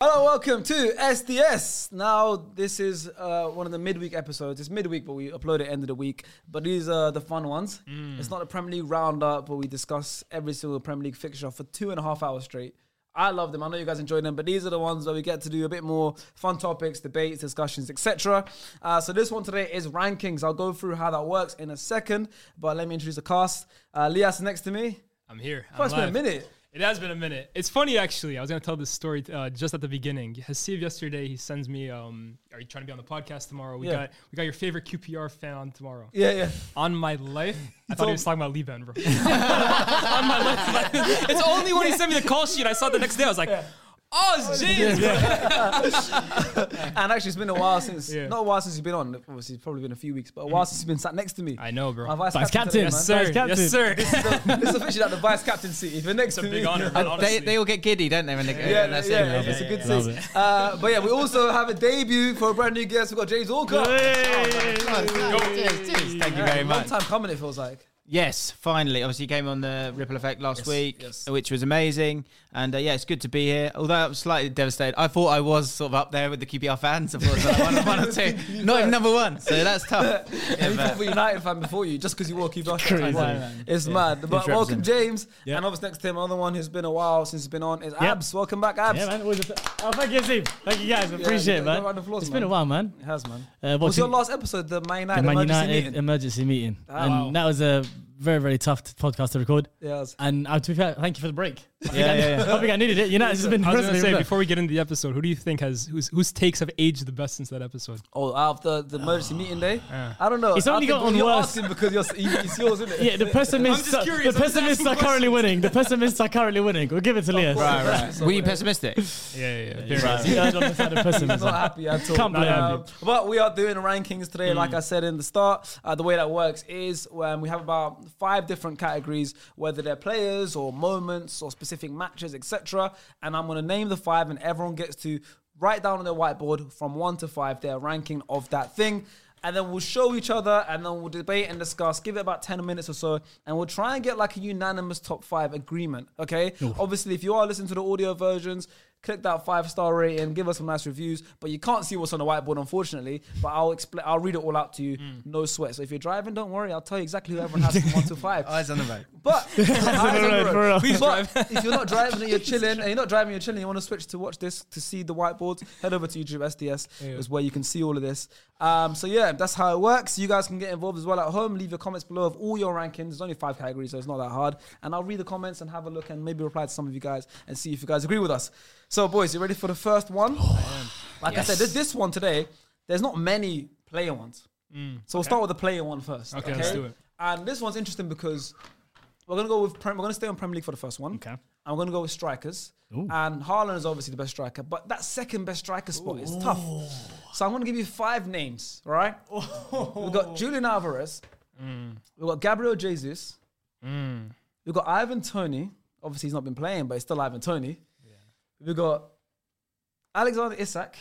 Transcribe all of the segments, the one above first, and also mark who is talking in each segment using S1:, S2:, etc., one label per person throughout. S1: Hello, welcome to SDS. Now, this is uh, one of the midweek episodes. It's midweek, but we upload it end of the week. But these are the fun ones.
S2: Mm.
S1: It's not a Premier League roundup, but we discuss every single Premier League fixture for two and a half hours straight. I love them. I know you guys enjoy them, but these are the ones where we get to do a bit more fun topics, debates, discussions, etc. Uh, so this one today is rankings. I'll go through how that works in a second, but let me introduce the cast. Uh, Lias next to me.
S2: I'm here. I'm
S1: Oh, it's been a
S2: live.
S1: minute.
S2: It has been a minute. It's funny actually. I was gonna tell this story uh, just at the beginning. Hasib yesterday he sends me, um, "Are you trying to be on the podcast tomorrow? We
S1: Yeah.
S2: got we got your favorite QPR fan on tomorrow."
S1: Yeah, yeah.
S2: On my life, I thought
S1: told-
S2: he was talking about Lee Van bro. on my life, it's only when he sent me the call sheet. I saw it the next day. I was like, "Oh, it's James."
S1: And actually, it's been a while since,
S2: Yeah.
S1: not a while since you've been on. Obviously, it's probably been a few weeks, but a while since you've been sat next to me.
S2: I know, bro.
S1: My vice
S3: Vice
S1: captain.
S3: captain.
S2: Yes,
S1: today,
S2: sir.
S3: Vice
S2: Yes, sir.
S1: man. this is officially at the vice captain seat. If you're next
S2: it's a
S1: to
S2: big
S1: me,
S2: honor.
S1: Yeah,
S2: man, honestly.
S4: They, they all get giddy, don't they? When they go,
S1: yeah,
S4: and that's
S1: yeah,
S4: it.
S1: yeah, it's a good
S3: Love
S1: seat. Uh, but yeah, we also have a debut for a brand new guest. We've got James Walker. Oh
S4: Thank you
S1: Yeah,
S4: very
S1: long
S4: much.
S1: time coming, it feels like.
S4: Yes, finally. Obviously, you came on the Ripple Effect last week,
S1: yes.
S4: which was amazing. And uh, yeah, it's good to be here. Although I'm slightly devastated, I thought I was sort of up there with the QPR fans. I thought I was like one, one or two, not even number one. So that's tough.
S1: and
S4: Yeah,
S1: you
S4: but-
S1: thought we United fan before you just because you wore Keith Archer.
S3: Crazy.
S1: It's mad. But
S4: Huge
S1: welcome,
S4: represent.
S1: James. And obviously, next to him, another one who's been a while since he's been on is Abs. Welcome back, Abs.
S3: Yeah, man. Always a pl- oh, thank you, Steve. Thank you, guys. I
S1: yeah,
S3: Appreciate it, man.
S1: go round the floors,
S3: It's
S1: man.
S3: been a while, man.
S1: It has, man.
S3: Uh,
S1: What was
S3: watching
S1: your last episode, the Man United
S3: the Man
S1: emergency
S3: United
S1: meeting?
S3: emergency meeting,
S1: Ah,
S3: and
S1: wow.
S3: that was a very, very tough t- podcast to record.
S1: yes.
S3: And uh, to be fair, thank you for the break. I think
S4: Yeah,
S3: I,
S4: yeah,
S3: I think I needed it. You know, it's just been.
S2: I was gonna
S3: impressive.
S2: say before we get into the episode, who do you think has whose whose takes have aged the best since that episode?
S1: Oh, after the emergency meeting day? I don't know.
S3: It's
S1: I
S3: only
S1: think
S3: gotten
S1: you're
S3: worse.
S1: asking because you're, it's yours, isn't it?
S3: yeah, the pessimists.
S2: just
S3: Are,
S2: curious,
S3: the
S2: I'm just
S3: pessimists are
S2: asking
S3: currently winning. The pessimists are currently winning. We'll give it to Leah.
S1: course.
S4: Right, right. Were you pessimistic?
S2: Yeah, yeah, yeah.
S3: You heard on the side of
S1: I'm
S3: pessimism.
S1: not happy at all.
S3: Can't Mm. blame
S1: Um,
S3: you.
S1: But we are doing rankings today, like I said in the start. Uh, the way that works is um, we have about five different categories, whether they're players or moments or specific matches, etc. And I'm going to name the five, and everyone gets to write down on their whiteboard from one to five their ranking of that thing. And then we'll show each other, and then we'll debate and discuss. Give it about ten minutes or so, and we'll try and get like a unanimous top five agreement. Okay. Obviously, if you are listening to the audio versions, click that five star rating, give us some nice reviews. But you can't see what's on the whiteboard, unfortunately. But I'll explain. I'll read it all out to you. No sweat. So if you're driving, don't worry. I'll tell you exactly who everyone has from one to five.
S4: Eyes on the road.
S1: But, Eyes on the
S3: road,
S1: road.
S3: for real.
S1: But if you're not driving and you're chilling, and you're not driving, you're chilling. You want to switch to watch this to see the whiteboards. Head over to YouTube SDS, is where you can see all of this. Um, so yeah, that's how it works. You guys can get involved as well at home. Leave your comments below of all your rankings. There's only five categories, so it's not that hard. And I'll read the comments and have a look and maybe reply to some of you guys and see if you guys agree with us. So boys, you ready for the first one? like I said, this, this one today. There's not many player ones. So we'll start with the player one first.
S2: Mm. Okay, let's do it.
S1: And this one's interesting because we're gonna go with Prem, we're gonna stay on Premier League for the first one.
S3: Okay.
S1: I'm gonna go with strikers. And Haaland is obviously the best striker, but that second best striker spot is tough. So I'm gonna give you five names, all right? We've got Julian Alvarez, we've got Gabriel Jesus, we've got Ivan Tony. Obviously he's not been playing, but it's still Ivan Tony. We've got Alexander Isak,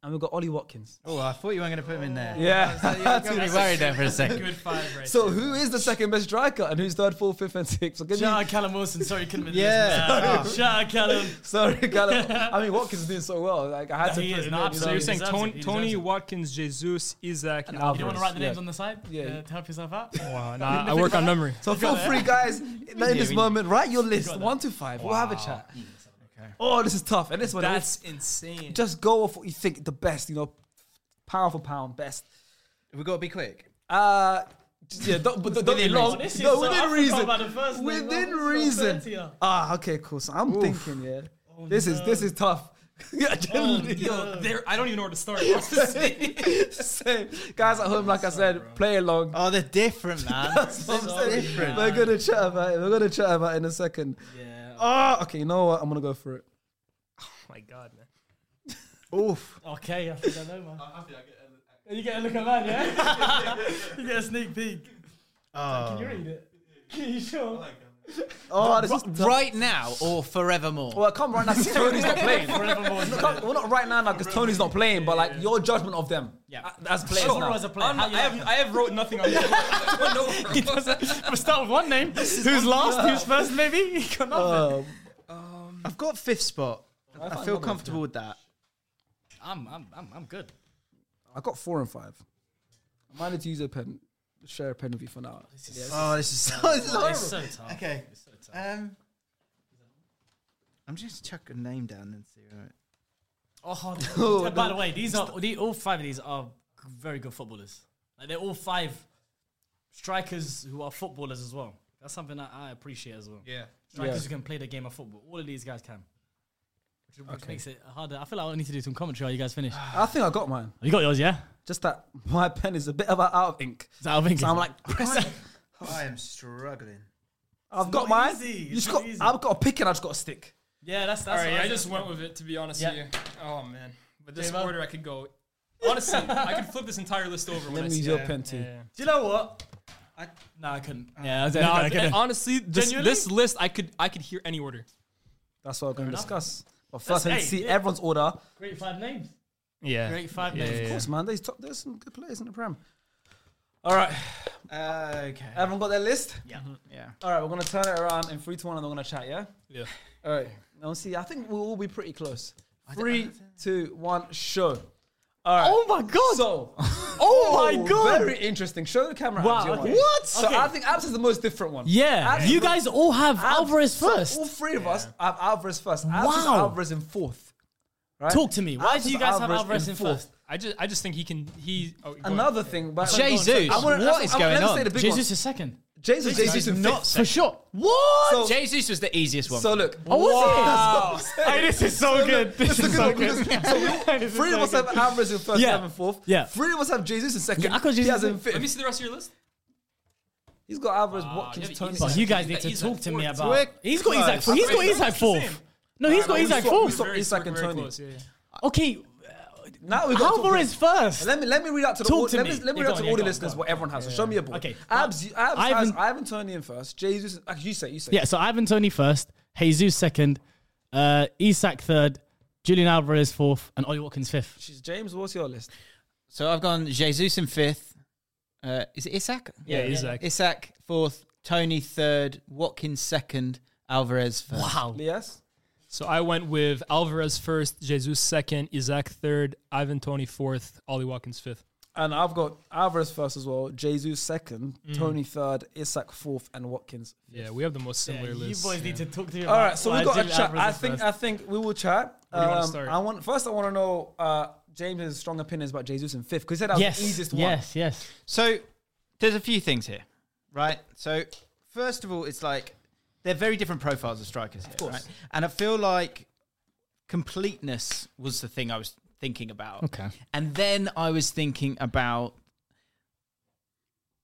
S1: and we've got Ollie Watkins.
S4: Oh, I thought you weren't going to put him in there.
S1: Yeah.
S4: I was really worried there for a second.
S2: Good five, right?
S1: So who is the second best striker and who's third, fourth, fifth, and sixth? I'll give you-
S3: Shout out Callum Wilson. Sorry, couldn't have been
S4: Yeah.
S3: listening. Shout out Callum.
S1: Sorry, Gallo. I mean, Watkins is doing so well. Like I had to.
S3: He
S1: put
S3: is
S1: him
S3: an
S1: in,
S3: absolute-
S2: So you're
S3: He
S2: saying
S3: deserves
S2: Tony,
S3: it. He
S2: Tony
S3: deserves it.
S2: Watkins, Jesus, Isaac, and
S3: You don't want
S2: Alvarez.
S3: to write the names
S1: Yeah.
S3: on the side
S1: Yeah.
S3: uh, to help yourself out?
S2: Wow, nah, I work on memory.
S1: So feel free, guys, in this moment, write your list one to five. We'll have a chat. Oh, this is tough, and this one
S2: That's
S1: is-
S2: insane.
S1: just go off what you think the best. You know, pound for pound, best.
S4: We've got to be quick.
S1: Uh, just- yeah, don't, but don't be
S5: Oh,
S1: long.
S3: This is
S1: No,
S3: so- I
S1: within
S3: forgot
S1: reason.
S3: about the first name.
S1: Within
S3: What was the third
S1: reason.
S3: tier?
S1: Ah, okay, cool. So I'm thinking, yeah,
S3: Oh,
S1: this is this is tough. yeah, generally.
S2: Yo, there, I don't even know where to start. What's this?
S1: Same. Guys at home, like I said, play along.
S4: Oh, they're different, man.
S1: That's what I'm
S4: They're
S1: saying.
S4: different.
S1: We're gonna chat about it. We're gonna chat about it in a second.
S3: Yeah.
S1: Ah, okay. You know what? I'm gonna go for it.
S2: my God, man.
S1: Oof.
S5: Okay, I think I know, man. You get a look at mine, yeah? you get a sneak peek. Can you
S4: Oh.
S5: read it? Are you sure?
S1: Oh, this is tough.
S4: Right now or forevermore?
S1: Well, come right now because Tony's not playing.
S5: Forevermore.
S1: No, come- well, not right now now because Tony's not playing, but like your judgment of them. Yeah. As players
S5: Sure,
S1: now.
S5: as a player. how you like
S2: I have wrote nothing on this.
S5: it? He doesn't- We'll start with one name. Who's last? Who's first, maybe? He got nothing.
S4: Um, I've got fifth spot. I feel comfortable with that.
S5: I'm, I'm, I'm, I'm good.
S1: I got four and five. I might need to use a pen, share a pen with you for now.
S4: Oh, this is so, this is horrible.
S5: It's so tough.
S4: Okay. Um, I'm just chuck a name down and see. Right.
S5: Oh, by the way, these are the, all five of these are g- very good footballers. Like they're all five strikers who are footballers as well. That's something that I appreciate as well.
S4: Yeah.
S1: Yeah.
S5: Strikers who can play the game of football. All of these guys can, which, which makes it harder. I feel like I need to do some commentary. Are you guys finished?
S1: I think I got mine.
S5: you got yours, yeah?
S1: Just that my pen is a bit of a- out of ink.
S5: Is that how I think
S1: So I'm like,
S4: I am struggling.
S1: I've
S5: It's
S1: got
S5: not
S1: mine.
S5: easy.
S1: You
S5: It's
S1: just
S5: not
S1: got,
S5: easy.
S1: I've got a pick and I just got a stick.
S5: yeah, that's
S2: All
S5: that's.
S2: right,
S5: what
S2: I just went with it to be honest
S5: Yeah.
S2: with you. Oh man, but this
S5: J-Mo?
S2: order I could go. Honestly, I could flip this entire list over when
S1: Let
S2: I
S1: me
S2: see
S1: use your
S2: it.
S1: pen too.
S2: Yeah.
S5: Do you know what? I no, I couldn't. Yeah, I was,
S2: Nah,
S5: I couldn't.
S2: honestly, this,
S5: Genuinely?
S2: this list I could I could hear any order.
S1: That's what we're going to
S5: enough.
S1: discuss. But first, I need to
S5: hey,
S1: see
S5: yeah.
S1: everyone's order.
S5: Great five names.
S2: Yeah.
S5: Great five
S2: Yeah,
S5: names.
S2: yeah,
S1: Of
S2: yeah.
S1: course, man. There's, top, there's some good players in the Prem. All right.
S4: Okay.
S1: Everyone got their list?
S5: Yeah.
S4: yeah.
S1: All right. We're going to turn it around in 3 to 1 and we're going to chat, yeah?
S2: Yeah.
S1: All right. Now, see, I think we'll all be pretty close. Three, two, one, show. All right.
S5: Oh my god!
S1: So,
S5: Oh my God.
S1: Very interesting. Show the camera.
S5: Wow,
S1: Abs, your
S5: okay.
S1: one.
S5: What?
S1: So
S5: Okay.
S1: I think Abs is the most different one.
S5: yeah,
S1: Abs-
S5: you guys all have
S1: Abs-
S5: Alvarez first.
S1: All three of us have Alvarez first. Abs is
S5: Wow.
S1: Alvarez in fourth. Right?
S5: Talk to me. Why
S1: Abs
S5: do you
S1: is
S5: guys have Alvarez in first?
S2: I just I just think he can he oh, go ahead.
S1: Another thing, but
S4: Jesus,
S1: I wanna-
S4: what
S1: I-
S4: is
S1: I wanna
S4: going
S1: never say
S4: on?
S1: the big
S5: Jesus is second.
S1: one. Jesus, Jesus, is in
S4: not
S1: fifth.
S4: for sure. What?
S1: So-
S4: Jesus was the easiest one.
S1: So look,
S5: Oh,
S1: Wow.
S5: was it? hey, this is so, good. This, is, so good.
S1: three of us have Alvarez in first,
S5: Yeah.
S1: yeah. and fourth.
S5: Yeah.
S1: Three of us have Jesus in second.
S5: Yeah, I got
S1: he
S5: Jesus
S1: has
S5: in-
S1: in
S2: Let me
S1: fifth.
S2: see the rest of your list.
S1: He's got Alvarez,
S2: Wow,
S5: Ah,
S1: Watkins,
S2: yeah,
S1: Tony.
S2: he's-
S5: But you guys need
S2: He's
S5: to
S2: at
S5: talk to me
S2: fourth.
S5: about. He's got
S4: close.
S5: Isaac. four- He's got
S2: It's
S5: Isaac
S2: the same.
S5: fourth. No, he's got
S1: we
S5: Isaac
S1: swapped- we
S5: fourth.
S1: swapped- Stop Isak and Tony.
S2: Yeah, yeah.
S5: Okay,
S1: Now we got
S5: Alvarez first.
S1: Let me let me read out to the
S5: Talk
S1: au-
S5: to
S1: let
S5: me.
S1: me, let me read
S5: Yeah, go
S1: out
S5: on,
S1: to
S5: yeah,
S1: all the
S5: go on,
S1: listeners
S5: go on.
S1: what everyone has. So show me your board.
S5: Okay.
S1: Abs, you- Abs Ivan, has
S5: Ivan-
S1: Ivan Tony in first. Jesus, actually, you say you say.
S5: Yeah, so Ivan Tony first, Jesus second, uh, Isak third, Julian Alvarez fourth, and Ollie Watkins fifth.
S1: She's James. What's your list?
S4: So I've gone Jesus in fifth. Uh, is it Isak?
S2: Yeah, Isak.
S4: Isak fourth, Tony third, Watkins second, Alvarez first.
S5: Wow.
S1: Yes.
S2: So I went with Alvarez first, Jesus second, Isaac third, Ivan Tony fourth, Ollie Watkins fifth.
S1: And I've got Alvarez first as well. Jesus second,
S5: Mm.
S1: Tony third, Isak fourth, and Watkins.
S2: Yeah, we have the most similar list. yeah.
S5: talk to me.
S1: All right, so we got a chat. I think I think we will chat.
S2: do you wanna
S1: Um,
S2: start?
S1: I want first. I want to know uh, James's strong opinions about Jesus in fifth because he said that was
S5: yes,
S1: the easiest one.
S5: yes, yes.
S4: So there's a few things here, right? So first of all, it's like they're very different profiles of strikers here, right? And I feel like completeness was the thing I was thinking about.
S5: Okay.
S4: And then I was thinking about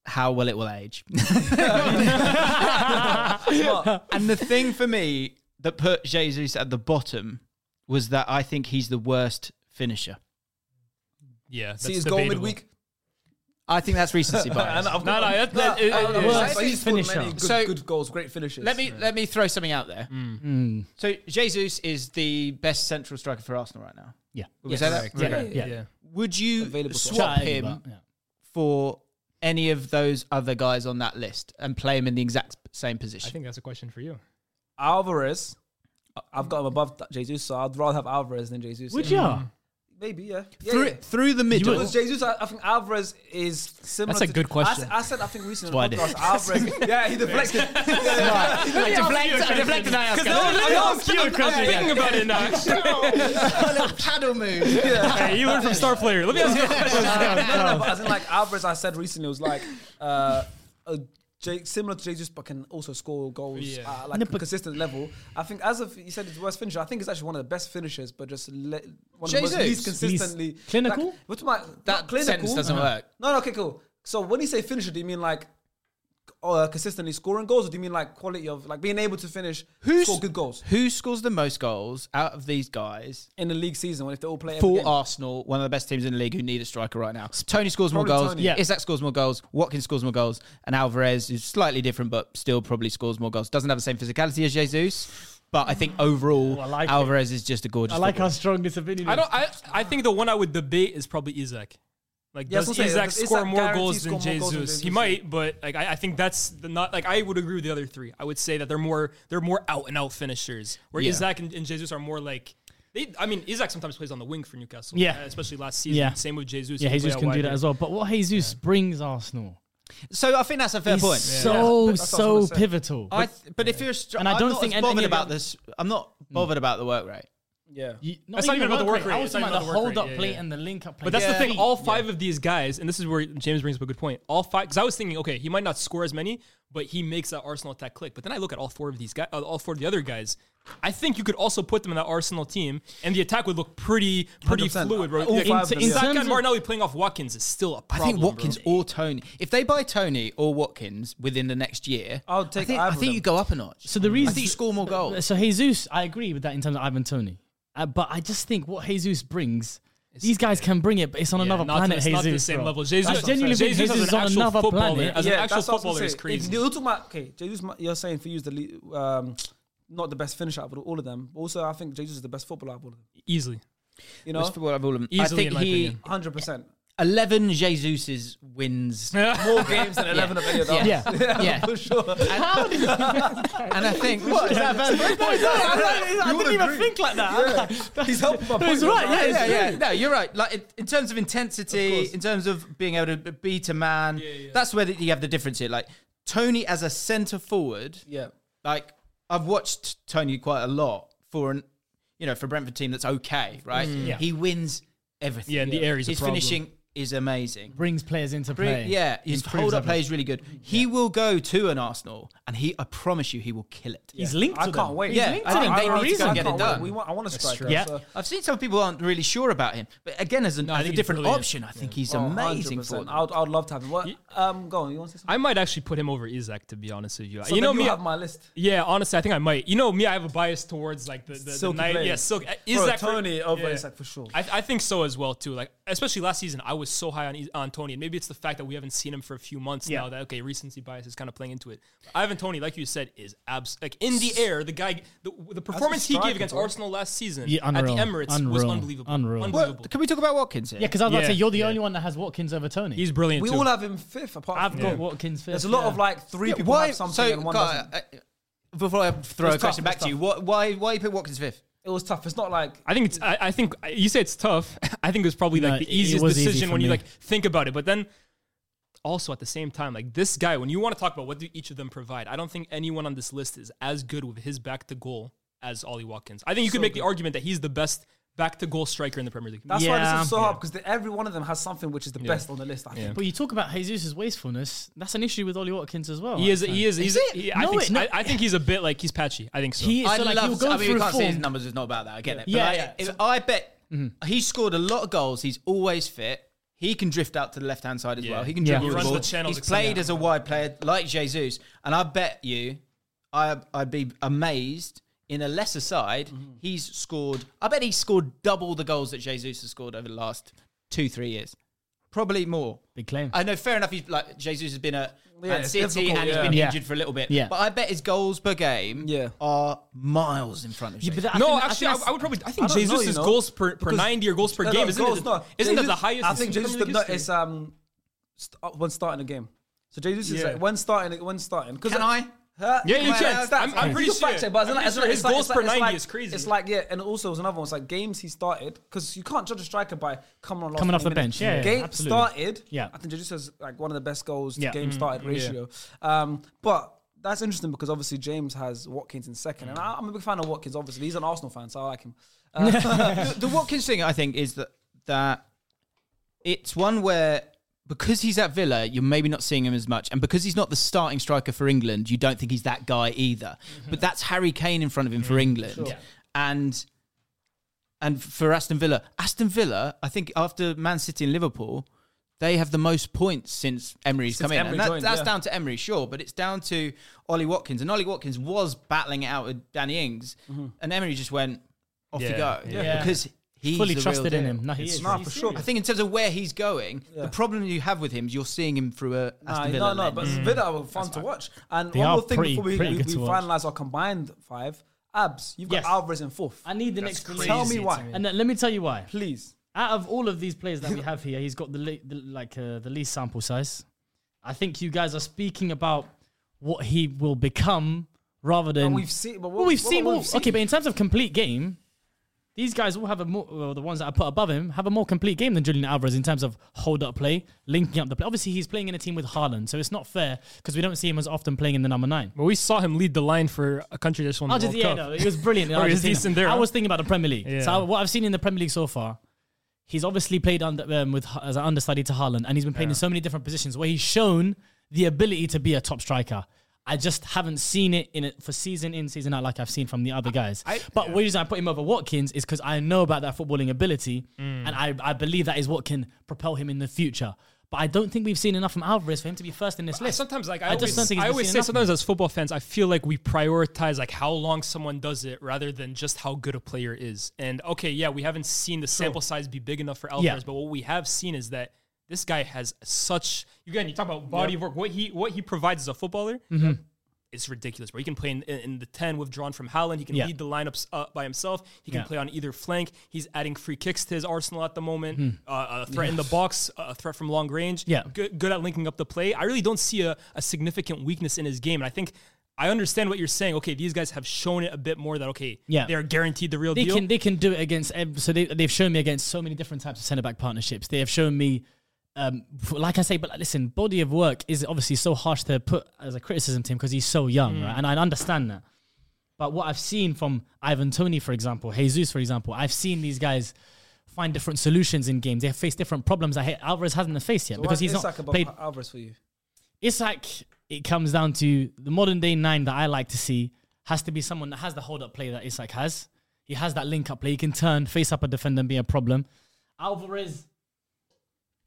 S4: how well it will age. and the thing for me that put Jesus at the bottom was that I think he's the worst finisher.
S2: Yeah, that's
S1: See his goal
S2: debatable.
S1: midweek.
S4: I think that's recency bias.
S1: I've
S2: No, no, that,
S5: Uh,
S2: that, it- it-
S4: Well,
S1: But he's scored
S5: finisher.
S1: many good,
S4: So-
S1: good goals, great finishes.
S4: Let me let me throw something out there. So Jesus is the best central striker for Arsenal right now.
S5: Yeah.
S4: Would you say that?
S5: Yeah.
S4: Okay.
S5: Yeah.
S2: yeah.
S4: Would you
S1: Available to
S4: swap
S5: Chat
S4: him
S5: about- yeah.
S4: for any of those other guys on that list and play him in the exact same
S2: I
S4: position?
S2: think that's a question for you.
S1: Alvarez. I've got him above th- Jesus, so I'd rather have Alvarez than Jesus.
S5: Would
S1: yeah.
S5: ya?
S1: Maybe, yeah. yeah,
S4: through
S1: yeah.
S4: through the middle.
S1: Because Jesus, I, I think Alvarez is similar.
S2: That's a
S1: to-
S2: good
S1: I
S2: question.
S1: s- I, said I think recently
S4: why I
S1: on the
S4: did.
S1: podcast, Alvarez. yeah, he deflected.
S4: I deflect, I deflect and I ask.
S1: I asked you a
S2: I'm thinking about it now.
S4: a little paddle move.
S2: Hey, you learned from star player. Let me ask you a question.
S1: no, no, but as in like Alvarez, I said recently was like uh, a J- similar to Jesus, but can also score goals
S2: Yeah.
S1: at like a consistent level. I think as of you said, it's the worst finisher. I think it's actually one of the best finishers, but just le- one of the most
S4: Jesus.
S1: least consistently
S5: clinical?
S1: Like, what's my
S4: That
S1: clinical
S4: sentence doesn't work.
S1: No, no, okay, cool. So when you say finisher, do you mean like uh, consistently scoring goals, or do you mean like quality of like being able to finish score good goals
S4: Who scores the most goals out of these guys
S1: in the league season when if they all play every
S4: for
S1: game?
S4: Arsenal, one of the best teams in the league who need a striker right now? Tony scores more
S1: Probably
S4: goals.
S1: Tony.
S4: Yeah.
S1: Yeah.
S4: Isak scores more goals. Watkins scores more goals. And Alvarez is slightly different, but still probably scores more goals. Doesn't have the same physicality as Jesus, but I think overall
S5: Oh, I like it.
S4: Alvarez is just a gorgeous.
S5: I like
S4: footballer.
S5: how strong this opinion is.
S2: I don't. I, I think the one I would debate is probably Isaac. Like,
S1: Yeah,
S2: does
S1: that's what I'm saying.
S2: Isaac
S1: Does
S2: score
S1: Isak
S2: more
S1: guarantee
S2: goals, than
S1: score more goals than
S2: Jesus? He
S1: Jesus?
S2: might, but like I, I think that's the not like I would agree with the other three. I would say that they're more they're more out and out finishers, where
S4: Yeah.
S2: Isaac and, and Jesus are more like. They, I mean, Isaac sometimes plays on the wing for Newcastle.
S5: Yeah.
S2: uh, especially last season.
S5: Yeah.
S2: Same with Jesus.
S5: yeah,
S2: who play
S5: Jesus
S2: out
S5: can do
S2: wide
S5: that
S2: there.
S5: as well. But what Jesus brings Arsenal
S4: So I think that's a fair
S5: is
S4: point.
S5: so
S1: That's what I
S5: so
S1: was gonna say.
S5: pivotal.
S4: I th- but if you're, a stri-
S5: And I
S4: I'm
S5: don't
S4: not
S5: think
S4: as
S5: any-
S4: bothered
S5: any of Hmm.
S4: about
S5: the-
S4: this. I'm not bothered about the work rate.
S1: yeah.
S5: You- not
S2: That's not even about the work rate.
S5: I was
S2: It's
S5: talking
S2: not
S5: about
S2: even about
S5: the
S2: the work
S5: hold up
S2: rate. Yeah,
S5: play
S2: yeah.
S5: and the link up play.
S2: But that's the thing.
S5: Feet.
S2: All five of these guys, and this is where James brings up a good point. All five, because I was thinking, okay, he might not score as many, but he makes that Arsenal attack click. But then I look at all four of these guys, uh, all four of the other guys. I think you could also put them in that Arsenal team, and the attack would look pretty, pretty
S1: 100%.
S2: fluid. Bro.
S1: All
S2: Like,
S1: five of them,
S2: Saka
S5: yeah.
S2: and Martinelli playing off Watkins is still a
S4: I
S2: problem.
S4: think Watkins
S2: bro.
S4: or Tony. If they buy Tony or Watkins within the next year,
S1: I'll take
S4: I think,
S1: either
S4: I
S1: of
S4: think
S1: them.
S4: you go up a notch.
S5: So the reason
S4: I think you score more goals.
S5: So Jesus, I agree with that in terms of Ivan Tony, uh, but I just think what Jesus brings, these guys can bring it, but it's on another
S2: not to-
S5: planet.
S2: it's
S5: Jesus,
S2: not the same
S5: bro.
S2: level. Jesus,
S5: I genuinely think
S2: Jesus,
S5: Jesus
S2: as
S5: is
S2: an
S5: on
S2: actual
S5: another
S2: footballer,
S5: planet.
S2: As an actual
S1: that's what I was gonna
S2: footballer, is
S1: say.
S2: crazy.
S1: If you're talking about okay, Jesus, might- you're saying for you is the le- um, not the best finisher out of all of them. But also, I think Jesus is the best footballer out of all of them.
S2: Easily,
S1: You
S4: Best
S1: know,
S4: footballer of all of them. I
S2: Easily, in
S4: think
S2: my
S4: he
S2: opinion.
S1: hundred percent.
S4: 11 Jesus's wins. and
S1: More games than eleven of any of them.
S5: Yeah.
S4: Yeah.
S1: for sure.
S4: I think what is that
S5: I didn't even think like that.
S1: He's helping my point.
S5: right,
S4: Yeah,
S5: yeah,
S4: yeah,
S5: it's
S4: yeah. No, you're right. Like in- in terms of intensity, in terms of being able to beat a man, that's where you have the difference here. Like Tony as a centre forward,
S1: yeah.
S4: like I've watched Tony quite a lot for an you know for a Brentford team that's okay, right?
S5: Yeah.
S4: He wins everything.
S2: Yeah, and the Yeah. air is a
S4: his
S2: problem.
S4: finishing is amazing.
S5: Brings players into
S4: Bring-
S5: play.
S4: Yeah, his
S5: Improves
S4: hold up
S5: everything.
S4: play is really good. He will go to an Arsenal, and he I promise you, he will kill it.
S5: He's linked
S1: I
S5: to
S1: can't
S5: them.
S1: wait.
S4: Yeah,
S5: linked
S4: I
S5: to
S4: think
S5: them
S4: they
S5: for a
S4: need to
S5: reason.
S4: get
S1: I
S4: it
S1: can't wait.
S4: done.
S1: We want, I want a striker.
S5: Yeah.
S1: so-
S4: I've seen some people aren't really sure about him, but again, as, an, as a
S2: think he's
S4: different
S2: brilliant.
S4: option, I think he's
S1: Oh,
S4: amazing
S1: 100%.
S4: for them.
S1: I would, I would love to have him. What? Um, go on. You want to say something?
S2: I might actually put him over Isaac. To be honest with you,
S1: So
S2: you
S1: then
S2: know me.
S1: have my list.
S2: Yeah, honestly, I think I might. You know me, I have a bias towards like the the, the
S1: Silky
S2: night.
S1: players.
S2: Yeah, silk. uh,
S1: Bro,
S2: Isak for-
S1: Tony over
S2: yeah.
S1: Isak for sure.
S2: I, I think so as well too. Like especially last season, I was so high on Is- on Tony, and maybe it's the fact that we haven't seen him for a few months now. That okay, recency bias is kind of playing into it. But Ivan Tony, like you said, is abs like in the air. The guy, the, the performance he
S1: striker,
S2: gave against
S1: bro.
S2: Arsenal last season
S5: Yeah,
S2: at the
S5: unreal.
S2: Emirates was
S5: Unreal.
S2: unbelievable.
S5: Unreal.
S4: Well,
S2: Unbelievable.
S4: can we talk about Watkins here?
S5: Yeah, because I was about to
S2: Yeah,
S5: say you're the
S2: yeah.
S5: only one that has Watkins over Tony.
S2: He's brilliant.
S1: We
S2: too.
S1: all have him fifth. Apart
S5: I've
S1: from
S5: got
S1: him.
S5: Watkins fifth.
S1: There's a lot
S5: yeah.
S1: of like three
S4: Yeah,
S1: people have something
S4: so,
S1: and one
S4: guy,
S1: doesn't.
S4: I- I- before I throw a
S1: tough,
S4: question
S1: it's
S4: back to
S1: tough.
S4: you, what, why why you put Watkins fifth?
S1: It was tough. It's not like
S2: I think it's. I, I think you say it's tough. I think it was probably
S5: No,
S2: like
S5: it-
S2: the
S5: it
S2: easiest
S5: was easy
S2: decision
S5: for
S2: when you
S5: me.
S2: like think about it. But then also at the same time, like this guy, when you want to talk about what do each of them provide, I don't think anyone on this list is as good with his back to goal as Ollie Watkins. I think you could make the argument that he's the best back to goal striker in the Premier League.
S1: that's why this
S5: Yeah.
S1: is so hard because every one of them has something which is the best on the list. I think.
S5: But you talk about Jesus' wastefulness. That's an issue with Ollie Watkins as well.
S2: he is. He is. He's.
S4: it?
S2: he- I,
S5: No,
S2: think,
S5: it-
S2: so.
S5: no.
S2: I, I think he's a bit like he's patchy. I think so.
S5: He is.
S4: I
S5: so, like,
S4: love.
S5: he'll go
S4: I mean,
S5: through
S4: we can't see his
S5: form.
S4: numbers. It's not about that. I get it. But
S5: Yeah,
S4: like,
S5: yeah. Mm-hmm.
S4: if- I bet he scored a lot of goals. He's always fit. He can drift out to the left hand side as
S2: Yeah.
S4: well. He can
S5: Yeah.
S4: dribble
S5: He
S4: the
S2: runs
S4: ball.
S2: the channels,
S4: He's
S2: et cetera.
S4: played as a wide player like Jesus, and I bet you, I I'd be amazed. In a lesser side,
S2: Mm-hmm.
S4: he's scored. I bet he scored double the goals that Jesus has scored over the last two, three years. Probably more.
S5: Big claim.
S4: I know, fair enough. He's like Jesus has been at Man
S1: it's
S4: City
S1: difficult,
S4: and he's
S1: yeah.
S4: been
S5: Yeah.
S4: injured for a little bit.
S5: Yeah.
S4: but I bet his goals per game
S1: Yeah.
S4: are miles in front of Jesus.
S5: that- I
S2: no,
S5: think-
S2: actually, I,
S5: think
S2: I would probably. I think
S1: I don't know,
S2: Jesus'
S1: you know,
S2: goals per, per
S1: because-
S2: ninety or goals per
S1: No, no,
S2: game isn't
S1: goals,
S2: it?
S1: no.
S2: Isn't that the
S1: Jesus-
S2: highest?
S1: I
S2: in
S1: think
S2: Premier
S1: Jesus
S2: League
S1: the, no,
S2: history?
S1: is um st- when starting a game. So Jesus is
S2: Yeah.
S1: like when starting when starting. 'cause
S4: Can
S1: like-
S4: I?
S1: Huh?
S2: Yeah, you
S1: Well,
S2: can.
S1: that's-
S2: I'm- I'm
S1: you
S2: pretty
S1: can fact
S2: sure.
S1: check, but it's not-
S2: I'm pretty
S1: it's
S2: sure
S1: not-
S2: his
S1: it's like-
S2: goals
S1: it's
S2: per
S1: like- it's
S2: 90
S1: like-
S2: is crazy.
S1: It's like yeah, and also it was another one. It's like games he started because you can't judge a striker by coming on last
S5: Coming off
S1: 20
S5: the
S1: minutes.
S5: bench, yeah, yeah,
S1: game
S5: absolutely.
S1: started.
S5: Yeah.
S1: I think Jesus has like one of the best goals to
S5: Yeah.
S1: game started ratio. Um, but. That's interesting because obviously James has Watkins in second, and I, I'm a big fan of Watkins. Obviously, he's an Arsenal fan, so I like him.
S4: the Watkins thing, I think, is that that it's one where because he's at Villa, you're maybe not seeing him as much, and because he's not the starting striker for England, you don't think he's that guy either.
S1: Mm-hmm.
S4: But that's Harry Kane in front of him for England, and and for Aston Villa, Aston Villa, I think after Man City and Liverpool, They have the most points since Emery's
S1: Since
S4: come in.
S1: Emery
S4: and that,
S1: joined,
S4: that's
S1: yeah.
S4: down to Emery, sure, but it's down to Ollie Watkins. And Ollie Watkins was battling it out with Danny Ings,
S1: Mm-hmm.
S4: and Emery just went, off you
S2: Yeah,
S4: go.
S2: yeah.
S3: Yeah.
S4: Because he's
S5: fully
S4: the real
S5: trusted in
S4: deal.
S5: him. No,
S3: He
S5: he's
S3: is,
S1: Nah,
S3: he's
S1: for sure.
S4: I
S3: serious.
S4: think in terms of where he's going,
S1: Yeah.
S4: the problem you have with him is you're seeing him through a
S1: Nah,
S4: Aston
S1: no,
S4: Villa
S1: no,
S4: lens.
S1: but Villa were fun to watch. And
S5: Mm. They
S1: one
S5: are
S1: more thing
S5: pretty-
S1: before we,
S5: pretty
S1: we,
S5: good
S1: we
S5: to watch.
S1: finalize our combined five, Abs, you've got
S5: Yes.
S1: Alvarez in fourth.
S3: I need an
S2: That's
S3: explanation.
S2: crazy
S1: Tell me
S2: to
S1: why.
S5: And then let me tell you why.
S1: Please.
S5: Out of all of these players that we have here, he's got the, le- the like uh, the least sample size. I think you guys are speaking about what he will become rather than
S1: And we've seen- but what-
S5: well, we've
S1: what-
S5: seen
S1: what
S5: all.
S1: we've seen.
S5: Okay, but in terms of complete game, these guys all have a more. Well, the ones that I put above him have a more complete game than Julian Alvarez in terms of hold up play, linking up the play. Obviously, he's playing in a team with Haaland, so it's not fair because we don't see him as often playing in the number nine.
S2: But we saw him lead the line for a country that just
S1: Oh,
S2: won the World
S5: Argentina, yeah,
S2: Cup.
S5: no, it was brilliant. in
S2: Or he was
S5: Argentina.
S2: decent there,
S5: I
S2: huh?
S5: was thinking about the Premier League. So
S2: Yeah.
S5: I- what I've seen in the Premier League so far, he's obviously played under, um, with as an understudy to Haaland, and he's been playing in so many different positions where he's shown the ability to be a top striker. I just haven't seen it in it for season in season out like I've seen from the other guys. but the reason I put him over Watkins is because I know about that footballing ability,
S2: Mm.
S5: and I, I believe that is what can propel him in the future. But I don't think we've seen enough from Alvarez for him to be first in this
S2: I
S5: list.
S2: sometimes like I,
S5: I just
S2: always,
S5: don't think he's
S2: I
S5: been
S2: always
S5: seen
S2: say
S5: enough.
S2: sometimes as football fans, I feel like we prioritize like how long someone does it rather than just how good a player is. And okay, yeah, we haven't seen the sample size be big enough for Alvarez, but what we have seen is that this guy has such again, you talk about body of work, what he what he provides as a footballer.
S5: Mm-hmm.
S2: It's ridiculous, bro. He can play in, in, in the 10 withdrawn from Howland. He can
S5: Yeah.
S2: lead the lineups uh, by himself. He can
S5: Yeah.
S2: play on either flank. He's adding free kicks to his arsenal at the moment.
S5: Mm-hmm.
S2: Uh, a threat in the box, a threat from long range
S5: Yeah.
S2: good, good at linking up the play. I really don't see a, a significant weakness in his game. And I think I understand what you're saying. Okay, these guys have shown it a bit more that, okay,
S5: Yeah.
S2: they're guaranteed the real
S5: they
S2: deal.
S5: can they can do it against ev- so they they've shown me against so many different types of centre back partnerships. They have shown me, um, f- like I say, but listen, body of work is obviously so harsh to put as a criticism to him because he's so young,
S2: Mm.
S5: right? And I understand that. But what I've seen from Ivan Tony, for example, Jesus, for example, I've seen these guys find different solutions in games. They face different problems that hey, Alvarez hasn't faced yet
S1: So
S5: because
S1: why is
S5: he's not
S1: Isak above
S5: played
S1: Alvarez for you.
S5: it's like it comes down to the modern day nine that I like to see has to be someone that has the hold up play that Isak has. He has that link up play. He can turn, face up a defender, and be a problem. Alvarez,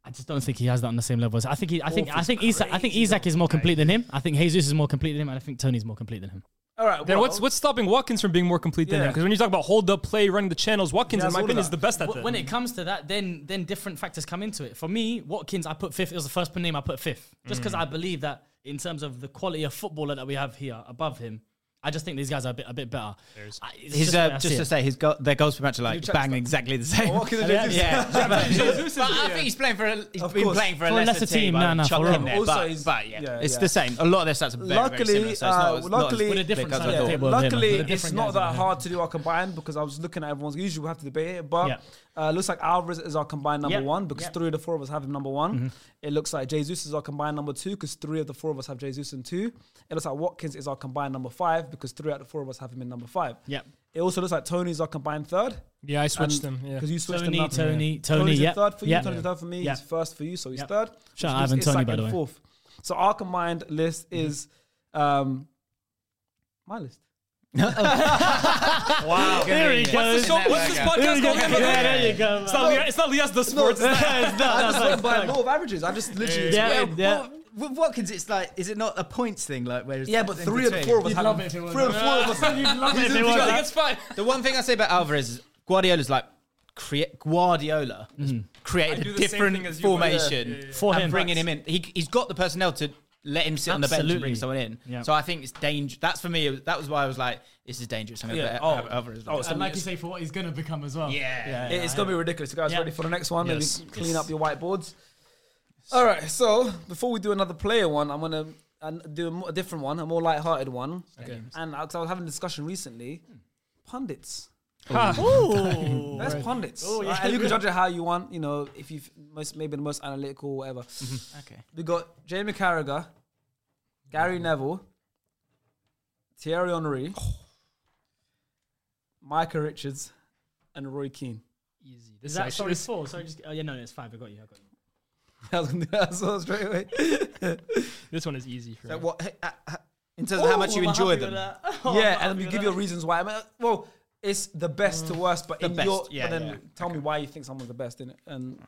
S5: I just don't think he has that on the same level. as I think he, I think I think Isak, I think Isak is more complete than him. I think Jesus is more complete than him, and I think Tony's more complete than him.
S1: All right.
S2: then
S1: well,
S2: what's what's stopping Watkins from being more complete than
S1: Yeah.
S2: him? Because when you talk about hold up play, running the channels, Watkins,
S1: Yeah,
S2: in my
S1: all of
S2: opinion,
S1: that.
S2: is the best at
S5: Wh-
S2: that.
S5: when it comes to that, then then different factors come into it. For me, Watkins, I put fifth. It was the first name I put fifth, just because I believe that in terms of the quality of footballer that we have here above him, I just think these guys are a bit a bit better. I- it's
S4: His,
S5: the way I
S4: uh,
S5: see
S4: just to
S5: it.
S4: say, his go- their goals per match are like
S1: checked
S4: bang
S1: that.
S4: exactly the same.
S1: What can they do?
S4: Yeah, but,
S2: Jesus
S4: but
S2: is-
S4: I think he's playing for a. He's
S1: Of
S4: been
S1: course.
S4: playing for a
S5: For a
S4: lesser,
S5: lesser
S4: team.
S5: team,
S4: I'd
S5: no, no,
S4: chuck
S5: for
S4: him
S5: real.
S4: there,
S1: Also,
S4: but,
S1: he's-
S4: but yeah,
S1: yeah,
S4: it's
S1: yeah.
S4: the same. A lot of their stats are very,
S1: Luckily,
S4: very similar. So it's
S1: uh,
S4: not, as- not as
S1: luckily- With a
S4: big
S5: different
S4: as I
S5: side of
S4: thought.
S5: the
S1: Yeah,
S5: table. with him,
S1: luckily,
S5: with the
S1: it's
S5: different
S1: not
S5: guys
S1: that
S5: over
S1: hard to do our combined because I was looking at everyone's. Usually, we have to debate it, but
S5: Yeah.
S1: uh, looks like Alvarez is our combined number
S5: Yeah.
S1: one because
S5: Yeah. Mm-hmm.
S1: three of the four of us have him number one. It looks like Jesus is our combined number two because three of the four of us have Jesus in two. It looks like Watkins is our combined number five because three out of the four of us have him in number five.
S5: Yep.
S1: It also looks like Tony's our combined third.
S2: yeah, I switched them. Yeah.
S1: Because you switched
S5: Tony,
S1: him up.
S5: Tony, Tony,
S1: Tony's in
S5: yep,
S1: third for you.
S5: yep.
S1: Tony's in third for me.
S5: Yep.
S1: He's first for you, so he's
S5: Yep.
S1: third.
S5: Shout out
S1: which
S5: Ivan
S1: means
S5: Tony,
S1: Isak
S5: by
S1: in
S5: the way. Mm-hmm.
S1: Fourth. So our combined list is um, my list.
S4: Wow.
S5: There he
S2: What's
S5: goes.
S2: this, so, what's this podcast called?
S5: Yeah, there you go.
S2: It's not, Lia- it's not Lias the Sports.
S5: It's not-
S1: I just
S5: no, no,
S1: went by
S5: it's not.
S1: law of averages. I just literally.
S5: Yeah.
S4: Yeah,
S5: Yeah.
S4: well, with Watkins, it's like, is it not a points thing? Like, where is
S1: Yeah, but three of the four of us
S5: You'd
S1: have
S5: love
S1: him.
S5: it if it was.
S1: Three of the four of us have
S5: You'd love it if it
S4: was.
S5: was.
S4: That's
S2: fine.
S4: The one thing I say about Alvarez is Guardiola's like create Guardiola has created
S2: do
S4: a
S2: the same thing
S4: different
S2: as you, but yeah.
S4: formation
S2: Yeah, yeah, yeah.
S5: For
S4: and
S5: him.
S4: bringing him in. He, he's got the personnel to let him sit on the bench and
S5: Absolutely.
S4: bring someone in.
S5: Yeah.
S4: So I think it's dangerous. That's for me. it was- That was why I was like, this is dangerous. I'm going to
S1: Yeah.
S4: bet
S1: Oh.
S4: have Alvarez.
S1: Oh,
S4: like
S1: so-
S4: that.
S5: And like you say, for what he's gonna become as well.
S4: yeah.
S1: It- It's gonna be ridiculous. You guys
S5: Yeah.
S1: ready for the next one?
S2: Yes.
S1: Maybe clean up your whiteboards. All right. So before we do another player one, I'm gonna and do a, mo- a different one, a more light-hearted one. Okay. And because I was having a discussion recently,
S5: Hmm.
S1: pundits. That's pundits. Oh, yeah. And you can judge it how you want. You know, if you've most maybe the most analytical, whatever.
S4: Okay.
S1: We got Jamie Carragher, Gary Neville, Thierry Henry, Micah Richards, and Roy Keane.
S5: Is that
S2: actually-
S5: sorry four? Sorry, just oh yeah, no, no, it's five. I got you. I got you.
S1: I was gonna do that as well straight away.
S2: This one is easy for
S4: So
S2: me.
S4: what, h- h- in terms of how much you enjoy them,
S1: yeah, and we give you reasons why. I mean, uh, well, it's the best to worst, but in
S4: best,
S1: your
S4: yeah,
S1: but then
S4: yeah.
S1: tell me why you think someone's the best in it. And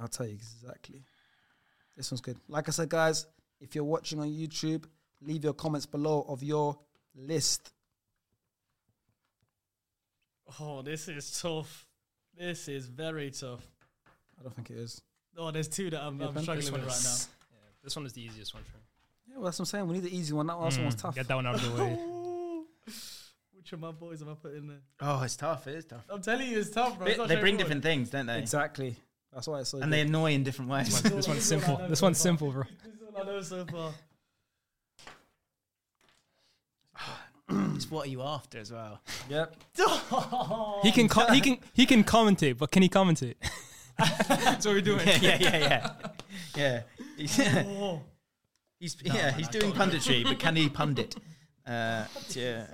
S1: I'll tell you exactly. This one's good. Like I said, guys, if you're watching on YouTube, leave your comments below of your list.
S3: Oh, this is tough. This is very tough.
S1: I don't think it is.
S3: Oh, there's two that I'm,
S1: Yeah,
S3: I'm
S1: Ben,
S3: struggling
S2: This one
S3: with right now.
S2: is- yeah, This one is the easiest one for me.
S1: Yeah, well, that's what I'm saying. We need the easy one. That one, that one's tough.
S2: Mm, Get that one out of the way.
S3: Which of my boys am I putting there?
S4: Oh, it's tough. It is tough.
S3: I'm telling you, it's tough, bro.
S4: They, they bring different things, don't they?
S1: Exactly. That's why it's so
S4: And they
S1: good.
S4: annoy in different ways.
S2: this one's simple. This one's simple, bro.
S3: things. I know so far.
S4: it's what are you after as well?
S1: Yep.
S2: He can co- he can he can commentate, but can he commentate? That's what we're doing.
S4: yeah, yeah, yeah, yeah. yeah. He's yeah, he's doing punditry, but can he pundit? Uh, yeah.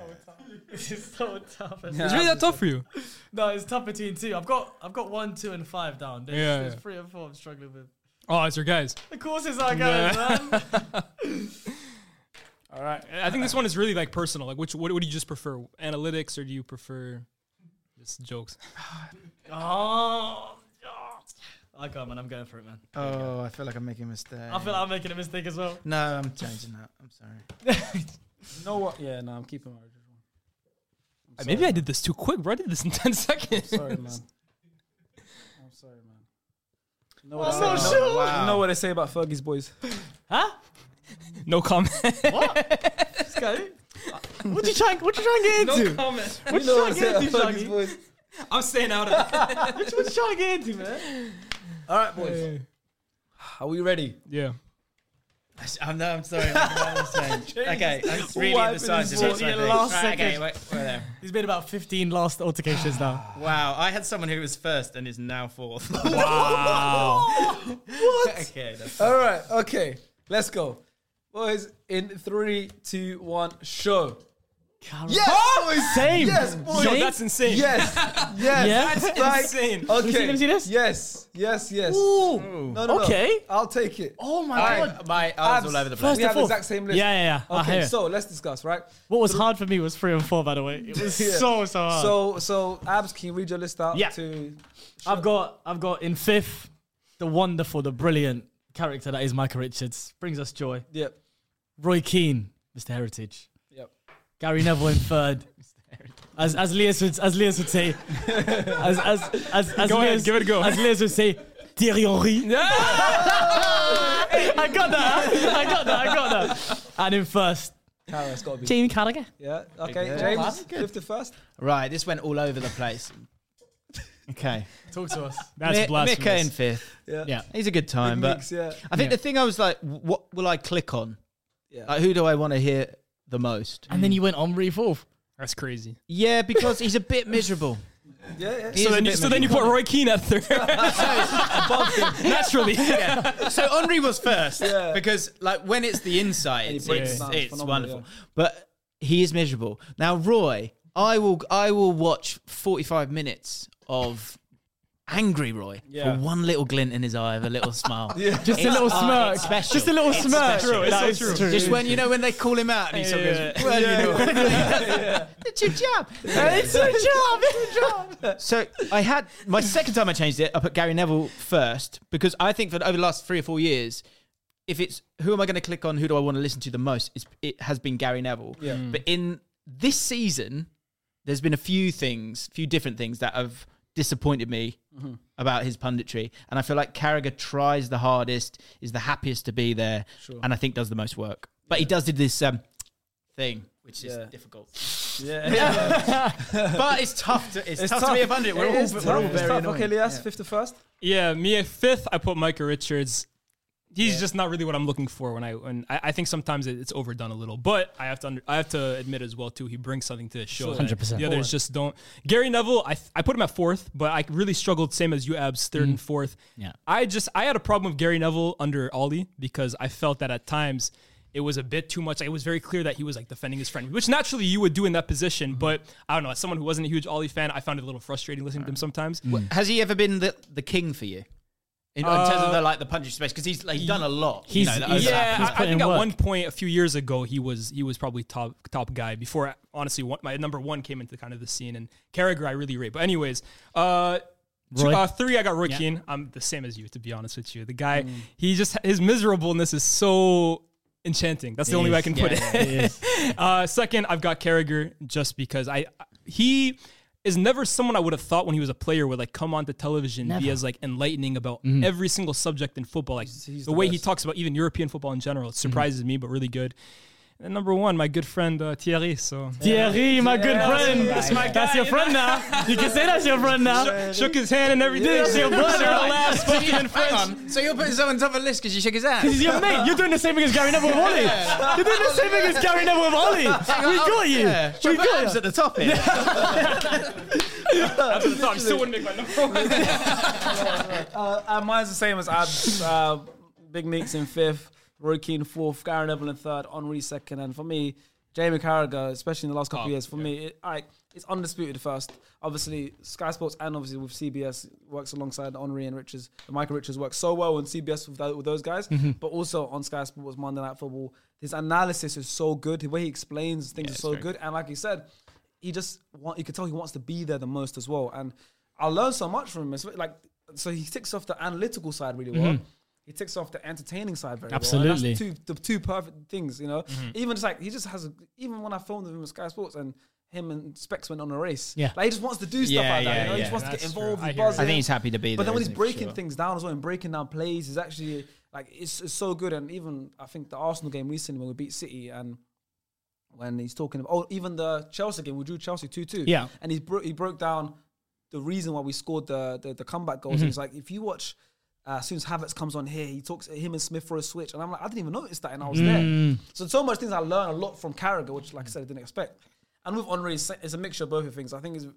S3: This is so tough.
S2: It's really that tough for you.
S3: No, it's tough between two. I've got I've got one, two, and five down. There's,
S2: Yeah,
S3: there's
S2: yeah.
S3: three and four I'm struggling with.
S2: Oh, it's your guys.
S3: The courses are going, man.
S2: All right. I think this one is really like personal. Like, which what, what do you just prefer, analytics, or do you prefer just jokes?
S3: Oh, oh. I go, man. I'm going for it, man.
S4: Oh, I feel like I'm making a mistake.
S3: I feel like I'm making a mistake as well.
S4: no, I'm changing that. I'm sorry.
S1: You know what? Yeah, no, I'm keeping my original one. I'm
S2: Uh, Maybe
S1: sorry,
S2: I did this too quick, bro. I did this in ten seconds.
S1: man. Sorry, man. I'm sorry, man. You know what
S3: I'm
S1: they
S5: Oh,
S3: not
S1: say-
S3: sure.
S1: you know- You know what they say about Fergie's boys?
S2: No comment.
S3: What you trying? What you trying to get into?
S2: comment.
S3: What you trying to get into, Shaggy? What
S1: boys.
S2: I'm staying out of it.
S3: you trying to get into, man?
S1: All right, boys. Are we ready?
S2: Yeah.
S4: I'm, no, I'm sorry. I'm sorry. okay, it's really
S1: Wiping
S4: the size
S1: his
S4: of it,
S3: body
S4: so I
S3: in
S4: think.
S3: last
S4: Right, okay,
S3: second.
S4: wait, wait there.
S3: He's made about 15 last altercations now.
S4: Wow, I had someone who was first and is now fourth. what? Oh, Okay, that's
S1: All right. Okay. Let's go, boys. In three, two, one, show. Yes, boys.
S5: Same.
S1: Yes, boys.
S2: Yo, that's insane.
S1: Yes, yes.
S5: Yeah.
S1: Like,
S2: Insane.
S1: Okay.
S5: see- let me see this.
S1: Yes, yes, yes.
S5: Ooh.
S1: No, no, no.
S5: Okay.
S1: I'll take it.
S5: Oh my
S4: I-
S5: god.
S4: my eyes all
S1: Abs-
S4: over the place.
S1: we
S5: to
S1: have
S5: fourth.
S1: exact same
S5: Yeah,
S1: list.
S5: yeah, yeah. I hear
S1: Okay,
S5: it.
S1: so let's discuss, right?
S5: what was hard for me was three and four. By the way, it was
S1: Yeah.
S5: so so hard.
S1: So, so abs, can you read your list out?
S5: Yeah.
S1: To
S5: I've got I've got in fifth the wonderful, the brilliant character that is Micah Richards. Brings us joy.
S1: yep,
S5: Roy Keane, Mr. Heritage.
S1: yep.
S5: Gary Neville in third. As as Lias would as Lias would say, as as as as
S2: Go ahead,
S5: Lias-
S2: give it a go.
S5: As Lias would say, Thierry Henry. I got that. I got that. I got that. And in first,
S1: Kara, it's got to be.
S5: Jamie Carragher.
S1: Yeah. Okay,
S4: Yeah.
S1: James,
S4: That's good.
S1: fifty first.
S4: Right, this went all over the place. Okay,
S3: Talk to us.
S2: That's
S4: Mi-
S2: blasphemous.
S4: Mika in fifth.
S1: Yeah.
S5: Yeah.
S4: He's a good time, but
S1: Mix, yeah.
S4: I think the thing I was like, what will I click on?
S1: Yeah.
S4: Like, who do I want to hear the most?
S5: And then you went on fourth.
S2: That's crazy.
S4: Yeah, because he's a bit miserable.
S1: yeah, yeah.
S4: He
S2: So
S4: is
S2: then,
S4: a
S2: you,
S4: bit
S2: so then you put
S4: miserable.
S2: Roy Keane at third. Naturally.
S4: So Henri was first
S1: Yeah.
S4: because, like, when it's the insight, it's,
S1: breaks
S4: it's,
S1: it down.
S4: it's
S1: Phenomenal,
S4: wonderful.
S1: yeah.
S4: But he is miserable. Now, Roy, I will, I will watch forty-five minutes of angry Roy
S1: Yeah.
S4: for one little glint in his eye, of a little smile. yeah.
S5: Just a little smirk.
S4: special.
S5: Just a little
S4: It's
S5: smirk.
S4: special. True, it's
S5: That
S2: so
S5: is
S2: true.
S4: Just when you know when they call him out and he sort of goes, "Well, you know, it's your job."
S5: It's a job.
S4: So I had my second time I changed it. I put Gary Neville first because I think for over the last three or four years, if it's who am I going to click on, who do I want to listen to the most, it's, it has been Gary Neville.
S1: Yeah. Mm.
S4: But in this season, there's been a few things, few different things that have disappointed me about his punditry, and I feel like Carragher tries the hardest, is the happiest to be there, and I think does the most work. But he does do this um, thing, which is
S1: Yeah.
S4: difficult.
S1: Yeah, yeah.
S4: but it's tough to it's, tough, to be a pundit. We're
S1: It
S4: all,
S1: is
S4: we're all
S1: tough, it's
S4: very
S1: tough.
S4: annoying.
S1: Okay, Elias, fifty first.
S2: Yeah, me at fifth. I put Micah Richards. He's just not really what I'm looking for when I when I, I think sometimes it, it's overdone a little, but I have to under, I have to admit as well too he brings something to the show. that
S5: 100%.
S2: The others just don't. Gary Neville, I th- I put him at fourth, but I really struggled same as you abs third and fourth.
S5: Yeah.
S2: I just I had a problem with Gary Neville under Ollie because I felt that at times it was a bit too much. It was very clear that he was like defending his friend, which naturally you would do in that position. But I don't know, as someone who wasn't a huge Ollie fan, I found it a little frustrating listening to him sometimes.
S4: Has he ever been the, the king for you? In, in terms of the like the punch space, because he's like, he's done a lot. you know,
S5: He's-
S4: that
S5: he's-
S4: overlap.
S2: Yeah,
S5: He's
S2: I, I
S5: put in
S2: think at
S5: work.
S2: one point a few years ago he was he was probably top top guy before honestly one, my number one came into kind of the scene and Carragher I really rate. But anyways, uh, Two,
S5: Roy?
S2: uh, three, I got Roy
S5: Yeah. Mm.
S2: Keane. I'm the same as you, to be honest with you. The guy, he just his miserableness is so enchanting. That's the only way I
S5: is.
S2: can
S5: Yeah,
S2: put it.
S5: yeah, it is.
S2: Uh, second, I've got Carragher just because I he is never someone I would have thought when he was a player would like come onto television be as like enlightening about every single subject in football. Like Mm-hmm. the, Mm-hmm. way he talks about even European football in general it surprises me, but really good. And number one, my good friend uh, Thierry. So
S5: Thierry, my good friend.
S2: that's my
S5: That's
S2: guy,
S5: your
S2: you
S5: friend now. You can say that's your friend now.
S2: shook, shook his hand and everything.
S5: That's your brother.
S2: Last fucking in
S4: Hang
S2: France.
S4: on. So you're putting someone top of the list because you shook his hand.
S5: He's your mate. You're doing the same thing as Gary Neville with Ollie. You're doing the same thing as Gary Neville with Ollie. We got you.
S4: Yeah.
S5: We
S4: Should put
S5: got
S4: abs
S5: you.
S4: at the top here.
S2: I still wouldn't make my number one.
S1: Uh, uh, mine's the same as Abs. Uh, Big Meeks in fifth, Roy Keane fourth, Garen Neville in third, Henri second, and for me, Jamie Carragher, especially in the last couple
S2: Oh,
S1: of years, for me, it, I, it's undisputed first. Obviously, Sky Sports and obviously with CBS works alongside Henri and Richards. Michael Richards works so well on CBS with, tho- with those guys, but also on Sky Sports Monday Night Football. His analysis is so good. The way he explains things is so good, and like you said, he just want, you could tell he wants to be there the most as well. And I learned so much from him. It's like so he ticks off the analytical side really well. He ticks off the entertaining side very well. And
S5: Absolutely.
S1: that's two the two perfect things, you know. Even just like he just has a, even when I filmed him with Sky Sports and him and Specs went on a race.
S5: Yeah.
S1: Like he just wants to do stuff
S4: Yeah,
S1: like that.
S4: yeah,
S1: you know? He
S4: yeah.
S1: just wants to
S2: That's
S1: get
S2: true.
S1: involved.
S2: I
S1: He
S2: hear you.
S1: buzzes.
S4: I think he's happy to be there.
S1: But then when he's
S4: isn't he, for
S1: breaking
S4: sure?
S1: things down as well and breaking down plays, he's actually like it's, it's so good. And even I think the Arsenal game recently when we beat City and when he's talking about oh even the Chelsea game we drew Chelsea two two
S5: Yeah.
S1: and he bro- he broke down the reason why we scored the the, the comeback
S4: Mm-hmm.
S1: goals. And it's like if you watch. Uh, as soon as Havertz comes on here, he talks him and Smith for a switch, and I'm like, I didn't even notice that, and I was
S4: Mm.
S1: there. So so much things I learned a lot from Carragher, which, like I said, I didn't expect. And with Henri, it's it's a mixture of both of things. I think it's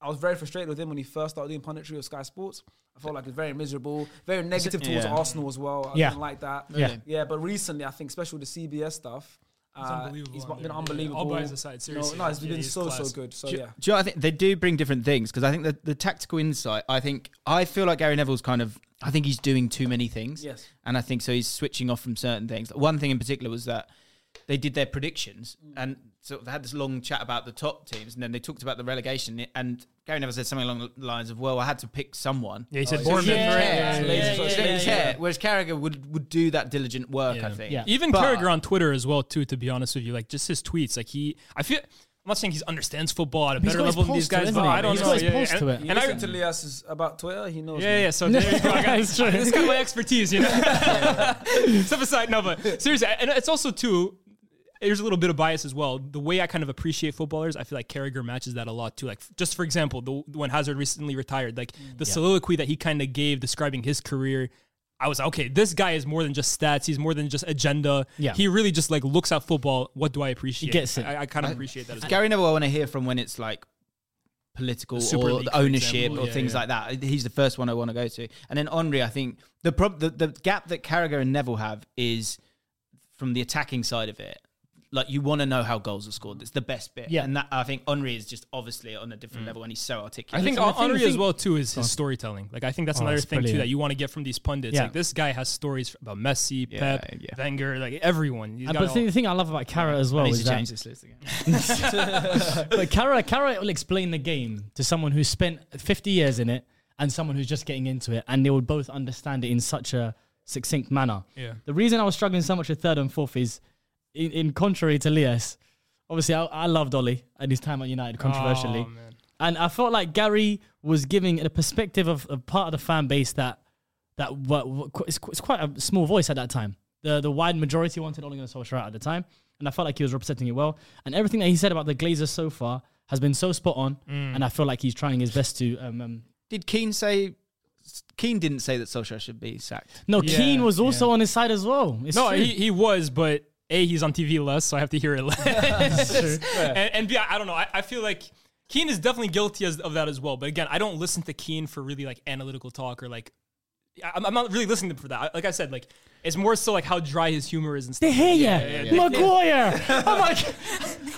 S1: I was very frustrated with him when he first started doing punditry with Sky Sports. I felt like he was very miserable, very negative towards
S4: yeah.
S1: Arsenal as well. I
S5: Yeah.
S1: didn't like that.
S5: Yeah.
S1: yeah. But recently, I think, especially with the CBS stuff, uh,
S2: unbelievable
S1: he's
S2: on
S1: been
S2: there.
S1: unbelievable.
S2: All bias aside, seriously.
S1: No, no, he's
S2: Yeah,
S1: been
S2: he's
S1: so
S2: class.
S1: so good. So
S4: Do,
S1: Oh, yeah,
S4: do you know what I think they do bring different things because I think the, the tactical insight. I think I feel like Gary Neville's kind of. I think he's doing too many things.
S1: Yes.
S4: and I think so. He's switching off from certain things. One thing in particular was that they did their predictions and so they had this long chat about the top teams and then they talked about the relegation and Gary Neville said something along the lines of, "Well, I had to pick someone."
S2: Yeah, he said
S4: So
S2: Bournemouth.
S4: you don't
S2: Yeah,
S4: care.
S2: yeah,
S5: yeah,
S4: So you
S5: yeah,
S4: don't
S5: yeah,
S4: care. Whereas Carragher would would do that diligent work. I think.
S5: Yeah.
S2: Even
S4: But-
S2: Carragher on Twitter as well, too. To be honest with you, like just his tweets, like he, I feel. I'm not saying he understands football at a
S5: He's
S2: better
S5: got his
S2: level than these
S5: pulse to it,
S2: guys, but
S5: isn't he?
S2: I don't
S5: He's
S2: know.
S5: got his
S2: yeah,
S5: pulse
S2: and-
S5: to it.
S1: you
S2: And I,
S1: listen to Lias is about Twitter. He knows.
S2: yeah,
S1: man.
S2: yeah. So there you go. I got,
S5: It's true.
S2: This got my expertise, you know. Step aside, no, but seriously, and it's also too. There's a little bit of bias as well. The way I kind of appreciate footballers, I feel like Carragher matches that a lot too. Like, just for example, the when Hazard recently retired, like
S5: Mm.
S2: the soliloquy that he kind of gave describing his career. I was like, okay, this guy is more than just stats. He's more than just agenda.
S5: Yeah.
S2: He really just like looks at football. What do I appreciate?
S5: gets it.
S2: I, I kind of appreciate that as well.
S4: Gary Neville, I want to hear from when it's like political
S2: The Super
S4: or
S2: League,
S4: the
S2: for
S4: ownership
S2: example.
S4: or
S2: Yeah,
S4: things
S2: yeah.
S4: like that. He's the first one I want to go to. And then Henri, I think the, prob- the the gap that Carragher and Neville have is from the attacking side of it. Like you want to know how goals are scored. It's the best bit.
S5: Yeah.
S4: And that I think Henri is just obviously on a different level and he's so articulate.
S2: I think
S4: And
S2: Henri
S4: thing-
S2: as well too is his storytelling. Like I think that's
S5: Oh,
S2: another
S5: that's
S2: thing too
S5: brilliant.
S2: that you want to get from these pundits.
S5: Yeah.
S2: Like this guy has stories about Messi,
S4: Yeah,
S2: Pep,
S4: yeah.
S2: Wenger, like everyone. He's
S5: Uh,
S2: got
S5: But
S2: all-
S5: the thing I love about Kara as well
S4: I need
S5: is
S4: to
S5: that
S4: change this list again.
S5: But Kara, Kara will explain the game to someone who's spent 50 years in it and someone who's just getting into it, and they will both understand it in such a succinct manner.
S2: Yeah.
S5: The reason I was struggling so much with third and fourth is, in, in contrary to Lias, obviously I, I loved Ollie and his time at United controversially,
S2: Oh, man.
S5: and I felt like Gary was giving the perspective of, of part of the fan base that that what, it's, qu- it's quite a small voice at that time. The the wide majority wanted Ole Gunnar Solskjaer out at the time, and I felt like he was representing it well. And everything that he said about the Glazers so far has been so spot on,
S2: Mm.
S5: and I feel like he's trying his best to. Um, um,
S4: Did Keane say Keane didn't say that Solskjaer should be sacked?
S5: no,
S2: Yeah,
S5: Keane was also on his side as well. It's
S2: No,
S5: true.
S2: he, he was, but a he's on TV less, so I have to hear it less. and, and b I I don't know. I, I feel like Keen is definitely guilty as, of that as well. But again, I don't listen to Keen for really like analytical talk or like. I- I'm, I'm not really listening to him for that. I- Like I said, like it's more so like how dry his humor is and stuff.
S5: De Gea,
S2: Yeah, yeah, yeah.
S5: Maguire. I'm like, I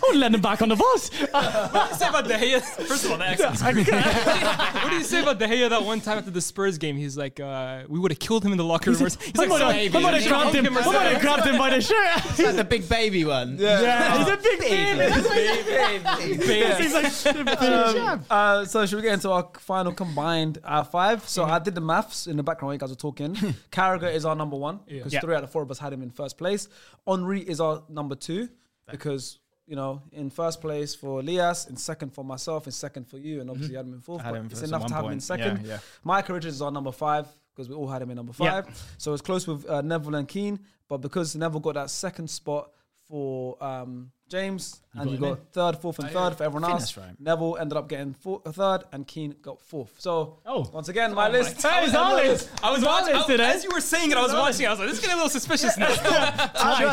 S5: wouldn't let him back on the bus.
S2: What do you say about De Gea? First of all, that accent's pretty good. What do you say about De Gea that one time after the Spurs game? He's like, uh, we would have killed him in the locker room. He's, he's
S5: I
S2: like,
S5: might
S2: "Sorry,
S5: have- I
S2: baby."
S5: might have
S2: Should've
S5: grabbed
S2: hugged
S5: him. I
S2: or
S5: might
S2: something.
S5: have grabbed him by the shirt.
S4: Like the big baby one.
S5: Yeah, he's a big baby. He's like,
S1: Um, uh, so should we get into our final combined uh, five? So I did the maths in the background while you guys were talking. Carragher is our number one because
S2: Yeah.
S1: three out of four of us had him in first place. Henri is our number two because you know in first place for Lias, in second for myself, in second for you, and obviously you had him in fourth.
S4: I Mm-hmm.
S1: But
S4: had him
S1: it's
S4: first at
S1: enough
S4: one
S1: to have him in
S4: point. Yeah,
S1: second.
S4: yeah.
S1: Mike Richards is our number five because we all had him in number
S5: Yeah.
S1: five. So it's close with uh, Neville and Keane, but because Neville got that second spot for um, James, and you got third, fourth, and third for everyone else.
S4: that's Oh, right.
S1: Neville ended up getting four, third, and Keane got fourth. So
S5: Oh.
S1: once again, my list.
S5: Hey, it's our list.
S2: I was
S5: It's our
S2: watching
S5: list
S2: I-
S5: today.
S2: as you were saying it. I was watching. I was like, this is getting a little suspicious now.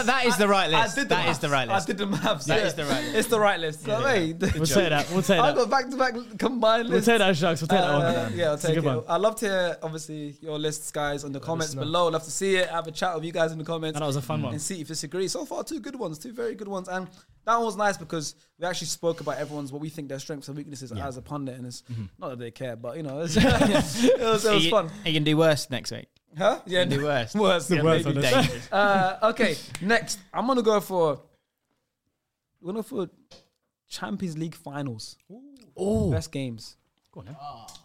S4: That is the right
S1: I
S4: list.
S1: did the
S4: That is
S1: maths.
S4: the right
S1: I
S4: list.
S1: did the maths.
S4: That is the right list.
S1: It's the right list. So, hey,
S5: We'll say that. We'll say
S1: I
S5: that.
S1: got back to back combined
S5: We'll
S1: lists.
S5: say that, Sharks. We'll take that
S1: Uh,
S5: one.
S1: yeah, I'll
S5: It's a
S1: take
S5: good
S1: it.
S5: one.
S1: I'd love to hear, obviously, your lists, guys, in the comments below. I'd love to see it. Have a chat with you guys in the comments.
S5: And that was a fun one.
S1: And see if you disagree. So far, two good ones, two very good ones. And that one was nice because we actually spoke about everyone's, what we think their strengths and weaknesses as a pundit. And it's
S5: Mm-hmm.
S1: not that they care, but, you know, it's, it was, it was
S4: you,
S1: fun.
S4: you can do worse next week.
S1: Huh? Yeah,
S4: You can do worse.
S1: Worse. yeah,
S5: worst
S1: maybe.
S5: one.
S4: Dangerous.
S1: Uh, okay, next. I'm going to go for, we're going to go for Champions League finals. Best games.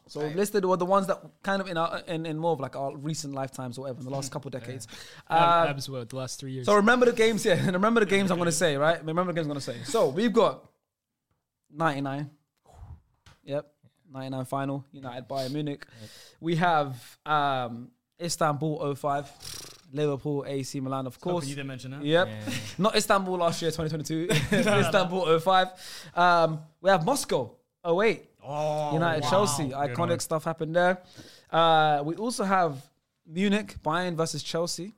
S1: So we've listed were the ones that kind of in our in, in more of like our recent lifetimes or whatever, in the last couple of decades. Uh,
S2: Abs, what, the last three years.
S1: so remember the games here, and remember the games I'm gonna say, right? Remember the games I'm gonna say. So we've got 99. Yep. 99 final, United Bayern Munich. We have um Istanbul 05, Liverpool AC Milan, of
S3: Oh,
S1: course.
S3: you didn't mention that.
S1: Yep. Not Istanbul last year, 2022. Istanbul 05. Um, we have Moscow 08.
S2: Oh,
S1: United Chelsea. Iconic stuff happened there. Uh, we also have Munich, Bayern versus Chelsea.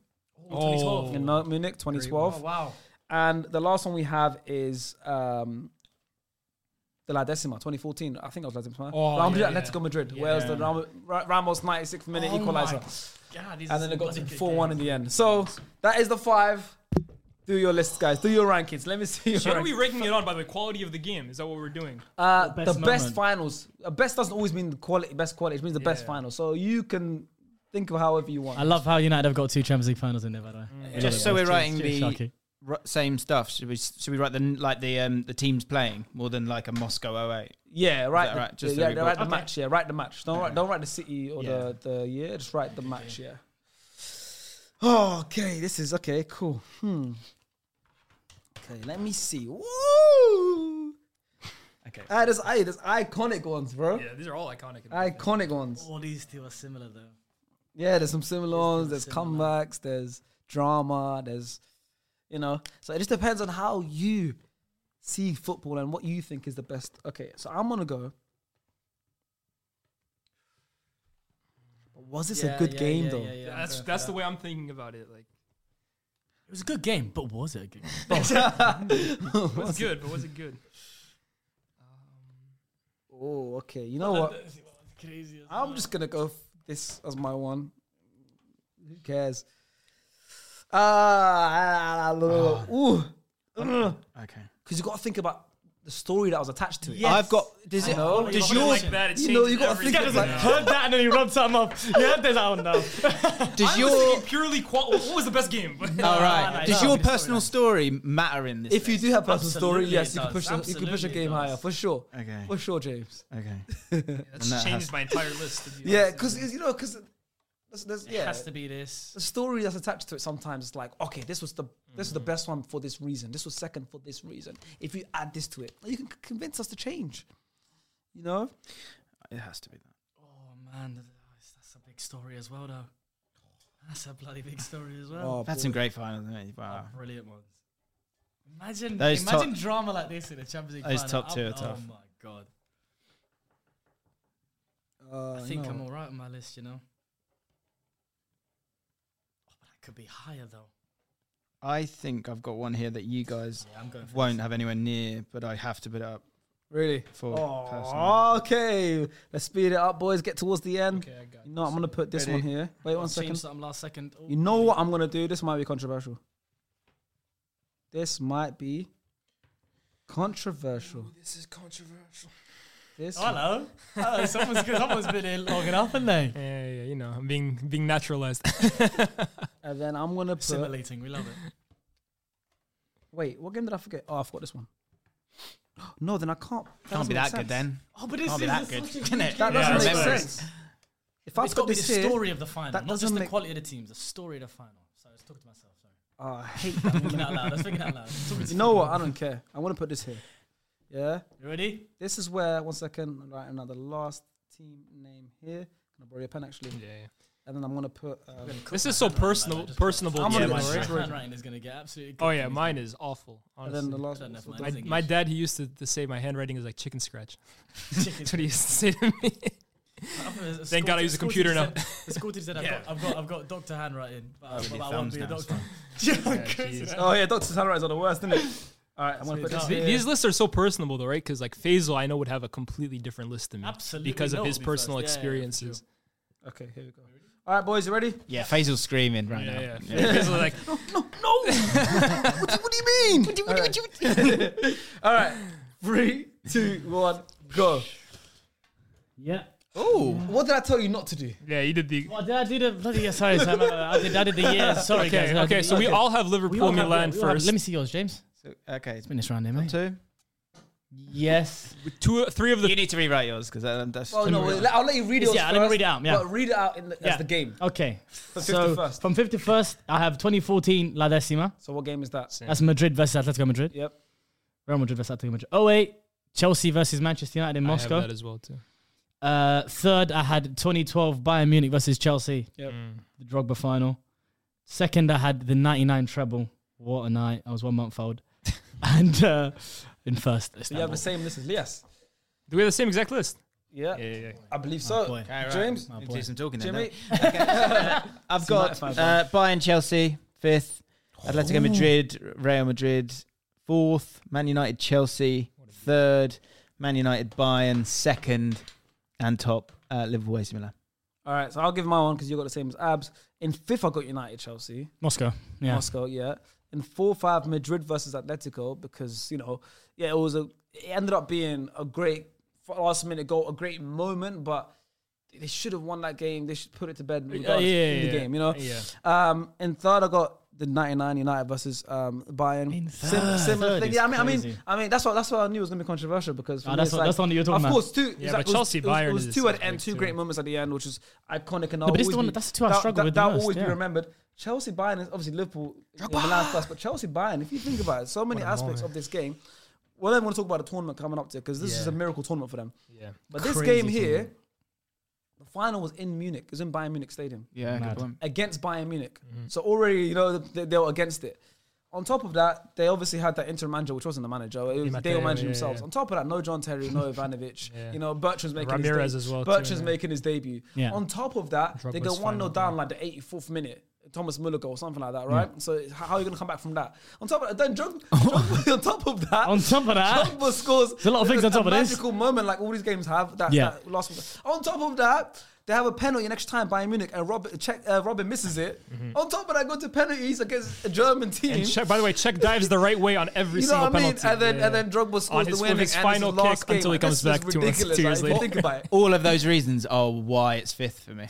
S2: oh,
S1: In uh, Munich, 2012.
S3: Wow.
S1: And the last one we have is um, the La Decima, 2014. I think it was La Decima.
S2: Oh,
S1: Real Madrid,
S2: yeah, Oh yeah.
S1: Atletico Madrid. Where's the Ram- Ra- Ramos 96th minute equalizer?
S3: God, these
S1: and
S3: are
S1: then it got to
S3: bloody good
S1: 4 1 in
S3: games.
S1: the end. So that is the five. Do your lists, guys. Do your rankings. Let me see. Your
S2: What are
S1: rankings.
S2: we ranking it on by the quality of the game? Is that what we're doing?
S1: uh,
S5: best
S1: the best
S5: moment?
S1: finals. Uh, best doesn't always mean the quality. Best quality. It means the best
S2: Yeah.
S1: final. So you can think of however you want.
S5: I love how United have got two Champions League finals in there, by the way.
S4: Just so we're writing the
S5: Cheers, Sharky.
S4: r- same stuff. Should we? Should we write the n- like the um the teams playing more than like a Moscow 08?
S1: Yeah, right.
S4: that
S1: The,
S4: right? Just
S1: yeah,
S4: so we
S1: yeah,
S4: got-
S1: write the
S4: Okay.
S1: match. Yeah, write the match. Don't write, don't write the city or
S4: Yeah.
S1: the the year. Just write the match. Yeah. Oh, okay. This is okay. Cool. Hmm. Okay, let me see. Woo!
S4: Okay.
S1: Ah, there's, aye, there's iconic ones, bro.
S2: Yeah, these are all iconic.
S1: Iconic ones.
S3: All these two are similar though.
S1: Yeah, there's some similar ones. There's
S3: similar.
S1: comebacks. There's drama. There's, you know. So it just depends on how you see football and what you think is the best. Okay, so I'm gonna go. Was this a good game though?
S2: That's that's the way I'm thinking about it. Like,
S5: It was a good game, but was it a good game?
S2: it was good, but was it good?
S1: Oh, okay. You know what? I'm just gonna go f- this as my one. Who cares? Ah, ooh, Ah. Uh,
S4: Okay.
S1: because you got to think about the story that was attached to it.
S4: I've got. Does it?
S1: know.
S4: Does
S2: Something
S4: yours?
S2: like that, it
S1: you know,
S2: changes
S1: you gotta
S2: everything.
S1: think about
S2: Yeah.
S1: it.
S5: Heard that and then he rubbed something off. Yeah, there's that one now.
S4: Does
S2: I was
S4: your?
S2: thinking purely qual- what was the best game?
S4: All right.
S5: no,
S4: Does
S5: no,
S4: your
S5: it's a story
S4: personal story matter in this?
S1: If you do have personal story,
S3: Absolutely
S1: yes,
S3: it
S1: you
S3: does.
S1: can push the, you can push a
S3: Absolutely it
S1: game
S3: does.
S1: higher for sure.
S4: Okay.
S1: For sure, James.
S4: Okay.
S2: That's
S4: that
S2: changed my entire list. To be
S1: Yeah,
S2: honest.
S1: because you know, because there's, there's yeah,
S3: Has to be this.
S1: the story that's attached to it sometimes it's like, okay, this was the this was the best one for this reason. This was second for this reason. If you add this to it, you can c- convince us to change. You know,
S4: It has to be that.
S3: Oh man, th- that's- that's a big story as well though. That's a bloody big story as well.
S1: oh,
S4: That's some great finals. isn't it? Wow.
S3: Brilliant ones. Imagine,
S4: Those top-
S3: imagine drama like this in a Champions League
S4: Those
S3: final.
S4: top two
S3: I'm-
S4: are tough.
S3: Oh my god.
S1: uh,
S3: I think
S1: no.
S3: I'm all right on my list, you know. Oh, but I could be higher though.
S4: I think I've got one here that you guys
S3: Yeah, I'm going. For
S4: won't have anywhere near, but I have to put it up
S1: really.
S4: for personal.
S1: Oh, okay, let's speed it up, boys. Get towards the end.
S3: Okay, I got.
S1: You know, I'm gonna put this one
S4: Ready?
S1: here. Wait one
S3: Let's
S1: second.
S3: Change something last second. Oh,
S1: You know what I'm gonna do? This might be controversial. This might be Controversial.
S2: This is controversial.
S3: Oh,
S1: This
S3: Hello. Hello. Someone's, someone's been here long enough, haven't they?
S2: Yeah, yeah, you know, I'm being being naturalized.
S1: and then I'm gonna put.
S3: Assimilating. We love it.
S1: Wait, what game did I forget? Oh, I forgot this one. No, then I can't. That
S4: Can't
S1: doesn't
S4: be
S1: make
S4: that
S1: sense.
S4: good then.
S3: Oh, but it's
S4: Can't be that good, can it?
S1: That
S3: Yeah,
S1: doesn't
S3: I
S1: make
S3: remember.
S1: sense. If I
S3: It's got to be
S1: put
S3: the
S1: this here,
S3: story of the final,
S1: that
S3: not just
S1: doesn't
S3: the
S1: make-
S3: quality of the teams. The story of the final. So I was talking to myself. Sorry.
S1: oh, I hate that.
S3: Thinking out loud. I was thinking out loud. Talking to-
S1: you know what? I don't care. I'm gonna put this here. Yeah.
S3: You ready?
S1: This is where one second. I'm writing down the last team name here. Can I borrow your pen actually?
S2: yeah.
S1: And then I'm gonna put. Um,
S2: This is so personal, personable.
S1: I'm
S2: to
S1: gonna
S2: my
S1: get
S2: story.
S1: rid of it.
S3: Handwriting is gonna get absolutely.
S2: Oh yeah, mine is awful.
S1: and then the
S2: Honestly.
S1: last.
S3: I don't know if
S1: what's
S3: mine
S1: the-
S3: is
S2: My,
S3: English.
S2: my dad, he used to, to say my handwriting is like chicken scratch.
S3: Chicken
S2: That's what he used to say to me.
S3: Thank
S2: God I use a computer now.
S3: The school teacher said, I've, got, I've got, I've got doctor handwriting, but, I- but I won't
S4: thumbs
S3: be a
S4: down,
S3: doctor.
S1: Oh yeah, Doctor Sunrise are the worst, isn't it? All right, I'm gonna put this
S3: Sweet.
S1: here.
S2: Th- These lists are so personable though, right? Because like Faisal, I know would have a completely different list than me
S3: Absolutely,
S2: because
S3: no
S2: of
S3: would
S2: his
S3: be
S2: personal
S3: first. Yeah, yeah, yeah, for
S2: experiences.
S1: Okay, here we go. All right, boys, you ready?
S4: Yeah, Faisal's screaming right now.
S2: Yeah, yeah. Faisal, like
S1: What do you mean? What do you, what do you, All right, three, two, one, go.
S5: Yeah.
S1: Oh, what did I tell you not to do?
S2: yeah, you did the.
S5: Well, I did a bloody yeah, sorry, sorry, no, no, no, I did I did the years. Sorry, guys.
S2: Okay,
S5: no, I did
S2: okay,
S5: the
S2: so we
S5: years.
S2: all have Liverpool,
S5: We all have-
S2: Milan
S5: we all have-
S2: first.
S5: Let me see yours, James.
S4: So, okay, it's been
S5: Been this round, there, mate.
S4: two.
S5: eh? Yes.
S2: Two, three of the.
S4: You need to rewrite yours because that's.
S1: Well, no, wait, I'll let you read it.
S5: Yeah,
S1: first,
S5: let me read it out, yeah.
S1: but read it out in the,
S5: Yeah.
S1: as the game.
S5: Okay. so
S1: 51st.
S5: from 51st, I have 2014 La Decima.
S1: So what game is that?
S5: That's Madrid versus Atletico Madrid.
S1: Yep.
S5: Real Madrid versus Atletico Madrid. 08, Chelsea versus Manchester United in
S2: I have
S5: Moscow.
S2: that as well too.
S5: Uh, third, I had 2012 Bayern Munich versus Chelsea.
S1: Yep.
S5: The Drogba final. Second, I had the 99 treble. What a night. I was one month old. and uh, in first.
S1: So you have the
S5: Istanbul.
S1: same list as Lias.
S2: Do we have the same exact list?
S1: Yeah,
S2: yeah.
S1: I believe so.
S5: boy.
S4: right.
S1: James,
S5: My
S4: You
S5: boy.
S4: do some talking then,
S1: Jimmy,
S4: don't you? I've
S1: It's
S4: got
S1: a matter of
S4: uh, Bayern, Chelsea, fifth. Atletico Madrid, Real Madrid, fourth. Man United, Chelsea, third. Man United, Bayern, second, and top. Uh, Liverpool, AC Milan.
S1: All right, so I'll give my one because you got the same as Abs. In fifth, I got United, Chelsea,
S5: Moscow. Yeah. Oh,
S1: Moscow. Yeah. In four, five, Madrid versus Atletico because you know, yeah, it was a. It ended up being a great for last minute goal, a great moment, but they should have won that game. They should put it to bed regardless
S2: yeah, yeah,
S1: in the
S2: yeah.
S1: game. You know.
S2: Yeah.
S1: Um, in third, I got the 99 United versus um Bayern.
S5: In
S1: Sim-
S5: third.
S1: similar
S5: Third
S1: thing.
S5: is
S1: Yeah, I mean, I mean,
S5: crazy.
S1: I mean, that's what that's what I knew was gonna be controversial because for
S5: Ah,
S1: me,
S5: that's
S1: it's
S5: what-
S1: like-
S5: that's the one that you were talking
S1: of
S5: about.
S1: course, two.
S2: Yeah,
S1: it's
S2: but
S1: like- it was-
S2: Chelsea
S1: it was-
S2: Bayern
S1: It was
S2: is
S1: two at
S2: like
S1: the end, two
S2: two.
S1: great moments at the end, which is iconic and.
S5: No, but it's the one- that's the two I struggled with the
S1: That will
S5: most,
S1: always be
S5: yeah.
S1: remembered. Chelsea Bayern is obviously Liverpool, in Milan plus, but Chelsea Bayern. If you think about it, so many aspects of this game. Well, I want to talk about the tournament coming up to because this is a
S2: Yeah.
S1: miracle tournament for them.
S2: Yeah.
S1: But this
S5: Crazy
S1: game here,
S5: tournament.
S1: the final was in Munich. It was in Bayern Munich Stadium
S4: Yeah,
S5: Mad.
S1: against Bayern Munich.
S2: Mm-hmm.
S1: So already, you know, they, they were against it. On top of that, they obviously had that interim manager, which wasn't a manager. It was, they
S2: Matteo,
S1: were managing
S2: yeah,
S1: themselves.
S2: yeah.
S1: On top of that, no John Terry, no Ivanovic.
S2: Yeah.
S1: You know, Bertrand's making his
S2: Ramirez
S1: de-
S2: as well too,
S1: Bertrand's
S2: yeah.
S1: making his debut.
S5: Yeah.
S1: On top of that, they go
S2: Drogba's
S1: one 0
S2: final
S1: down like the 84th minute. Thomas Muller goal, something like that, right? So h- how are you going to come back from that? On top of that, then Drog- Drogba- on top of that,
S5: On top of that.
S1: Drogba scores. There's
S5: a lot of things on top of this.
S1: magical moment, like all these games have. That,
S5: Yeah.
S1: that last one. On top of that, they have a penalty next time Bayern Munich, and Robert, check, uh, Robin misses it. On top of that, go to penalties against a German team.
S2: Mm-hmm. And Czech, by the way, Czech dives the right way on every
S1: you know
S2: single
S1: what I mean?
S2: penalty.
S1: And then,
S2: Yeah,
S1: and then Drogba scores
S2: his-
S1: the
S2: with
S1: winning
S2: his
S1: and
S2: final
S1: it's his last
S2: kick
S1: game.
S2: until he
S1: Like, this
S2: comes
S1: is
S2: back two months-
S1: ridiculous,
S2: two years
S1: like, if you
S2: later.
S1: Think about it.
S4: All of those reasons are why it's fifth for me.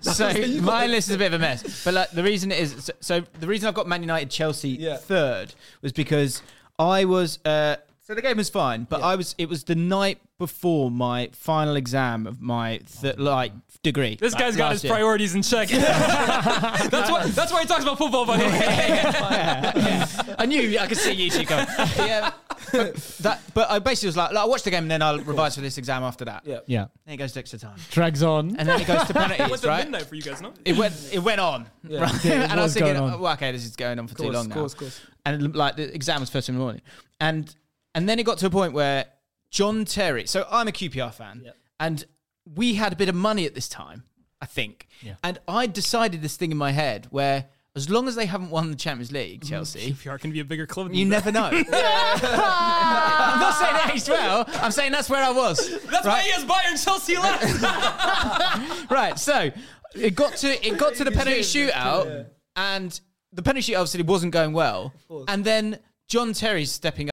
S4: so my list is a bit of a mess. But like the reason it is so, so the reason I've got Man United Chelsea
S1: Yeah.
S4: third was because I was uh, so the game was fine, but I was it was the night before my final exam of my th- like degree.
S2: This
S4: like,
S2: guy's got
S4: last
S2: his
S4: year.
S2: priorities in check. that's why. That's why he talks about football. By the way,
S4: I knew I could see you two going. yeah. But, that, but I basically was like, like, I watched the game and then I'll revise for this exam after that.
S1: Yeah.
S5: Yeah.
S4: Then it goes to extra time.
S5: Drags on.
S4: And then it goes to penalties,
S2: what's
S4: right?
S2: midnight for you guys? No.
S4: It went. It went on.
S1: Yeah.
S4: Right?
S5: Yeah, it
S4: and I was
S5: was going
S4: thinking,
S5: on.
S4: oh, well, okay, this is going on for too
S1: Course,
S4: long now.
S1: course, course.
S4: And it- like the exam was first thing in the morning, and and then it got to a point where John Terry. So I'm a QPR fan, and we had a bit of money at this time, I think. And I decided this thing in my head where as long as they haven't won the Champions League, Chelsea.
S2: PR can be a bigger club. Than
S4: You never know. I'm not saying that aged well. I'm saying that's where I was.
S2: That's why he has Bayern Chelsea left.
S4: right. So it got to it got to the penalty shootout, and the penalty shootout obviously wasn't going well. And then John Terry's stepping up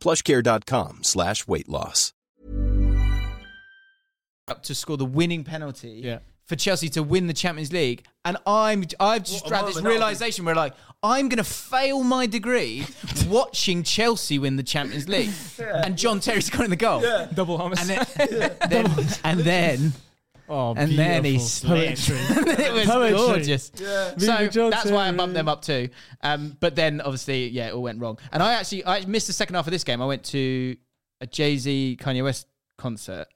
S6: Plushcare.com slash weight loss.
S4: up to score the winning penalty
S5: Yeah.
S4: for Chelsea to win the Champions League. And I'm I've just
S1: What a
S4: had
S1: moment
S4: this
S1: that would be.
S4: realization where like I'm gonna fail my degree watching Chelsea win the Champions League. And John Terry's got in the goal.
S2: Double homicide.
S4: And then, then- and then
S5: Oh,
S4: and then he slipped.
S5: poetry.
S4: it was
S5: Poetry.
S4: gorgeous. So
S5: Viva John
S4: that's why I
S5: Terry.
S4: bumped them up too. Um, but then obviously, yeah, it all went wrong. And I actually I missed the second half of this game. I went to a Jay Z Kanye West concert.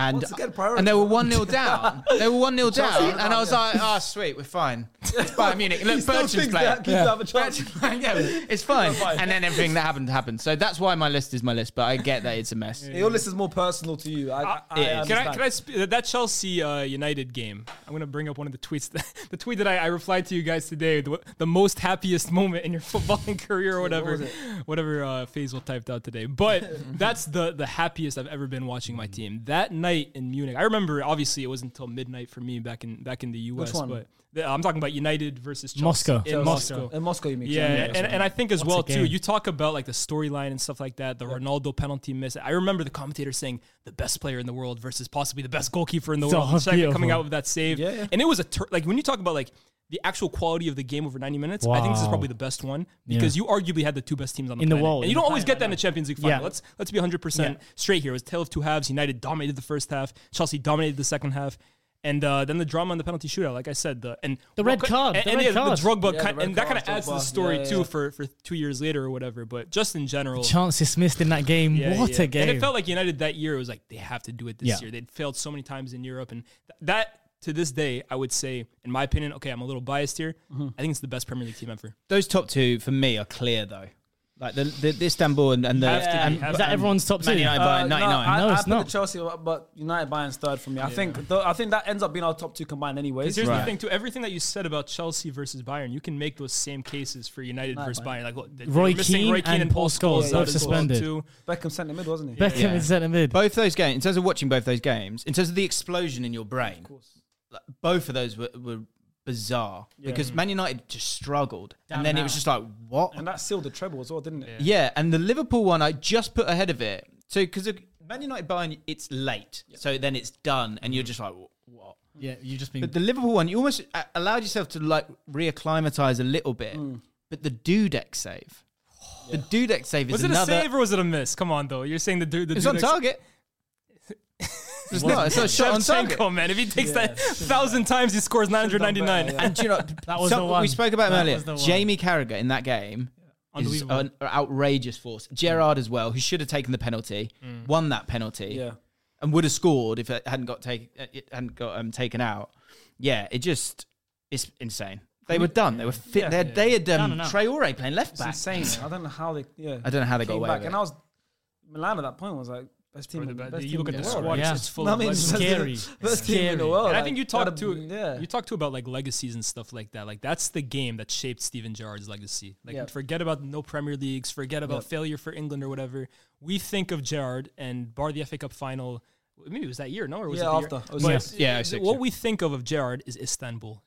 S4: And,
S1: Once again, priorities.
S4: and they were one 0 down. They were one 0 down,
S1: Chelsea,
S4: and I was
S1: yeah.
S4: like, "Ah, sweet, we're fine." It's Bayern Munich.
S1: He
S4: Look,
S1: still
S4: Bertrand's
S1: thinks
S4: playing.
S1: that Keith have a chance.
S4: yeah, it's fine.
S1: fine.
S4: And then everything that happened happened. So that's why my list is my list. But I get that it's a mess.
S1: Your list is more personal to you. I, I, I
S2: Uh, Can
S4: is.
S2: I,
S1: understand.
S2: can I sp- that Chelsea uh, United game? I'm gonna bring up one of the tweets, that, the tweet that I, I replied to you guys today. The, the most happiest moment in your footballing career, or whatever, whatever uh, Faisal typed out today. But that's the the happiest I've ever been watching my team. That night in Munich, I remember. Obviously, it wasn't until midnight for me back in back in the U.S.
S1: one?
S2: But the, I'm talking about United versus Chelsea
S5: Moscow.
S2: in Moscow.
S1: In Moscow, you mean?
S2: Yeah, and, and I think as
S5: What's
S2: well
S5: a
S2: too.
S5: game?
S2: You talk about like the storyline and stuff like that. The Ronaldo penalty miss. I remember the commentator saying the best player in the world versus possibly the best goalkeeper in the
S5: So
S2: world. and Shaka coming
S5: beautiful.
S2: out with that save,
S1: Yeah, yeah.
S2: and it was a tur- like when you talk about like the actual quality of the game over ninety minutes. I think this is
S5: Wow.
S2: probably the best one because you arguably had the two best teams on the
S5: In the
S2: planet.
S5: world,
S2: and you
S5: in the
S2: don't always
S5: planet,
S2: get that in the Champions League final.
S5: Yeah.
S2: Let's let's be hundred percent straight here. It was a tale of two halves. United dominated the first half. Chelsea dominated the second half. And uh, then the drama in the penalty shootout, like I said, the and
S5: The red card,
S2: and,
S5: the
S2: and
S5: red
S2: yeah,
S5: card.
S2: the drug bug,
S1: Yeah, the red
S2: and that kind of
S1: card,
S2: adds to the
S1: Drogba.
S2: story
S1: Yeah, yeah,
S2: too
S1: yeah.
S2: for for two years later or whatever. But just in general,
S5: Chances missed in that game.
S2: yeah,
S5: what
S2: yeah.
S5: a game!
S2: And it felt like United that year was like they have to do it this
S5: Yeah.
S2: year. They'd failed so many times in Europe, and th- that to this day, I would say, in my opinion, okay, I'm a little biased here. I think it's the best Premier League team ever.
S4: Those top two for me are clear though. Like the, the, the Istanbul and, and the
S2: Have to be,
S4: and-
S2: have
S5: is that
S2: Um,
S5: everyone's top
S4: Man
S5: two?
S4: United
S1: Uh,
S4: by 99.
S1: No, I,
S5: No,
S1: I
S5: it's
S1: put
S5: not.
S1: The Chelsea, but- but United Bayern's third for me. I think th- I think that ends up being our top two combined, anyways.
S2: Because here's
S4: Right.
S2: the thing too: everything that you said about Chelsea versus Bayern, you can make those same cases for United versus Bayern. Like look, they- they
S5: Roy
S2: were missing
S5: Keane and Paul Scholes,
S2: out
S1: both
S2: as well,
S5: suspended.
S2: too.
S1: Beckham centre mid, wasn't he?
S5: Beckham
S4: Yeah.
S5: in centre mid.
S4: both those games in terms of watching both those games in terms of the explosion in your brain like, both of those were, were bizarre because man united just struggled and then it was just like what
S1: And that sealed the treble as well, didn't it?
S4: yeah and the liverpool one i just put ahead of it so because man united buying it's late so then it's done and you're just like "Wh- what
S5: Yeah, you just
S4: but
S5: been.
S4: the liverpool one you almost uh, allowed yourself to like reacclimatize a little bit but the dudek save the dudek save is
S2: Was it
S4: another
S2: a save or was it a miss? Come on, though. You're saying the dude. The
S4: it's
S2: dude
S4: on
S2: ex-
S4: target it's not it's not a shot on target
S2: Shevchenko, man. If he takes that thousand times, he scores 999.
S4: And do you know that
S5: was the one.
S4: We spoke about him
S5: That
S4: earlier.
S5: was the one.
S4: Jamie Carragher in that game is
S2: Unbelievable.
S4: an outrageous force. Gerard as well, who should have taken the penalty, won that penalty,
S1: Yeah.
S4: and would have scored if it hadn't got take, it hadn't got um, taken out. Yeah, it just it's insane. They were done. They were fit. they, had, they had um,
S5: no, no.
S4: Traore playing left back.
S1: It's insane. I don't know how they. Yeah.
S4: I don't know how they got
S1: came
S4: away
S1: back.
S4: with
S1: And
S4: it.
S1: I was Milan at that point was like best team. in- Best
S2: You
S1: team
S2: look
S1: in
S2: at the
S1: world,
S2: squad;
S1: right?
S2: it's
S5: Yeah.
S2: just full
S1: I
S2: of
S1: mean,
S2: legends.
S5: Scary.
S1: Best team in the
S5: Scary.
S1: world.
S2: And I
S1: like,
S2: think you talked
S1: gotta-
S2: to
S1: Yeah.
S2: you talked to about like legacies and stuff like that. Like that's the game that shaped Steven Gerrard's legacy. Like
S1: Yeah.
S2: forget about no Premier Leagues, forget about failure for England or whatever. We think of Gerrard and bar the FA Cup final. Maybe it was that year, no? Or was
S1: Yeah,
S2: it
S1: after.
S2: the
S1: Oh,
S2: Year?
S1: It was
S2: But
S1: six.
S4: Yeah, it was six,
S2: what
S4: yeah.
S2: we think of of Gerrard is Istanbul.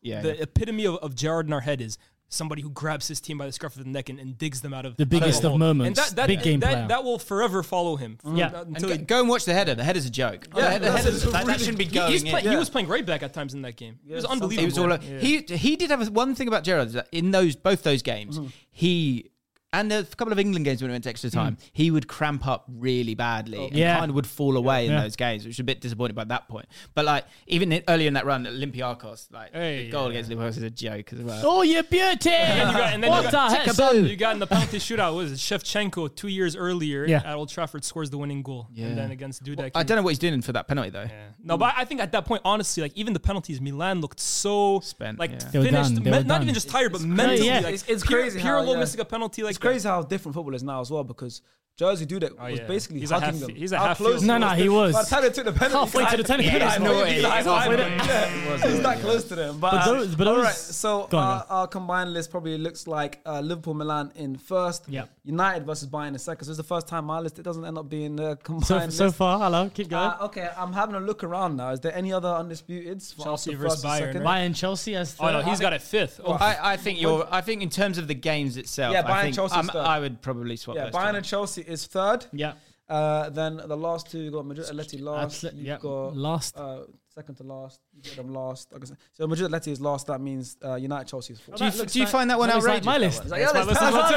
S4: Yeah,
S2: the epitome of, of Gerrard in our head is somebody who grabs his team by the scruff of the neck and, and digs them out of
S5: The
S2: out
S5: biggest of
S2: a hole.
S5: moments.
S2: And that, that,
S5: Big game
S2: that,
S5: player.
S2: that will forever follow him. from-
S5: Yeah.
S2: uh,
S4: And
S2: until
S4: go,
S2: he-
S4: go and watch the header. The header's a joke.
S1: Yeah,
S4: the, the header's,
S1: that's
S4: that, that shouldn't be going.
S2: He's
S4: in.
S2: play- He
S1: Yeah.
S2: was playing right back at times in that game. It was
S1: sometimes.
S2: unbelievable.
S5: Mm-hmm.
S4: He was all over. He he did have one thing about Gerard is that in those both those games he and a couple of England games when it went to extra time, he would cramp up really badly and
S5: Mm. Yeah.
S4: kind of would fall away in
S5: Yeah.
S4: those games, which was a bit disappointing by that point. But like even in, earlier in that run, Olympiakos, like
S2: Hey,
S4: the goal
S2: yeah.
S4: against Olympiakos is a joke as well.
S5: Oh, you beauty!
S2: And, you got, and then
S5: what
S2: you,
S5: the
S2: got,
S5: heck,
S2: you got in the penalty shootout. Was it Shevchenko two years earlier
S5: Yeah.
S2: at Old Trafford scores the winning goal,
S4: Yeah.
S2: and then against Dudek,
S4: I
S2: he-
S4: don't know what he's doing for that penalty though.
S2: Yeah. No, but I think at that point, honestly, like even the penalties, Milan looked so
S4: Spent,
S2: like
S4: yeah.
S5: were
S2: finished,
S5: done, they were
S2: men- not
S5: done.
S2: even just tired, but mentally.
S5: yeah.
S2: like,
S1: It's- it's
S2: Pir-
S1: crazy how,
S2: Pirlo
S1: yeah.
S2: missing a penalty, like
S1: It's crazy how different football is now as well because Jersey Dudek
S5: Oh,
S1: was
S2: yeah.
S1: basically
S2: He's a
S1: hugging
S2: half-
S1: them.
S2: he's a
S1: How
S2: half
S1: close
S2: field.
S5: No,
S1: it
S5: no, he was.
S1: By the time they took the penalty,
S5: Halfway to the
S1: I-
S5: 10
S4: Yeah,
S5: minutes.
S4: I know it.
S1: Like,
S2: halfway
S1: I- yeah, It's like close to them. But,
S5: But
S1: uh,
S5: those- but
S1: all
S5: those-
S1: right, so
S5: Go on,
S1: our,
S5: go
S1: our combined list probably looks like uh, Liverpool, Milan in first,
S5: Yep.
S1: United versus Bayern in second. So it's the first time my list it doesn't end up being uh, combined.
S5: So, so
S1: list.
S5: far, hello, keep going.
S1: Uh, okay, I'm having a look around now. Is there any other undisputeds? for
S2: Chelsea
S1: after first
S2: versus
S1: and
S2: Bayern,
S1: second?
S2: right?
S5: Bayern Chelsea as
S2: Oh no,
S5: third.
S2: he's got it fifth. Oh,
S4: I, I think you're. I think in terms of the games itself,
S1: Yeah, Bayern
S4: I think
S1: Chelse's
S4: I'm-
S1: third.
S4: I would probably swap.
S1: Yeah,
S4: those
S1: Bayern
S4: two.
S1: and Chelsea is third.
S5: Yeah.
S1: Uh, then the last two you got Madrid Atleti last.
S5: Atle-
S1: You've
S5: yeah,
S1: got
S5: last.
S1: Uh, second to last. You get them last. Okay, so- So Madrid Atleti is last. That means uh, United Chelsea is fourth.
S4: Do you, f- do you find that one
S5: that looks
S4: outrageous?
S5: like my
S4: that
S5: list.
S4: one?
S1: Like, yeah,
S2: my
S1: let's
S2: list as well,
S1: pass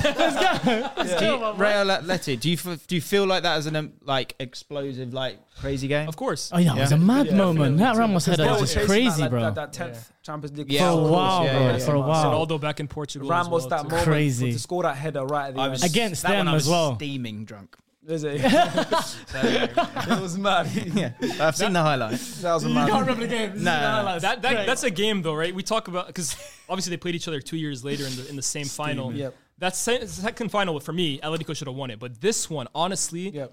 S2: too.
S1: on to them.
S4: Do you- Real Atleti. Do you f- do you feel like that as an um, like explosive like crazy game?
S2: of course.
S5: Oh, yeah, it was a mad
S1: Yeah,
S5: moment.
S1: yeah.
S5: That Ramos header
S1: They
S5: was
S1: were
S5: just
S1: chasing
S5: crazy,
S1: that, like,
S5: bro.
S1: That, that 10th Champions League.
S4: Yeah.
S5: for
S4: For
S5: a
S4: a
S1: goal.
S5: while,
S4: yeah,
S5: bro.
S4: yeah,
S5: for a
S4: yeah.
S5: while.
S2: Ronaldo back in Portugal. as
S1: Ramos
S2: well,
S1: that
S2: too.
S1: moment
S5: Crazy.
S1: to score that header right at the
S4: I
S1: end.
S4: was-
S5: Against
S4: that one
S5: them
S4: I
S5: as
S4: was
S5: well.
S4: Steaming drunk.
S1: Is it? it was mad.
S4: Yeah, I've seen the highlights.
S1: That was a mad.
S5: the game.
S4: No,
S2: That, that that's a game though, right? We talk about because obviously they played each other two years later in the in the same final.
S1: Yep.
S2: That se- second final for me, Atletico should have won it, but this one, honestly,
S1: Yep.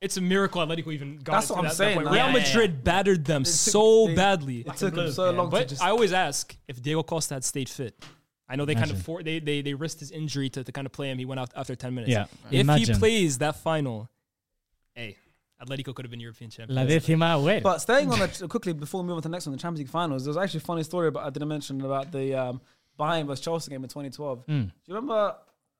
S2: it's a Atletico even got
S1: That's
S2: it to
S1: what I'm
S2: that- that
S1: saying,
S2: point.
S1: man.
S2: Real
S1: Yeah, yeah,
S2: Madrid battered them
S1: took-
S2: so
S1: they-
S2: badly.
S1: It took him so long to
S2: But
S1: just.
S2: I always ask if Diego Costa had stayed fit. I know they kind of for, they, they they risked his injury to, to kind of play him. He went out after ten minutes.
S5: Yeah.
S2: If
S5: Imagine.
S2: he plays that final, hey, Atletico could have been European champions.
S5: La décima way.
S1: But staying on the, quickly before we move on to the next one, the Champions League finals. There's actually a funny story about I didn't mention about the um, Bayern versus Chelsea game in 2012.
S5: Hmm.
S1: Do you remember? I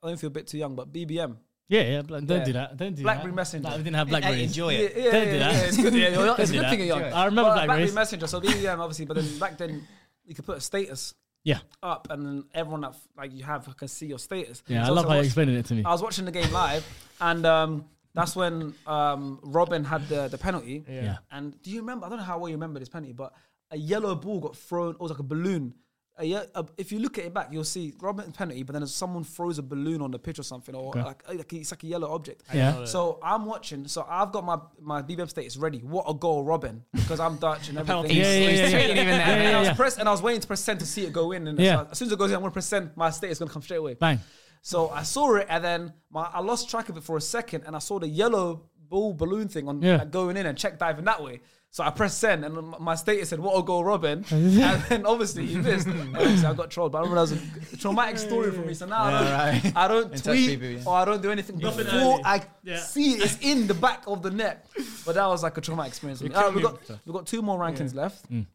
S1: don't know if you're a bit too young, but BBM.
S5: Yeah, yeah. bl- Don't
S1: Yeah.
S5: do that. Don't do
S1: Blackberry
S5: that.
S1: Messenger.
S5: Like, we didn't have BlackBerry.
S4: enjoy
S1: Yeah,
S4: it.
S1: yeah,
S5: Don't do
S1: yeah,
S5: that.
S1: yeah, It's good. Yeah, you're- it's a
S5: do
S1: good
S5: that.
S1: thing you're young.
S5: I remember
S1: But
S5: Blackberries.
S1: Messenger. So BBM, obviously, but then back then you could put a status
S5: Yeah,
S1: up, and then everyone that like you have can see your status.
S5: yeah. I
S1: So
S5: love how
S1: I
S5: you're
S1: was-
S5: explaining it to me.
S1: I was watching the game live, and um, that's when um, Robin had the, the penalty.
S5: Yeah.
S1: And do you remember? I don't know how well you remember this penalty, but a yellow ball got thrown. It was like a balloon. A ye- a- if you look at it back, you'll see Robin's penalty, but then someone throws a balloon on the pitch or something, or like, like it's like a yellow object.
S5: Yeah. know
S1: So I'm watching. So I've got my my BBM status ready. What a goal, Robin! Because I'm Dutch and everything.
S5: Yeah, yeah, yeah, yeah. Yeah,
S1: And
S5: yeah,
S1: I was
S5: yeah.
S1: press, and I was waiting to press send to see it go in. And
S5: Yeah.
S1: so as soon as it goes in, I'm gonna press send. My status is gonna come straight away.
S5: Bang.
S1: So I saw it, and then my, I lost track of it for a second, and I saw the yellow ball balloon thing on
S5: Yeah.
S1: like, going in and check diving that way. So I pressed send, and m- my status said, "What a goal, Robin!" and then obviously he missed. And obviously I got trolled, but I remember that was a traumatic story for me. So now I, don't,
S4: right.
S1: I don't
S4: And touch
S1: tweet
S4: people, yeah.
S1: or I don't do anything before I see it's in the back of the net. But that was like a traumatic experience. All right, we got we got two more rankings left.
S4: Mm.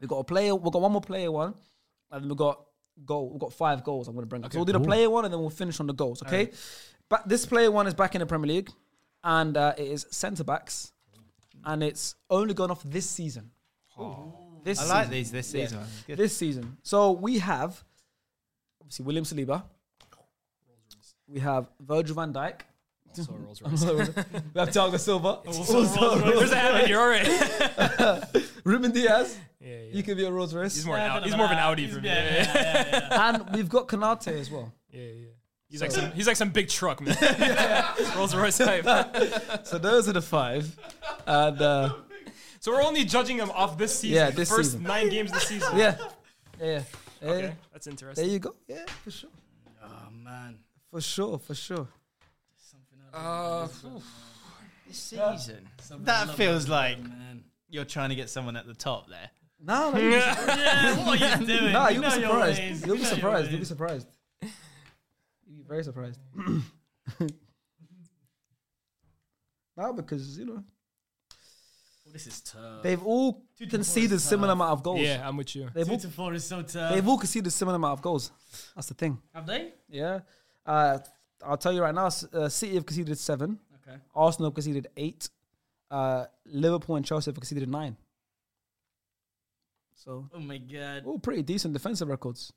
S1: We got a player. We got one more player one, and we got goal. We have got five goals. I'm going to bring up. So we'll do the player one, and then we'll finish on the goals. Okay. But this player one is back in the Premier League, and uh, it is centre backs, and it's only gone off this season. This
S4: I like
S1: season.
S4: these this
S1: Yeah.
S4: season. Good.
S1: This season. So we have obviously William Saliba. We have Virgil van Dijk. we have Thiago Silva.
S2: There's a habit here, all right.
S1: Ruben Diaz. He could be a Rolls Royce.
S2: He's more, an out, he's more of an Audi for me. Yeah, yeah, yeah.
S1: and we've got Kanate as well.
S2: He's like some he's like some big truck man. Rolls Royce type.
S1: So those are the five. And uh,
S2: So we're only judging him off this season.
S1: Yeah,
S2: the
S1: this
S2: first
S1: season.
S2: nine games of the season.
S1: yeah, yeah, yeah.
S2: Okay, that's
S1: There
S2: interesting.
S1: you go. Yeah, for sure.
S3: Oh man,
S1: For sure, for sure.
S3: Ah,
S4: This season. That feels like you're trying to get someone at the top there.
S1: No, no, you'll be,
S3: what are you doing?
S1: nah,
S3: We
S1: you'll be
S3: know your
S1: surprised.
S3: ways.
S1: You'll be
S3: We know your
S1: surprised. You'll be
S3: ways.
S1: surprised. You'll be very surprised. no, because you know
S3: Oh, This is tough.
S1: they've all conceded similar amount of goals.
S2: Yeah, I'm with you.
S1: They've
S3: Two
S1: all,
S3: to four is so tough.
S1: they've all conceded similar amount of goals. That's the thing.
S3: Have they?
S1: Yeah. Uh, I'll tell you right now, S- uh, City have conceded seven.
S3: Okay.
S1: Arsenal have conceded eight. Uh, Liverpool and Chelsea have conceded nine. So,
S3: Oh my god.
S1: oh, pretty decent defensive records.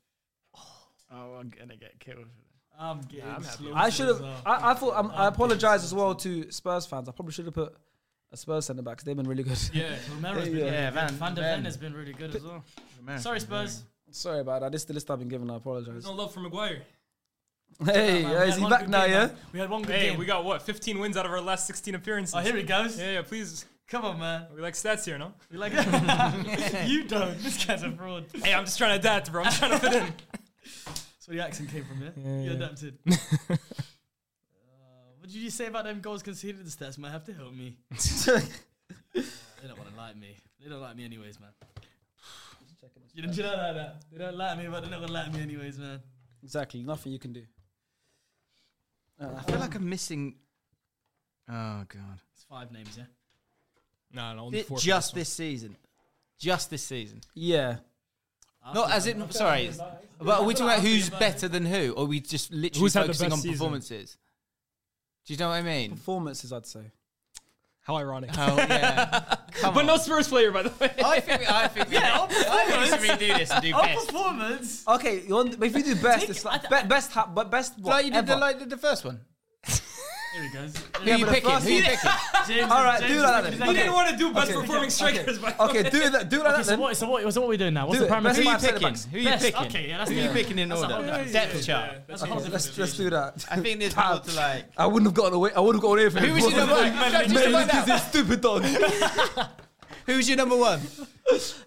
S4: Oh, I'm gonna get killed.
S3: I'm getting slaughtered
S1: I should have.
S3: as well.
S1: I, I thought. Um, I apologize as well to Spurs fans. I probably should have put a Spurs centre back. 'cause They've been really good.
S2: Yeah.
S3: Romero's been
S1: Yeah,
S3: really
S4: yeah,
S3: good.
S4: Van-
S3: Van der
S4: Van.
S3: Ven has been really good as well. Sorry, Spurs.
S1: Sorry about that. This is the list I've been given. I apologize.
S2: No love for Maguire.
S1: Hey,
S3: Man, we
S1: yeah,
S3: had
S1: is he
S3: one
S1: back
S3: good
S1: now?
S3: game,
S1: Yeah.
S3: man. We had one good
S2: Hey,
S3: game.
S2: we got what? 15 wins out of our last 16 appearances.
S3: oh, here it goes.
S2: Yeah, yeah, please.
S3: Come on, man.
S2: We like stats here, no?
S3: You like you don't. This guy's a fraud.
S2: Hey, I'm just trying to adapt, bro. I'm trying to fit in.
S3: So the accent came from, yeah? you adapted. uh, what did you say about them goals conceded? The stats might have to help me. Uh, they don't want to like me. They don't like me anyways, man. You don't, you don't like that. They don't like me, but they're not gonna like me anyways, man.
S1: Exactly. Nothing you can do.
S4: I feel like I'm missing. Oh god!
S3: It's five names, yeah.
S2: No, no, only
S4: It,
S2: four. for
S4: just
S2: one.
S4: this season, just this season.
S1: Yeah.
S4: Not as in. Sorry, but are we talking about who's better than who, or are we just literally
S2: Who's had the
S4: focusing
S2: best
S4: on
S2: season?
S4: performances? Do you know what I mean?
S1: Performances, I'd say.
S2: How ironic.
S4: Oh yeah. Come
S2: but
S4: on.
S2: no Spurs player, by the way.
S4: I think. I think. we- I think we should redo this and do
S3: Our
S4: best.
S3: Oh, performance.
S1: Okay, you want, but if you do best, it's like be, best, ha- but best what?
S4: Like you did the
S1: ever.
S4: like the- the first one.
S3: Here he goes.
S4: Who are you
S1: but the
S4: picking? Who
S1: first
S4: are you
S1: one-
S4: picking?
S3: James
S1: All
S3: is-
S1: right,
S3: James
S1: do
S3: is
S1: that then.
S3: representing-
S1: You
S2: He didn't want to do best
S1: Okay. Oh,
S2: performing strikers, by the way.
S1: Okay, do that. Do that.
S5: Okay, so what, so, what, so what are we doing now? What's
S1: Do
S5: the
S1: it.
S5: primary?
S1: Best
S4: Who are you
S1: five centre
S4: picking?
S1: backs.
S4: Who are you
S3: Best,
S4: picking?
S3: okay, yeah, that's
S4: Who are you
S3: different.
S4: picking in
S3: That's a
S4: order?
S3: whole different
S4: Depth
S3: situation.
S4: chart.
S3: That's a whole
S1: Okay,
S3: different
S1: let's let's
S3: situation.
S1: do that.
S4: I think there's
S1: Damn.
S4: more to like.
S1: I wouldn't have gotten away. I wouldn't have gotten away from
S4: Who was your number one? Just to find out.
S1: stupid dog.
S4: Who was your number one?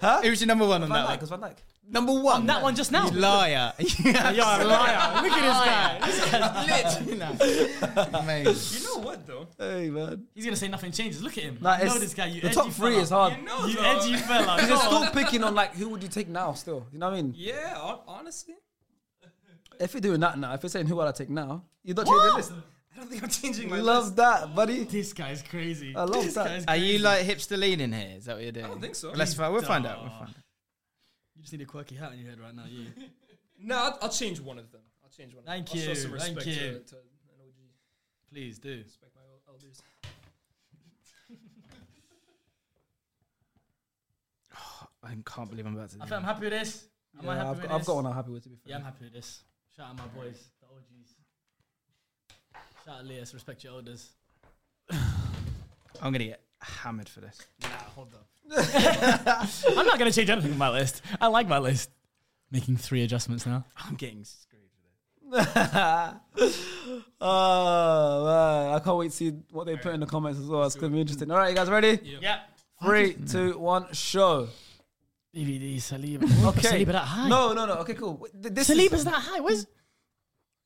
S4: Huh? Who was your number one on
S1: Van
S4: that
S1: Dijk.
S4: one?
S1: It's Van Dijk.
S4: Number one.
S5: That one just now.
S4: You liar.
S5: You're a liar. Look at this guy.
S4: Amazing.
S2: You know what, though?
S1: Hey man.
S3: He's gonna say nothing changes. Look at him.
S1: Nah,
S3: you know
S1: it's-
S3: this guy. You
S1: the
S3: edgy
S1: top three
S3: fella.
S1: is hard.
S2: You know,
S3: You
S2: though.
S3: edgy fella.
S1: They're
S3: Go
S1: still
S3: on.
S1: picking on like who would you take now? Still, you know what I mean?
S2: Yeah, hon- honestly.
S1: If you're doing that now, if you're saying who would I take now, you're not changing this.
S2: I don't think I'm changing my
S1: Love that, buddy.
S3: This guy's crazy.
S1: I love
S3: this
S1: that.
S3: guy's
S4: Are you
S3: crazy.
S4: like hipster lean in here? Is that what you're doing? I
S2: don't think so.
S4: Let's find, we'll find out. We'll find out.
S3: You just need a quirky hat on your head right now. You.
S2: No, I'll, I'll change one of them. I'll change one.
S3: Thank
S2: of them. I'll
S3: you,
S2: Show some
S3: thank
S2: respect
S3: you.
S2: To, to an OG.
S3: Please do.
S2: Respect my el- elders.
S4: I can't believe I'm about to.
S3: I
S4: Do
S3: think I'm
S4: that.
S3: happy with this. Am I
S1: Yeah,
S3: happy
S1: I've,
S3: with
S1: got,
S3: this?
S1: I've got one I'm happy with. To be fair.
S3: Yeah, I'm happy with this. Shout out my boys, the OGs. Shout out Leas, respect your elders.
S4: I'm gonna get hammered for this.
S3: Nah, hold up.
S5: I'm not going to change anything on my list. I like my list. Making three adjustments now.
S4: I'm getting screwed.
S1: oh man, I can't wait to see what they put in the comments as well. It's gonna be interesting. All right, you guys ready?
S3: Yeah.
S1: Three, two, one, show.
S5: DVD Saliba.
S1: Okay.
S5: Saliba that high.
S1: No, no, no. Okay, cool. Th- This is-
S5: Saliba's that high. Where's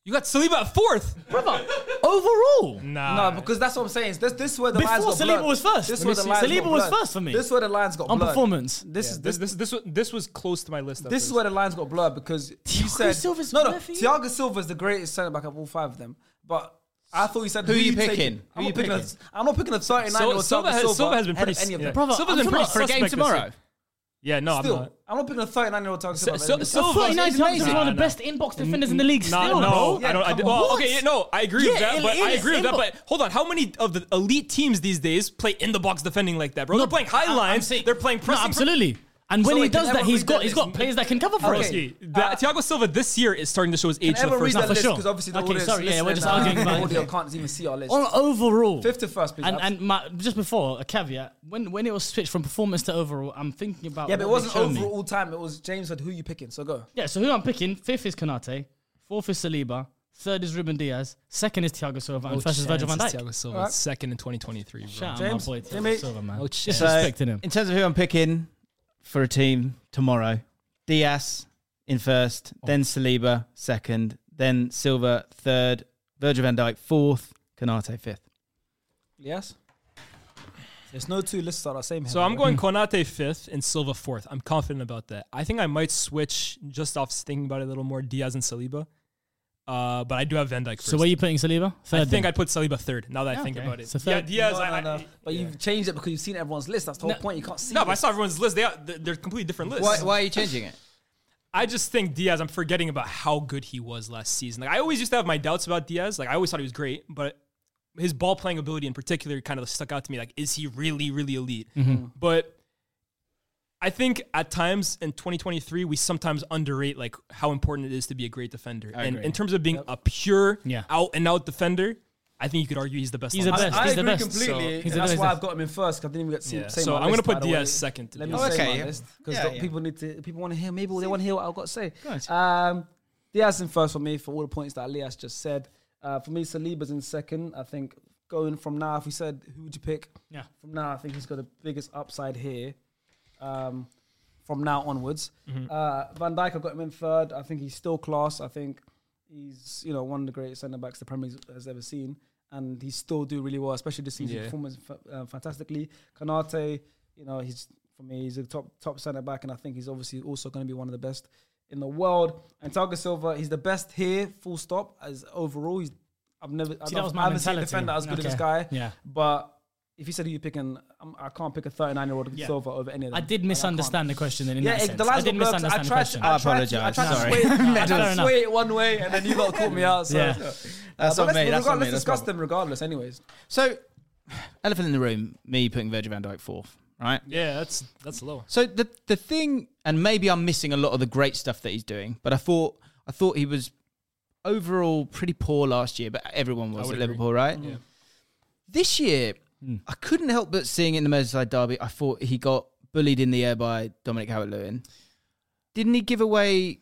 S2: You got Saliba at fourth.
S5: brother? Overall,
S2: Nah.
S1: No, because that's what I'm saying. This this is where the
S5: Before
S1: lines got
S5: Saliba
S1: blurred.
S5: was first.
S1: This is
S5: Let
S1: where
S5: me
S1: the
S5: see.
S1: lines
S5: Saliba
S1: got
S5: was
S1: blurred.
S5: first for me.
S1: This is where the lines got
S5: on
S1: blurred.
S5: performance.
S1: This is this.
S2: this this this was, this was close to my list. at
S1: This is
S2: first.
S1: where the lines got blurred because you
S5: Thiago
S1: said
S5: Silva's
S1: no, no.
S5: better for you?
S1: Thiago Silva is the greatest centre back of all five of them. But I thought you said
S4: Who are you
S1: taking?
S4: picking?
S1: I'm
S4: Who are
S1: not
S4: you
S1: picking.
S4: picking?
S1: A, I'm not picking a 39 year
S2: So-
S1: old
S2: Silva
S1: Thiago
S2: has-
S1: Silva.
S2: Silva has been
S1: ahead of
S2: pretty-
S1: any of
S2: yeah.
S1: them.
S5: brother.
S2: Silva's
S5: I'm
S2: been pretty
S5: talking about
S4: For a
S2: Suspect
S4: game
S2: this
S4: tomorrow.
S2: yeah, no,
S1: Still,
S2: I'm
S1: I'm
S2: not.
S1: not, picking a 39 year old Thiago
S2: So,
S1: Silva.
S2: so,
S1: ahead of
S2: so
S1: any of them.
S5: 49
S4: he's
S5: times
S4: amazing.
S5: one of
S2: Nah,
S5: the
S2: nah.
S5: best inbox defenders in the league.
S2: Nah,
S5: still,
S2: no,
S5: bro.
S1: Yeah,
S2: I don't. I
S1: come
S2: don't
S1: on.
S2: well,
S1: What?
S2: okay, yeah, no, I agree with
S5: Yeah,
S2: that.
S5: it
S2: But I
S5: is
S2: agree with that.
S5: inbox.
S2: But hold on, how many of the elite teams these days play in the box defending like that, bro? they're playing high
S5: I- I'm
S2: lines.
S5: saying-
S2: they're playing
S5: No,
S2: pressing.
S5: absolutely. And when
S1: So
S5: he
S1: wait, can
S5: does that,
S1: everyone
S5: he's
S1: read
S5: got
S1: that
S5: he's
S1: list?
S5: got players that can cover for us.
S1: Okay.
S2: Broski, that, Thiago Silva this year is starting to show his age for
S1: Everyone
S2: the
S1: read
S2: first
S5: Nah,
S1: that
S2: time.
S5: for
S1: list
S5: sure.
S1: because obviously the
S5: Okay,
S1: audience,
S5: sorry, yeah,
S1: and,
S5: we're just
S1: uh,
S5: arguing
S1: the
S5: about it.
S1: audio can't even see our list.
S5: On overall,
S1: 51st, please.
S5: and and my, just before a caveat, when when it was switched from performance to overall, I'm thinking about
S1: yeah, but it
S5: what they
S1: wasn't
S5: showed me.
S1: overall time. It was James said, "Who you picking?" So go.
S5: Yeah, so who I'm picking? Fifth is Kanate, fourth is Saliba, third is Ruben Diaz, second is Thiago Silva, and first Oh, is Virgil van Dijk.
S2: Thiago Silva,
S1: Alright.
S2: second in 2023, bro.
S5: Shout out
S1: James,
S5: my boy Thiago
S1: Jimmy.
S5: Silva, man.
S2: No
S5: Just
S4: So,
S5: respecting him.
S4: In terms of who I'm picking for a team tomorrow, Diaz in first, then Saliba second, then Silva third, Virgil van Dijk fourth, Canate fifth.
S1: Yes. There's no two lists that are the same.
S2: So I'm going Konate fifth and Silva fourth. I'm confident about that. I think I might switch just off thinking about it a little more Diaz and Saliba, uh, but I do have Van Dyke first.
S5: So where are you putting Saliba? Third.
S2: I think
S5: then.
S2: I'd put Saliba third. Now that I think
S5: okay.
S2: about it,
S5: So
S2: yeah,
S5: third-
S2: Diaz.
S1: No,
S2: I,
S1: no,
S2: I,
S1: no. But you've changed it because you've seen everyone's list. That's the whole point. You can't see.
S2: no, but I
S1: this.
S2: saw everyone's list. They are, they're- they're completely different lists.
S4: Why, why are you changing it?
S2: I just think Diaz. I'm forgetting about how good he was last season. Like I always used to have my doubts about Diaz. Like I always thought he was great, but his ball playing ability in particular kind of stuck out to me. Like, is he really, really elite? But I think at times in 2023 we sometimes underrate like how important it is to be a great defender. and in terms of being a pure
S5: Yeah.
S2: out and out defender, I think you could argue he's the best.
S5: He's
S2: on
S5: the
S2: this
S5: best.
S1: I
S5: He's the
S1: agree
S5: best.
S1: completely.
S5: He's the
S1: and that's
S5: best.
S1: why I've got him in first. 'cause I didn't even get to
S2: Yeah.
S1: say
S2: So
S1: my
S2: I'm gonna
S1: list,
S2: put
S1: by the
S2: Diaz
S1: way.
S2: second, to
S1: Let
S2: be
S1: me
S4: honest.
S1: say
S4: Okay,
S1: my
S4: yeah.
S1: list because
S4: Yeah, yeah.
S1: people need to. People want to hear. Maybe they want to hear what I've got to say. Um, Diaz in first for me for all the points that Elias just said. Uh, for me, Saliba's in second. I think going from now, if we said who would you pick?
S5: Yeah.
S1: From now, I think he's got the biggest upside here. Um, from now onwards, uh, Van Dijk, I got him in third. I think he's still class. I think he's you know one of the greatest centre backs the Premier League has ever seen, and he still do really well, especially this season.
S2: Yeah.
S1: Performance fa- uh, fantastically. Kanate, you know, he's for me he's a top top centre back, and I think he's obviously also going to be one of the best in the world. And Thiago Silva, he's the best here, full stop. As overall, he's I've never I
S5: See, that
S1: don't-
S5: was
S1: I
S5: my
S1: haven't seen a
S5: mentality.
S1: defender as good as this guy.
S5: Okay. Yeah.
S1: but. If you said who you picking, I'm, I can't pick a 39 year old
S5: Yeah.
S1: Silva over any of them.
S5: I did
S1: Like,
S5: misunderstand the question. Then in
S1: yeah,
S5: that
S1: it,
S5: sense.
S1: the
S5: I
S1: last
S5: did
S1: one blocked.
S5: misunderstand
S1: I
S5: the
S1: tried.
S5: question.
S1: To, I,
S4: I
S1: tried to-
S4: apologise,
S1: I tried
S4: Oh, sorry.
S1: to sway, it- I
S5: Fair
S1: tried to
S5: enough.
S1: sway it one way, and then you lot caught me out. So.
S5: Yeah.
S4: That's
S1: But
S4: on
S1: let's,
S4: me. That's
S1: regardless,
S4: on me.
S1: let's
S4: That's
S1: discuss
S4: my-
S1: them regardless. Anyways,
S4: So, elephant in the room. Me putting Virgil Van Dijk fourth. Right.
S2: Yeah, that's that's low.
S4: So the the thing, and maybe I'm missing a lot of the great stuff that he's doing, but I thought I thought he was overall pretty poor last year, but everyone was at
S2: would agree.
S4: Liverpool, right? Yeah. This year,
S1: Hmm.
S4: I couldn't help but seeing it in the Merseyside derby. I thought he got bullied in the air by Dominic Howard-Lewin. Didn't he give away a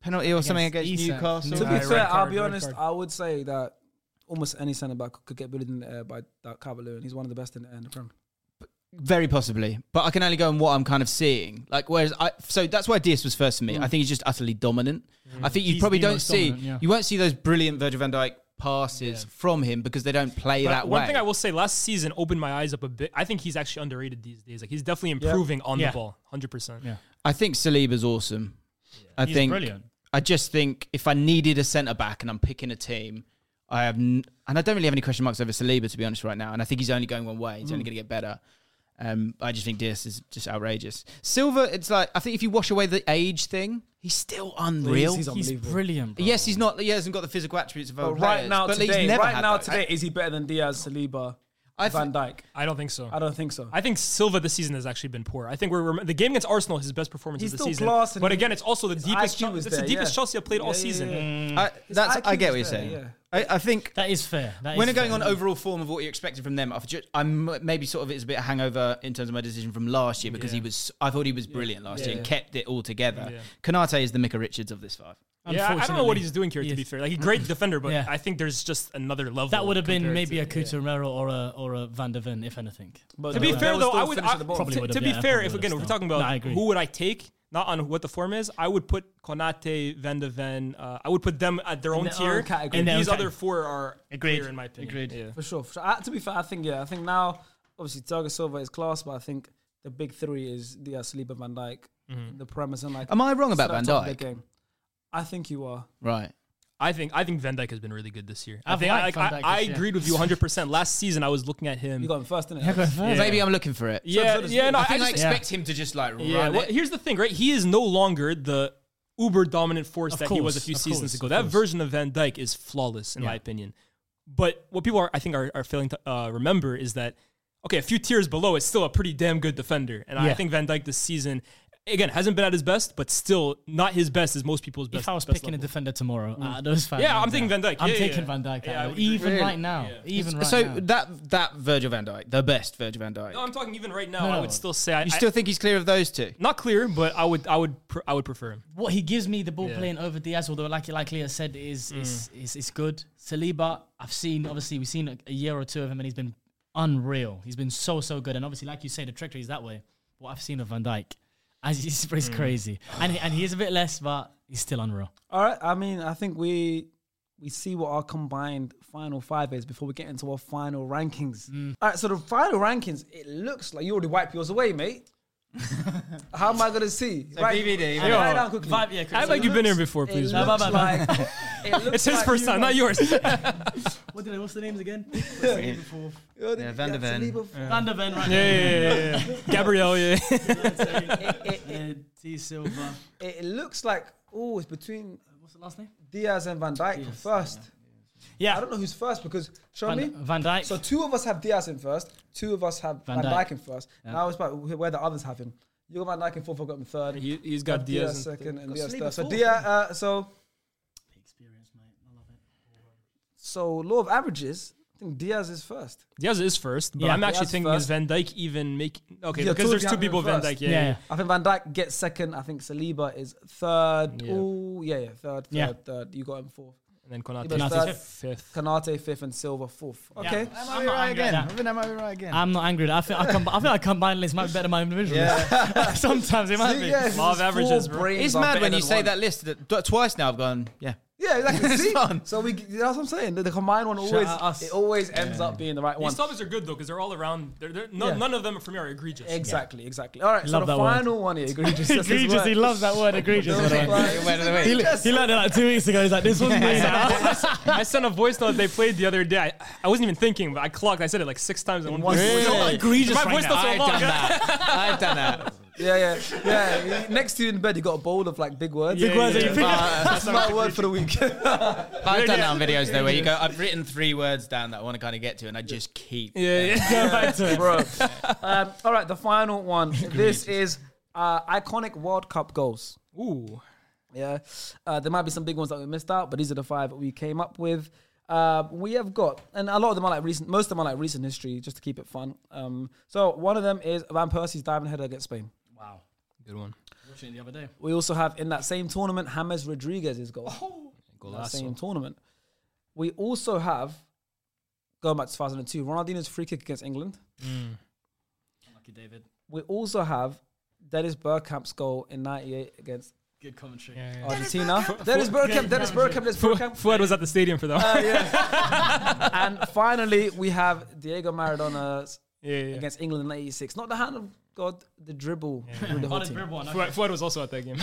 S4: penalty or something
S5: Against
S4: against
S5: Isak.
S4: Newcastle?
S1: to
S5: No.
S1: be
S5: red
S1: fair, I'll
S2: card,
S1: be
S2: red
S1: honest.
S2: card.
S1: I would say that almost any centre back could get bullied in the air by that Cavalier, and he's one of the best in the air in the Prem.
S4: Very possibly, but I can only go on what I'm kind of seeing. Like, whereas I, so that's why Diaz was first for
S2: Mm.
S4: me. I think he's just utterly dominant. I think you
S5: He's
S4: probably
S5: the
S4: don't
S5: most
S4: see,
S5: dominant, yeah.
S4: you won't see those brilliant Virgil Van Dijk passes from him because they don't play
S2: But
S4: that
S2: one
S4: way.
S2: thing I will say, last season opened my eyes up a bit. I think he's actually underrated these days. Like he's definitely improving on
S5: Yeah.
S2: the ball, hundred percent.
S5: Yeah.
S4: I think Saliba's awesome. I
S5: He's
S4: think
S5: brilliant.
S4: I just think if I needed a centre back and I'm picking a team, I have, n- and I don't really have any question marks over Saliba to be honest right now. And I think he's only going one way. He's
S1: Mm.
S4: only going to get better. Um, I just think Diaz is just outrageous. Silva, it's like I think if you wash away the age thing, he's still unreal.
S1: he's
S5: He's
S1: unbelievable.
S5: brilliant. Bro.
S4: yes, he's not. He hasn't got the physical attributes of
S1: But
S4: other
S1: right
S4: players,
S1: now,
S4: but
S1: today,
S4: he's never
S1: right
S4: had
S1: now,
S4: that.
S1: today, is he better than Diaz, Saliba,
S4: I th-
S1: Van Dijk?
S2: I don't think so.
S1: I don't think so.
S2: I think Silva this season has actually been poor. I think we're, we're the game against Arsenal is his best performance
S1: He's
S2: of the
S1: still
S2: season.
S1: class and
S2: but
S1: he-
S2: again, it's also the
S1: his
S2: deepest.
S1: IQ
S2: Chel-
S1: is
S2: it's the
S1: there,
S2: deepest
S1: yeah.
S2: Chelsea have played all
S1: Yeah, Mm. yeah,
S2: season.
S1: yeah.
S4: I, that's,
S1: IQ
S4: I get
S1: is
S4: what you're
S1: there,
S4: saying.
S1: yeah.
S4: I, I think
S5: That is fair. That
S4: when
S5: is
S4: I'm going
S5: fair.
S4: on overall form of what you expected from them, I've just, I'm maybe sort of it's a bit of hangover in terms of my decision from last year because he was. I thought he was brilliant last year and kept it all together. Kanate is the Mika Richards of this five.
S2: Yeah, I don't know what
S5: Unfortunately.
S2: he's doing here.
S5: He
S2: To be
S5: is.
S2: fair, like he's a great defender, but
S5: Yeah.
S2: I think there's just another level.
S5: That would have been
S2: compared
S5: maybe
S2: to-
S5: a Coutinho or a or a Van der Ven, if anything.
S1: But
S2: To be
S1: Van
S2: fair
S1: Dijk
S2: though,
S1: still
S2: I would
S1: finished
S2: I,
S1: at the bottom.
S5: Probably
S2: to-
S5: would
S2: to,
S5: have,
S2: be
S5: yeah,
S2: fair,
S5: probably
S2: if
S5: would
S2: again
S5: have
S2: if we're
S5: still.
S2: talking about
S5: No, I agree.
S2: who would I take, not on what the form is, I would put Konate, Van de Ven. Uh, I would put them at their own
S1: their
S2: tier,
S1: own category. In
S2: and
S1: their
S2: these
S5: own
S2: other four are
S5: Agreed.
S2: clear in my opinion.
S5: Agreed.
S2: Yeah.
S1: For sure. For sure. I, to be fair, I think yeah. I think now, obviously, Thiago Silva is class, but I think the big three is Diaz, Saliba, Van Dijk,
S2: Mm-hmm.
S1: the premise and like.
S4: Am I wrong about
S1: it's
S4: Van
S1: not top of
S4: Dijk?
S1: the game. I think you are.
S4: Right.
S2: I think I think Van Dyke has been really good this year. i
S5: I've
S2: think I,
S5: liked
S2: I,
S5: Van Dijk
S2: I
S5: this year.
S2: agreed with you 100. percent Last season, I was looking at
S4: Mm.
S2: him.
S1: You got him first, didn't
S2: Yeah.
S4: Maybe I'm looking for it.
S2: yeah,
S1: does
S2: yeah.
S1: he.
S2: No,
S4: I think I,
S2: just-
S4: expect him to just like
S2: Yeah,
S4: run
S2: well,
S4: it.
S2: here's the thing, right? He is no longer the uber dominant force
S5: Of
S2: that he was a
S5: course,
S2: few
S5: of
S2: seasons
S5: course,
S2: ago.
S5: of
S2: That
S5: course.
S2: version of Van Dyke is flawless, in my
S5: Yeah.
S2: opinion. But what people are, I think, are, are failing to uh, remember is that okay, a few tiers below is still a pretty damn good defender, and I
S5: Yeah.
S2: think Van Dyke this season. Again, hasn't been at his best, but still not his best as most people's best.
S5: if I was
S2: best
S5: picking a
S2: level. Mm.
S5: defender tomorrow, out of those five
S2: Yeah,
S5: names
S2: I'm taking
S5: there,
S2: Van Dijk.
S5: I'm
S2: Yeah, yeah,
S5: taking
S2: yeah.
S5: Van Dijk.
S2: Yeah,
S5: out
S2: I
S5: of
S2: would
S5: it. even
S4: agree.
S5: right now, even right
S4: so
S5: now.
S4: that that Virgil Van Dijk, the best Virgil Van Dijk.
S2: no, I'm talking even right now.
S5: No,
S2: I
S5: no.
S2: would still say I,
S4: you
S2: I-
S4: still think he's clear of those two?
S2: not clear, but I would, I would, pr- I would prefer him.
S5: what he gives me the ball
S2: Yeah. Mm.
S5: playing over Diaz, although like like Leah said, is is, is is good. Saliba, I've seen obviously we've seen a, a year or two of him, and he's been unreal. He's been so so good, and obviously like you say, the trajectory is that way. What I've seen of Van Dijk, as he's it's
S2: Mm.
S5: crazy, and he, and he is a bit less, but he's still unreal.
S1: All right. I mean, I think we we see what our combined final five is before we get into our final rankings.
S4: Mm.
S1: All right. So the final rankings, it looks like you already wiped yours away, mate. How am I gonna see? right,
S4: BBD,
S1: Write
S2: yeah.
S1: down quickly.
S5: Vibe, yeah,
S2: I
S5: Chris.
S2: like you've been here before,
S1: It
S2: please.
S1: looks
S2: man.
S5: bye, bye.
S1: like- it looks
S2: It's his
S1: like
S2: first
S1: you
S2: time, not
S1: lot-
S2: yours.
S3: What did I, what's the names again?
S4: Yeah, Van de Ven.
S5: Van der Ven right
S2: Yeah, yeah, yeah, yeah. Gabrielle, yeah.
S3: Uh, T Silva.
S1: It it looks like oh, it's between
S3: What's the last name?
S1: Diaz and Van Dijk for first.
S5: Yeah.
S1: I don't know who's first because show me.
S5: Van, Van Dijk.
S1: So two of us have Diaz in first, two of us have Van,
S5: Van
S1: Dyke
S5: Dijk.
S1: in first. Now it's about wh- where the others have him. You got Van Dijk in fourth. I got him third.
S2: He, he's got
S1: Diaz uh,
S2: Diaz. and-
S1: second and
S3: Got
S1: Diaz
S3: Saliba
S1: third. So
S3: fourth,
S1: Diaz. Uh, so
S3: Experience, mate. I love it.
S1: so law of averages. I think Diaz is first.
S2: Diaz is first, but
S5: Yeah.
S2: I'm actually
S1: Diaz
S2: thinking is
S1: first.
S2: Van Dyke even make okay
S1: Yeah,
S2: because
S1: two
S2: there's two
S1: Diaz
S2: people Van
S1: first.
S2: Dyke. Yeah,
S5: Yeah.
S2: yeah.
S1: I think Van Dijk gets second. I think Saliba is third.
S2: Yeah.
S1: Ooh, yeah, yeah, third, third,
S5: Yeah.
S1: third. You got him fourth.
S2: and then Konate
S1: Konate's
S2: is
S1: fifth.
S2: fifth.
S1: Kanate fifth and Silva fourth. Okay.
S4: Am I right again? I think I might be right again.
S5: I'm not angry. at it. I think I, com- I think I combine lists might be better than my individual list. Sometimes it might
S1: See,
S5: be.
S1: yeah, it's
S2: Law of
S1: just four
S2: averages, bro.
S1: brains
S4: it's
S1: are
S4: mad
S1: better
S4: when you
S1: than
S4: say
S1: one.
S4: that list that- tw- twice now. I've gone, yeah.
S1: Yeah, exactly.
S4: It's
S1: See?
S4: done.
S1: So we that's what I'm saying. The, the combined one always
S5: out us.
S1: it always ends up being the right one.
S2: These topics are good though because they're all around. They're, they're, no,
S1: Yeah.
S2: None of them for me are egregious.
S1: Exactly, exactly. All right,
S5: Love
S1: so the
S5: that word.
S1: final one here, egregious. that's his
S5: egregious. He
S1: word.
S5: loves that word. Egregious. by the way.
S4: Word of the
S5: He,
S4: week.
S5: li- he learned it like two weeks ago. He's like, this one's me now.
S2: I sent a voice note they played the other day. I, I wasn't even thinking, but I clocked. I said it like six times in one
S1: one
S2: voice.
S1: voice
S2: note.
S1: note.
S2: Like,
S5: Egregious
S2: My
S5: right
S2: voice
S5: now.
S2: note's so
S4: I've
S2: long.
S4: done that. I've done that.
S1: Yeah, yeah, yeah. Next to you in bed, you got a bowl of like big words.
S5: Big words that you pick up.
S1: That's my word for the week.
S4: But I've done that on videos though, where you go, I've written three words down that I want to kind of get to, and I just keep.
S2: Yeah, yeah.
S5: Go back to it.
S1: bro. Um, all right, the final one. This is uh, iconic World Cup goals.
S2: Ooh.
S1: Yeah, uh, there might be some big ones that we missed out, but these are the five that we came up with. Uh, we have got, and a lot of them are like recent. Most of them are like recent history, just to keep it fun. Um, so one of them is Van Persie's diving header against Spain.
S3: Wow.
S2: Good one.
S3: Watching it the other day.
S1: We also have in that same tournament James Rodriguez's goal.
S3: Oh.
S1: in that same tournament. We also have going back to 2002, Ronaldinho's free kick against England.
S3: Lucky David.
S1: We also have Dennis Bergkamp's goal in '98 against
S3: Good commentary.
S1: Argentina. Dennis Bergkamp, Dennis Bergkamp, Dennis Bergkamp.
S2: Fuad was at the stadium for that. one.
S1: Uh, yeah. and finally, we have Diego Maradona
S2: yeah, yeah.
S1: against England in '86. Not the hand of God, the dribble. through the whole
S3: Oh, the
S1: team.
S3: dribble one.
S2: Fuad, Fuad was also at that game.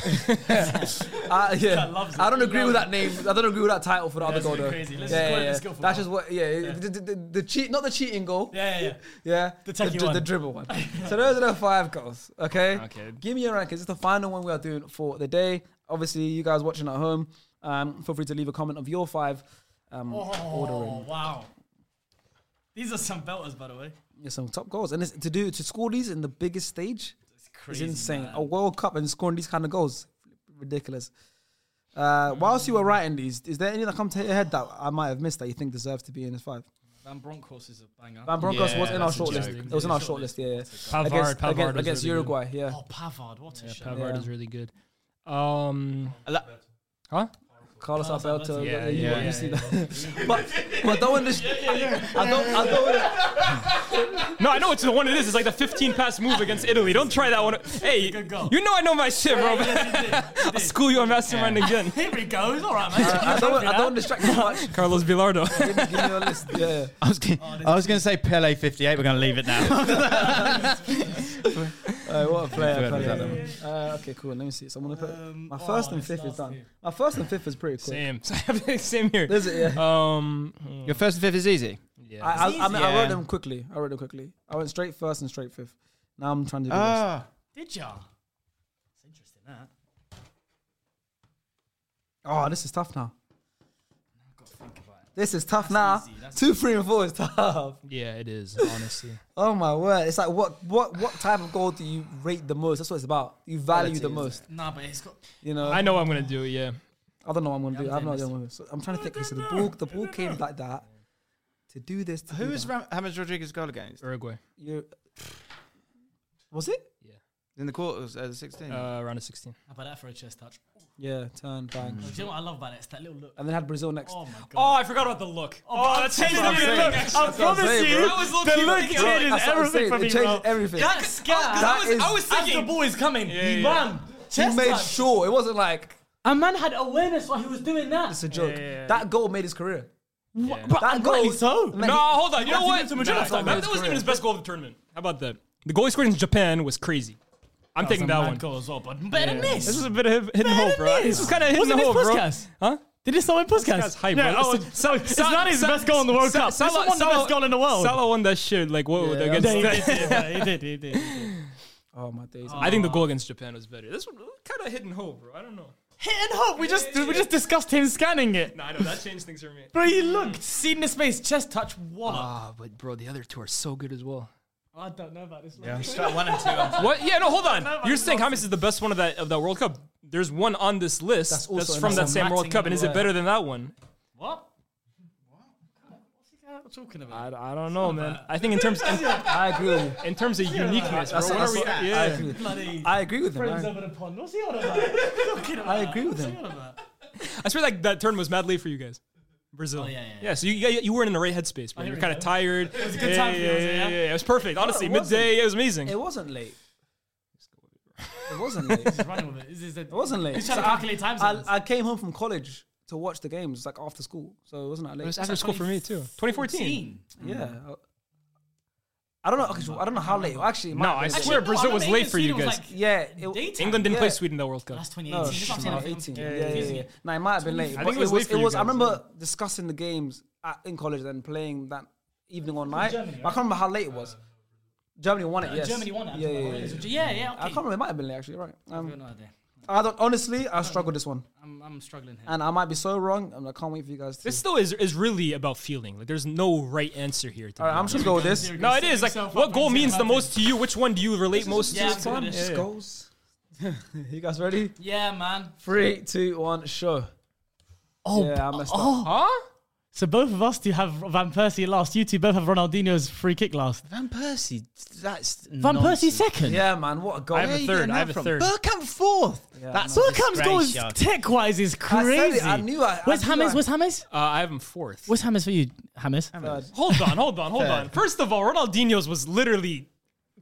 S1: Uh, yeah.
S3: loves it.
S1: I don't agree
S3: Loves
S1: with that name. I don't agree with that title for the other
S3: that's
S1: goal
S3: pretty
S1: though.
S3: crazy. Let's
S1: yeah,
S3: just call it
S1: yeah,
S3: the
S1: yeah.
S3: skillful
S1: That's
S3: one.
S1: just what. Yeah, The, the, the, the cheat, not the cheating goal.
S3: Yeah, yeah, yeah.
S1: Yeah, the
S5: techie
S1: the,
S5: one.
S1: the dribble one. so those are the five goals. Okay.
S2: Okay.
S1: Give me your rankings. It's the final one we are doing for the day. Obviously, you guys watching at home, um, feel free to leave a comment of your five. Um,
S3: Oh,
S1: ordering
S3: wow. These are some belters, by the way.
S1: yeah, some top goals, and it's, to do to score these in the biggest stage
S3: It's
S1: is
S3: crazy.
S1: insane. Oh.
S3: man.
S1: A World Cup and scoring these kind of goals, ridiculous. Uh, whilst you were writing these, is there any that come to your head that I might have missed that you think deserves to be in this five?
S3: Van Bronckhorst is a banger.
S1: Van Bronckhorst was
S2: Yeah,
S1: in our
S2: that's a
S1: shortlist.
S2: joke.
S1: It was in our shortlist. Yeah, yeah.
S2: Pavard,
S1: against
S2: Pavard
S1: against,
S2: was
S1: against
S2: really good.
S1: Uruguay. Yeah.
S3: oh, Pavard. What a shit.
S2: Pavard
S1: Yeah.
S2: is really good. Um, huh?
S1: Carlos Alberto.
S2: Yeah,
S1: Yeah, you,
S2: yeah,
S1: you see that. but but don't underst- I don't. I don't.
S2: No, I know it's the one it is. It's like the 15 pass move against Italy. Don't try that one. Hey,
S3: goal.
S2: you know I know my shit, bro. I'll school you on mastermind again.
S3: Here we go. It's all right, mate.
S1: I don't. I don't distract you much.
S2: Carlos Bilardo.
S1: Give me, give me your list. Yeah. yeah.
S4: I was,
S2: Oh,
S4: gonna, I was going to say Pele 58. We're going to leave it now.
S1: Uh, what a player.
S4: forgot about
S1: player. Uh, okay, cool. Let me see. So I'm gonna put my first and fifth is done. My first and fifth is pretty cool.
S2: Same. Same here.
S1: Is it? Yeah.
S2: Um,
S4: Your first and fifth is easy.
S2: yeah.
S1: I, I, I, mean, I
S4: Yeah.
S1: wrote them quickly. I wrote them quickly. I went straight first and straight fifth. Now I'm trying to do this.
S4: Ah,
S3: Did ya? It's interesting, that.
S1: Oh, this is tough now.
S3: I've got to think about it.
S1: This is tough
S3: That's
S1: now.
S3: easy, that's
S1: Two, three, and four is tough.
S2: yeah, it is, honestly.
S1: Oh my word! It's like what, what, what type of goal do you rate the most? That's what it's about. You value the most.
S3: Nah, but it's got.
S1: You know.
S2: I know what I'm going to do, yeah.
S1: I don't know what I'm gonna do. I have no idea what I'm gonna do. So I'm trying to think. So the ball, the ball came like that to do this. To
S4: who
S1: do
S4: was
S1: that.
S4: Ram- James Rodriguez's goal against?
S2: Uruguay.
S1: You- Was it?
S4: In the quarters, uh, the 16.
S2: Uh, round of 16.
S3: How about that for a chest touch?
S1: Yeah, turn bang,
S3: Do you know what I love about it? It's that little look.
S1: and then had Brazil next.
S3: Oh, my God.
S2: Oh, I forgot about the look. Oh,
S3: I'm
S2: that's
S3: saying
S2: changed
S3: that
S2: everything.
S3: look.
S2: Look,
S3: I
S2: I promise
S1: saying,
S2: you,
S1: bro.
S2: that was
S5: The
S2: low-key
S5: look
S2: thinking about it.
S5: changes
S1: That's what I'm
S5: everything
S1: saying.
S5: for me,
S1: It changed
S5: bro.
S1: everything.
S3: That guy.
S1: that
S2: I was, I
S1: is-
S2: was
S3: As the
S2: thinking.
S3: ball is coming, he
S2: yeah.
S3: ran.
S1: He
S3: Chest
S1: made
S3: touch.
S1: sure it wasn't like
S5: A man had awareness while he was doing that.
S1: it's a joke. That goal made his career.
S5: But
S1: That goal-
S5: rightly so.
S1: Man,
S2: No, hold on. You know
S5: That's
S2: what?
S5: against Madrid.
S2: Nah, that, that wasn't even his best goal of the tournament. How about that? The goal he scored against Japan was crazy. I'm taking that one.
S5: Goal as well, but better
S2: Yeah.
S5: miss.
S2: This was a bit of hidden hope, bro. This was kind of hidden
S5: Wasn't
S2: hope,
S5: this
S2: bro.
S5: podcast?
S2: Huh?
S5: Did this not win podcast?
S2: That's hype,
S5: yeah,
S2: bro.
S5: Oh,
S2: It's-
S5: so, it's
S2: Sal-
S5: not his
S2: Sal-
S5: best goal in the World
S2: Sal-
S5: Cup. this
S2: Salah-
S5: one won
S2: Salah-
S5: the best goal in the world.
S2: Salah won that shit. Like, whoa,
S1: Yeah.
S2: against.
S5: Yeah, he did, yeah, he did, he did, he did.
S1: Oh my days.
S2: I think the goal against Japan was better. This one kind of hidden hope, bro. I don't know.
S5: Hit and hope. We just we just discussed him scanning it.
S2: Nah, I know that changed things for me.
S5: Bro, he looked, seen his face, chest touch, wallop.
S2: Ah, but bro, the other two are so good as well.
S3: I don't know about this.
S4: Yeah, I'm start one and two. I'm
S2: What? Yeah, no, hold on.
S3: No,
S2: You're
S3: it's
S2: saying
S3: not-
S2: Hamas is the best one of that of that World Cup. There's one on this list
S1: That's
S2: that's,
S1: also in
S2: from
S1: that
S2: that same
S1: same
S2: World Cup, and is it
S1: matching,
S2: better than that one?
S3: What? What's he kind of talking about?
S2: I, I don't know, man. I think in terms in,
S1: I agree with you.
S2: in terms of uniqueness, bro,
S1: That's-
S2: what
S1: that's
S2: are we?
S1: what- I
S2: Yeah.
S1: agree with-
S3: Bloody
S1: I agree with him.
S3: friends
S1: I,
S3: over the pond. What's he on about? Talking about?
S1: agree with
S3: What's
S1: him.
S3: he on about?
S2: I swear like that turn was madly for you guys. Brazil.
S3: yeah, yeah,
S2: yeah, so you you you weren't in the right headspace, bro.
S3: here
S2: You're
S3: we
S2: kind of
S3: go.
S2: tired. It was
S3: a good time for you,
S2: yeah,
S3: was it, yeah?
S2: yeah, yeah. It was perfect. Honestly,
S1: it wasn't.
S2: midday, it was amazing.
S1: it wasn't late. It wasn't late. It
S3: He's running with it. Is, is it
S1: wasn't late.
S3: He's trying to
S1: So I-
S3: calculate time
S1: I,
S3: zones.
S1: I came home from college to watch the games, like after school, so it wasn't that late.
S2: It was after school for me too. 2014.
S3: 14.
S1: yeah. I don't know. okay, so I don't know how late. Well, Actually, it might
S2: No,
S1: have
S2: I
S1: been late.
S2: swear
S3: Actually, no,
S2: Brazil
S3: I
S2: was
S3: remember
S2: late for you
S3: Sweden was,
S2: guys.
S3: like,
S1: Yeah, it,
S3: daytime.
S2: England didn't play
S1: Yeah.
S2: Sweden that World Cup.
S3: That's
S1: No,
S3: 2018. That's what I'm saying,
S1: no,
S3: I'm
S1: 18. Oh, Yeah,
S3: confused.
S1: yeah, yeah, yeah. No, it might have been late.
S2: I
S1: but
S2: think it was late for
S1: It
S2: you
S1: was. I
S2: guys,
S1: remember discussing the games at, in college and playing that evening or night.
S3: Germany,
S1: I can't remember how late it was. Germany won it.
S3: Uh,
S1: Yes.
S3: Germany won it.
S1: Yeah, yeah,
S3: yeah,
S1: yeah.
S3: yeah. Okay.
S1: I can't remember. It might have been late actually. Right.
S3: I've
S1: Um,
S3: got no idea.
S1: I don't. Honestly, I struggled this one,
S3: I'm, I'm struggling here.
S1: and I might be so wrong. And I can't wait for you guys to.
S2: This still is is really about feeling. Like there's no right answer here. To
S1: All right, I'm just gonna go with this.
S2: No, it is. Like,
S3: Yourself
S2: what
S3: up
S2: goal
S3: and
S2: means the
S3: yourself
S2: most to you? Which one do you relate most
S3: yeah,
S2: to?
S3: I'm gonna-
S2: Yeah,
S1: Just
S2: yeah.
S1: goals. you guys ready?
S3: Yeah, man.
S1: Three, two, one, show.
S5: Oh,
S1: Yeah, I messed up.
S2: Huh?
S5: so both of us do have Van Persie last. You two both have Ronaldinho's free kick last.
S4: Van Persie. That's
S5: Van Persie
S4: nonsense.
S5: second.
S1: Yeah, man, what a goal!
S2: I have a third. I have a third.
S4: Burkham fourth. that's
S5: Burkham's goal is-
S4: disgrace,
S5: tech-wise is
S1: I said it,
S5: crazy.
S1: I knew I.
S5: Where's
S1: I knew
S5: Hammers?
S1: I-
S5: Where's Hammers?
S2: Uh, I have him fourth.
S5: Where's Hammers for you, Hammers?
S2: Hold on, hold on, hold on. First of all, Ronaldinho's was literally.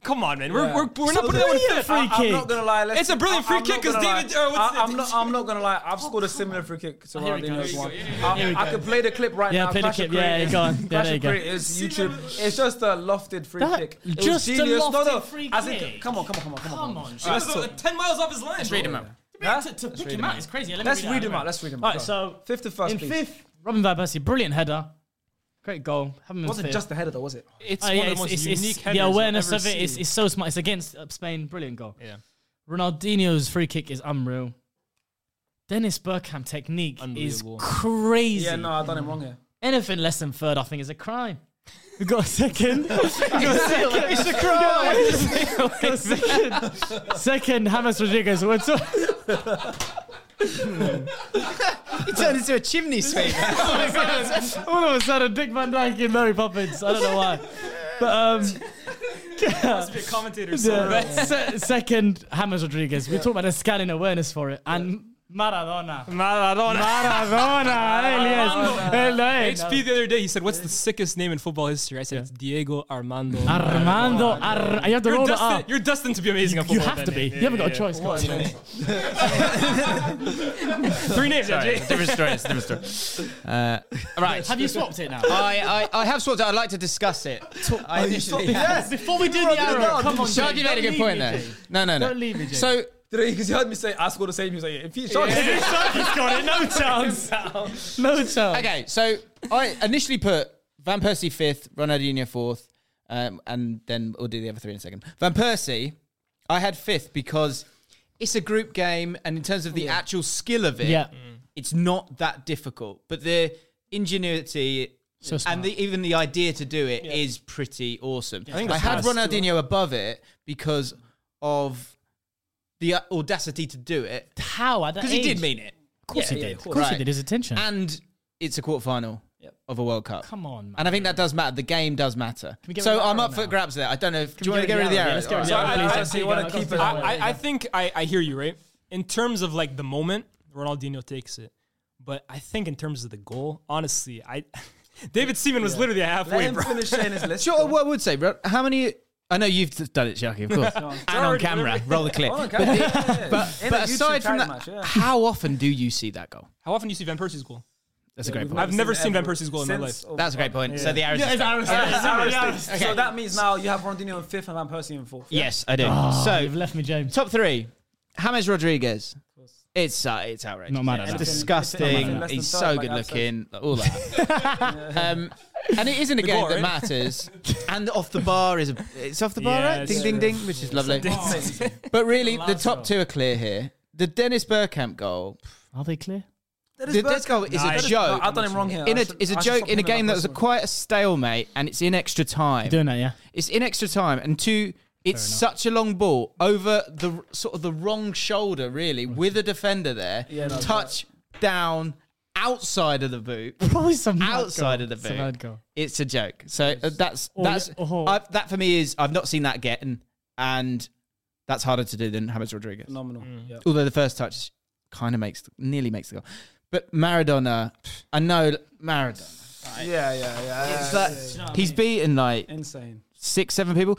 S2: Come on, man. We're,
S1: Yeah.
S2: we're,
S1: So
S2: we're not putting that one
S5: brilliant
S2: fifth.
S5: free
S2: I- I-
S1: I'm not gonna lie. let's-
S2: It's a brilliant
S1: I- I'm
S2: free
S1: not
S2: kick 'cause
S1: gonna lie.
S2: David- uh, what's
S1: I,
S2: the-
S1: am not. I'm not gonna lie. I've scored a similar free kick to
S3: Here we go,
S1: Ronaldinho's
S3: here we
S1: one.
S3: go,
S1: I, I could play the clip right
S5: Yeah,
S1: now.
S5: play the
S1: Clash
S5: clip.
S1: of
S5: Yeah,
S1: Creators.
S5: yeah, go on. Yeah,
S1: Clash
S5: there you
S1: of
S5: go.
S1: Creators, YouTube. It's just a lofted free
S5: That-
S1: kick.
S5: just a lofted
S3: free
S1: as in-
S3: kick.
S1: Come on, come on, come on, come on.
S3: Come on,
S1: All right,
S3: Let's,
S1: Let's talk.
S2: Ten miles off his line. Let's
S4: read him out.
S1: Huh?
S3: to, to pick him out is crazy. Let me
S1: Let's
S3: read,
S1: read
S3: him
S1: them out. Let's read them out.
S5: All right, so
S1: fifth to first,
S5: in
S1: please.
S5: fifth, Robin Van Persie, brilliant header, great goal. Have him in
S1: Wasn't
S5: fifth.
S1: just the header though, was it?
S2: It's
S5: Oh,
S2: one
S5: yeah,
S2: of the most
S5: it's- it's-
S2: unique
S5: the
S2: headers I've
S5: awareness
S2: ever
S5: of it is,
S2: seen.
S5: is so smart. It's against uh, Spain. Brilliant goal.
S2: Yeah.
S5: Ronaldinho's free kick is unreal. Dennis Burkham technique is
S2: Unbelievable.
S5: crazy.
S1: Yeah, no, I done it wrong here.
S5: Anything less than third, I think, is a crime. We got a second. we got a second.
S4: It's a crime.
S5: Got a second. second, James Rodriguez. What's up?
S4: he turned into a chimney sweep.
S5: All of a sudden, Dick Van Dyke and Mary Poppins. I don't know why. But um,
S2: Must be a commentator. somewhere.
S5: the se- second, James Rodriguez. We talk about a scanning awareness for it. And Maradona.
S2: Maradona.
S5: Maradona.
S2: Armando.
S5: Elias.
S2: HP the other day, he said, "What's the sickest name in football history?" I said, "It's Diego Armando."
S5: Armando. Ar- you have to
S2: You're
S5: roll the
S2: destined,
S5: R.
S2: you're destined to be amazing at
S5: You
S2: football.
S5: have to
S2: then.
S5: be.
S2: Yeah,
S5: You haven't
S2: yeah,
S5: got a
S2: yeah.
S5: choice. come on.
S2: Three names,
S4: Sorry,
S2: Jay.
S4: it's a different story. It's a different story. Uh, right. Uh,
S5: Have you swapped it now?
S4: I, I, I have swapped it. I'd like to discuss it. I initially
S5: Yes. Before we do the arrow, come on.
S4: Sharky made a
S5: Jay, don't
S4: good
S5: leave
S4: point
S5: me,
S4: there.
S5: Jay.
S4: No, no, no.
S5: Don't leave me, Jay.
S4: So
S1: Because you heard me say I scored the same. He was like, if you shot
S5: If it's Sharky's got it, no chance. No chance.
S4: okay, so I initially put Van Persie fifth, Ronaldinho fourth, um, and then we'll do the other three in a second. Van Persie, I had fifth because it's a group game, and in terms of the actual skill of it,
S5: Yeah.
S4: it's not that difficult. But the ingenuity
S5: smart.
S4: and the, even the idea to do it is pretty awesome. I,
S2: think that's
S4: had
S2: nice.
S4: Ronaldinho above it because of the uh, audacity to do it
S5: How? At that
S4: because he
S5: age?
S4: did mean it.
S5: Of course he
S1: yeah,
S5: did.
S1: of
S5: Of
S1: course.
S5: course
S4: Right.
S5: he did. His attention.
S4: and it's a quarterfinal of a World Cup.
S5: Come on, man.
S4: And I think that does matter. The game does matter.
S5: we get rid
S4: So
S5: of the
S4: I'm
S5: arrow
S4: up for
S5: now?
S4: grabs there. I don't know. If, do you want to
S5: we
S4: get rid of the arrow?
S5: Let's get rid of the
S4: All
S5: arrow.
S1: I-
S4: right.
S1: I-
S5: Please.
S1: I see you wanna
S5: Let's go.
S1: keep it.
S5: Let's go.
S2: I, I, I think I, I hear you right. In terms of like the moment, Ronaldinho takes it, but I think in terms of the goal, honestly, I David Seaman was literally
S1: Let
S2: halfway.
S1: him
S2: bro.
S1: finish saying his list.
S4: Sure. What I would say, bro, how many? I know you've done it, Sharky, of course, and on
S2: already-
S4: camera. Roll the clip.
S1: Oh, okay.
S4: But, the-
S1: Yeah, yeah, yeah.
S4: but,
S1: In a
S4: but
S1: YouTube
S4: aside from
S1: charity
S4: that,
S1: match, yeah.
S4: how often do you see that goal?
S2: How often do you see Van Persie's goal?
S4: That's a great
S2: I've
S4: point.
S2: never seen Van
S1: ever
S2: Persie's goal in my
S1: since-
S2: life.
S1: oh,
S4: That's a great point. So the arrows.
S5: Yeah, it's arrow, it's arrow, it's arrow, it's arrow.
S1: So that means now you have Ronaldinho in fifth and Van Persie in fourth.
S4: Yes, I do.
S5: Oh,
S4: so
S5: you've left me, James.
S4: top three: James Rodriguez. It's uh, it's outrageous.
S5: Not mad
S4: It's
S5: at that.
S1: Anything
S4: disgusting.
S1: less than
S4: He's
S1: third,
S4: so
S1: like
S4: good
S1: I've said.
S4: looking. All that. um, and it isn't a game
S2: goal,
S4: that
S2: right?
S4: matters. and off the bar is a, it's off the bar, right?
S2: Yes.
S4: Ding ding ding, which is lovely. but really, the top two are clear here. The Dennis Burkamp goal.
S5: Are they clear?
S1: Dennis
S4: The
S1: Bergkamp-
S4: Dennis goal is
S1: Nah,
S4: a
S1: it's-
S4: joke.
S1: no, I've done him wrong here.
S4: In
S1: I
S4: a,
S1: should-
S4: it's a
S1: I should
S4: joke
S1: stop
S4: in a
S1: doing that
S4: game that was a,
S1: first one.
S4: quite a stalemate, and it's in extra time.
S5: Doing that, yeah.
S4: It's in extra time, and two, it's such a long ball over the r- sort of the wrong shoulder, really,
S5: Oh,
S4: with a defender there.
S1: Yeah, no,
S4: touch down outside of the boot.
S5: Probably some mad
S4: Outside
S5: goal.
S4: of the
S5: It's a mad
S4: boot,
S5: goal.
S4: it's a joke. So uh, that's
S5: Oh,
S4: that's
S5: yeah. Oh.
S4: I've, that for me is I've not seen that getting, and that's harder to do than James Rodriguez.
S1: phenomenal. Yeah.
S4: Although the first touch kind of makes nearly makes the goal, but Maradona, I know Maradona.
S1: yeah, yeah, yeah.
S4: It's like, he's beaten like
S1: insane.
S4: six, seven people.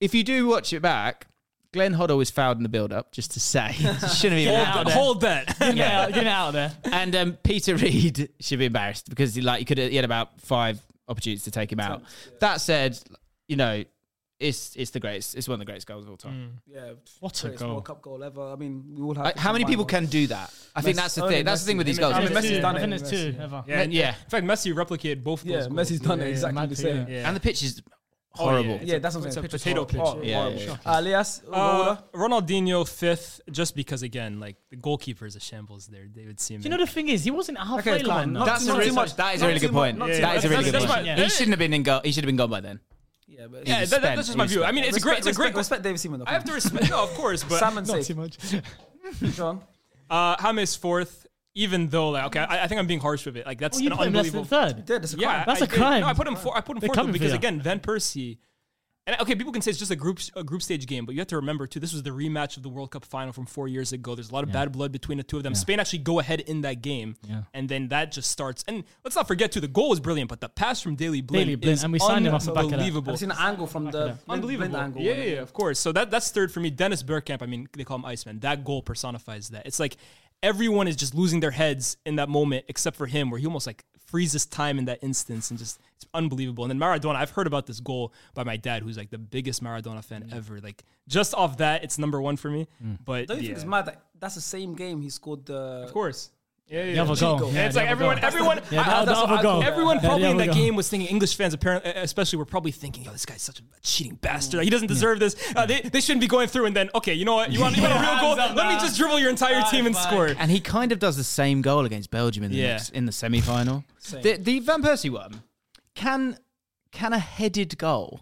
S4: If you do watch it back, Glenn Hoddle was fouled in the build-up, just to say. Shouldn't have even
S5: out
S4: happened.
S5: there.
S2: Hold that.
S5: Yeah, get it out of there.
S4: And um, Peter Reid should be embarrassed because he like he could he had about five opportunities to take him out. That said, you know, it's it's the greatest. It's one of the greatest goals of all time.
S2: Mm.
S1: Yeah,
S5: What a
S1: greatest
S5: goal.
S1: World Cup goal ever. I mean, we all have.
S4: Like, how many people can do that? I think
S1: Messi-
S4: that's the
S1: only
S4: thing. That's the thing with these
S1: Messi.
S4: goals.
S1: I mean,
S5: Yeah,
S1: Messi's
S5: yeah,
S1: done
S5: I
S1: it.
S5: think there's two
S1: Messi.
S5: ever.
S2: Yeah, and-
S4: yeah.
S2: In fact, Messi replicated both of
S1: Yeah,
S2: those goals.
S1: Messi's done it exactly
S5: mad
S1: the
S5: too,
S1: same.
S5: yeah.
S1: Yeah,
S4: And the pitch is horrible.
S2: Oh, yeah.
S1: that's what I'm
S2: It's a
S1: saying.
S2: potato
S1: pitch. is
S2: pitch,
S1: horrible.
S4: yeah.
S1: Horrible.
S4: Yeah, yeah,
S1: Uh, Elias,
S2: Uh,
S1: Ola.
S2: Ronaldinho fifth, just because again, like the goalkeeper is a shambles there. David Seaman.
S5: Do you know the thing is, he wasn't halfway
S1: Okay, come
S5: line.
S1: on,
S5: though.
S1: not-
S4: That's
S1: not
S4: a really,
S1: too much.
S4: that is a
S1: Not
S4: really
S1: too
S4: good
S1: much.
S4: point.
S1: Not
S2: too
S4: That is a
S2: much.
S4: really good
S2: That's-
S4: point.
S2: that's my-
S4: He shouldn't have been in goal. He should have been gone by then.
S1: yeah, but
S2: yeah, that,
S4: spent,
S2: that's just my
S4: he
S2: view. I mean, it's a great, it's a great.
S1: Respect David Seaman. Though,
S2: I have to respect. no, of course, but
S1: Salmon
S5: Not too
S1: safe.
S5: much.
S1: John.
S2: uh, James fourth. Even though, like, okay, I, I think I'm being harsh with it. Like, that's
S5: Oh, you
S2: an
S5: put him less than
S2: unbelievable.
S5: third.
S1: Yeah, that's a
S2: yeah,
S1: crime.
S5: That's
S2: a
S5: a crime.
S2: No, I put him. Four, I put him
S5: They're
S2: fourth though,
S5: coming for
S2: because
S5: you.
S2: again, Van Persie. And okay, people can say it's just a group a group stage game, but you have to remember too. This was the rematch of the World Cup final from four years ago. There's a lot of bad blood between the two of them. Spain actually go ahead in that game, and then that just starts. And let's not forget too, the goal was brilliant, but the pass from Daily Blind,
S5: Daley Blind,
S2: is
S5: and we signed him off the back of that.
S2: unbelievable.
S1: I've seen an angle from the
S2: Unbelievable.
S1: blind angle.
S2: yeah, yeah, yeah, of course. So that that's third for me. Dennis Bergkamp, I mean, they call him Iceman. That goal personifies that. It's like everyone is just losing their heads in that moment, except for him, where he almost like freezes time in that instance and just it's unbelievable. And then Maradona, I've heard about this goal by my dad, who's like the biggest Maradona fan ever. Like just off that, it's number one for me. But
S1: Mm. Don't you
S2: yeah.
S1: think it's mad that that's the same game he scored the?
S2: of course. Yeah, yeah,
S5: The other
S2: yeah.
S5: goal.
S1: Chico.
S5: Yeah,
S2: it's
S5: the
S2: like
S5: other
S2: everyone,
S5: goal.
S2: everyone,
S5: Yeah, the
S2: I- I-
S5: other
S2: that's what I-
S5: goal.
S2: everyone
S5: Yeah, the
S2: probably in
S5: other
S2: that
S5: goal.
S2: game was thinking English fans, apparently, especially, were probably thinking, "Yo, this guy's such a cheating bastard. Like, he doesn't deserve this. Uh, they, they shouldn't be going through." And then, okay, you know what? You want, you want a real
S3: Hands
S2: goal?
S3: up,
S2: Let me
S3: man.
S2: just dribble your entire team and
S3: High five.
S2: score.
S4: And he kind of does the same goal against Belgium in the
S2: Yeah.
S4: next, in the semi final. the, the Van Persie one can can a headed goal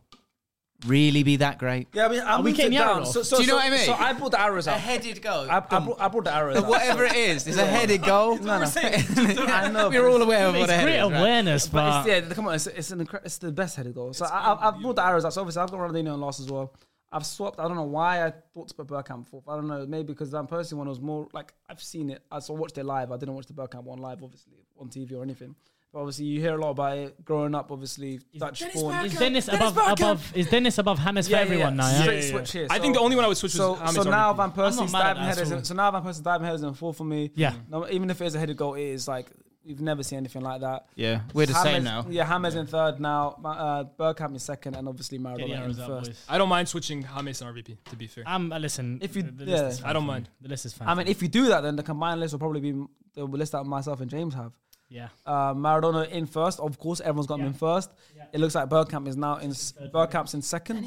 S4: really be that great?
S1: Yeah, I mean, I
S5: we
S1: moved it
S5: getting the
S1: down.
S5: arrow?
S1: So, so,
S4: Do you know
S1: so-
S4: what I mean?
S1: So I brought the arrows out.
S4: headed goal.
S1: I, I, brought, I brought the arrows out.
S4: Whatever it is, it's a headed goal.
S1: No, no. I know.
S4: We're all aware of what a
S5: It's
S4: header
S5: great
S4: is. right?
S5: awareness,
S1: But
S4: Ah.
S5: but
S1: it's, yeah, come on, it's, it's an incre- it's the best headed goal. So I, I, I've brought the arrows out. So obviously I've got Ronaldinho and loss as well. I've swapped. I don't know why I brought to Burkamp fourth. I don't know. Maybe because Van Persie one was more like I've seen it. I saw watched it live. I didn't watch the Burkamp one live, obviously on TV or anything. But obviously you hear a lot about it growing up. Obviously Dutch born.
S5: is Dennis above above is Dennis above Hammers for everyone now? Yeah.
S1: Straight
S2: yeah.
S1: switch here.
S2: I think the only one I would switch was
S1: so,
S2: James
S1: so
S2: Arnold.
S1: now Van
S5: I'm
S1: Persie's
S5: not mad at
S1: diving
S5: that
S1: header.
S5: at all.
S1: is- So now Van Persie's diving header is in four for me.
S5: Yeah.
S1: No, even if it is a headed goal, it is like we've never seen anything like that.
S4: Yeah, we're the
S1: James,
S4: same now.
S1: Yeah, Hammers in third now. Ma- Uh, Bergkamp in second, and obviously Maradona in first.
S2: I don't mind switching James and RVP. To be fair,
S5: Um, uh, listen.
S1: If you-
S5: the, the
S1: yeah.
S5: list is fine
S2: I don't
S5: for me.
S2: mind.
S5: The list is fine.
S1: I
S5: for
S1: mean,
S5: me.
S1: if you do that, then the combined list will probably be m- the list that myself and James have.
S5: yeah,
S1: Uh, Maradona in first. Of course, everyone's got him in first. It looks like Bergkamp is now in s- Bergkamp's in second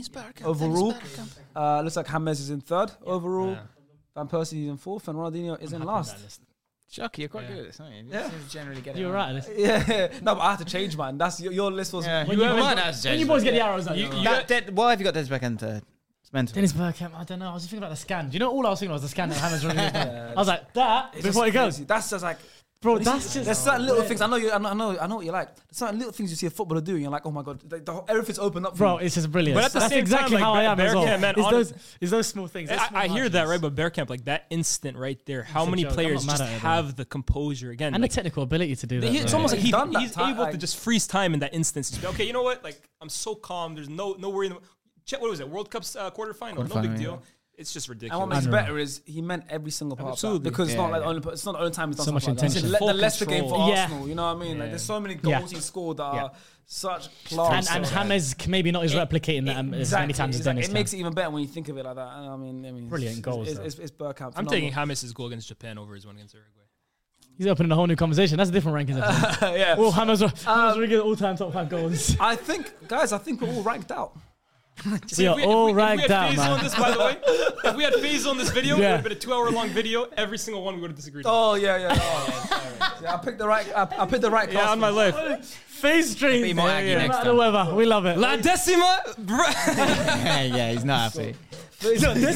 S1: overall. Uh, looks like Hammers is in third overall. Van Persie is in fourth, and Ronaldinho is in last.
S4: Chucky, you're quite good at this, aren't you? Yeah. generally get
S5: you're right. Listen.
S1: Yeah, no, but I had to change, man. That's your, your list was.
S4: Yeah.
S5: When
S4: You
S5: you,
S4: haven't got-
S5: boys-
S4: that's
S5: when you
S4: James
S5: boys get the arrows out, you,
S4: That dead- why have you got Des back in third? It's mental.
S5: Dennis Bergkamp, I don't know. I was just thinking about the scan. Do you know all I was thinking was the scan that Hammers running? his back? I was like that before it goes,
S1: That's just like.
S5: bro. That's just
S1: There's certain little things I know you. I know. I know, I know what you like. There's certain little things you see a footballer do, and you're like, oh my god, the, the, whole- everything's opened up. For
S5: bro.
S1: you.
S5: It's just brilliant.
S2: But at the
S5: that's
S2: same
S5: exactly
S2: time,
S5: how
S2: like,
S5: I am
S2: Ber-
S5: as well.
S2: Bergkamp, man,
S5: it's,
S2: honest-
S5: those, it's those small things. those
S2: I,
S5: small
S2: I hear that right,
S5: margins.
S2: but Bergkamp, like that instant right there. How
S5: It's a
S2: many
S5: joke. I'm
S2: players
S5: not mad
S2: just
S5: at it,
S2: have the composure again?
S5: and
S2: like,
S5: the technical ability to do that.
S2: He-
S5: bro.
S2: it's almost like
S1: He's
S2: he,
S1: done that
S2: he's
S1: time,
S2: able to
S1: like-
S2: just freeze time in that instance. Just be, okay, you know what? Like I'm so calm. There's no no worry. In the, check what was it? World Cup's uh, quarterfinal. no big
S4: Quarterfinal,
S2: deal. It's just
S1: And what
S2: ridiculous.
S1: makes it better is he meant every single part of
S2: Absolutely.
S1: that because it's not
S4: Yeah,
S1: like the only, it's not the only time he's done
S5: So much
S1: something like that.
S5: intention.
S1: Let the
S2: Full
S1: Leicester game for
S2: control.
S5: Yeah.
S1: Arsenal. You know what I mean? Like there's so many
S5: Yeah.
S1: goals he scored that
S4: Yeah.
S1: are such class.
S5: and and
S1: So-
S5: Hammers c- maybe not is replicating that um, as many times as
S1: exactly.
S5: Dennis.
S1: It
S5: can.
S1: makes it even better when you think of it like that. And I mean, I mean, it's-
S5: Brilliant
S1: it's,
S5: goals,
S1: It's,
S5: though.
S1: it's, it's Bergkamp.
S2: I'm
S1: Phenomenal.
S2: taking Hames's goal against Japan over his one against Uruguay.
S5: He's opening a whole new conversation. That's a different rankings. episode.
S1: yeah.
S5: All Hammers, Hammers all time top five goals.
S1: I think, guys, I think we're all ranked out.
S5: we are
S2: If we- if we-
S5: all
S2: if we had
S5: ragged out,
S2: Faisal on
S5: man.
S2: this, by the way, if we had Faisal on this video, it
S5: Yeah.
S2: would have been a two-hour-long video. Every single one we would have disagreed. on.
S1: Oh yeah, yeah. Oh, yeah, I picked the right. I, I picked the right.
S2: yeah,
S1: cast
S2: on my
S1: for
S2: life.
S5: Face dream.
S4: Be more
S5: Yeah,
S4: Aggie
S5: yeah.
S4: next
S5: No
S4: time.
S5: matter weather, we love it.
S2: La decima, bruh.
S4: yeah, yeah, he's not happy.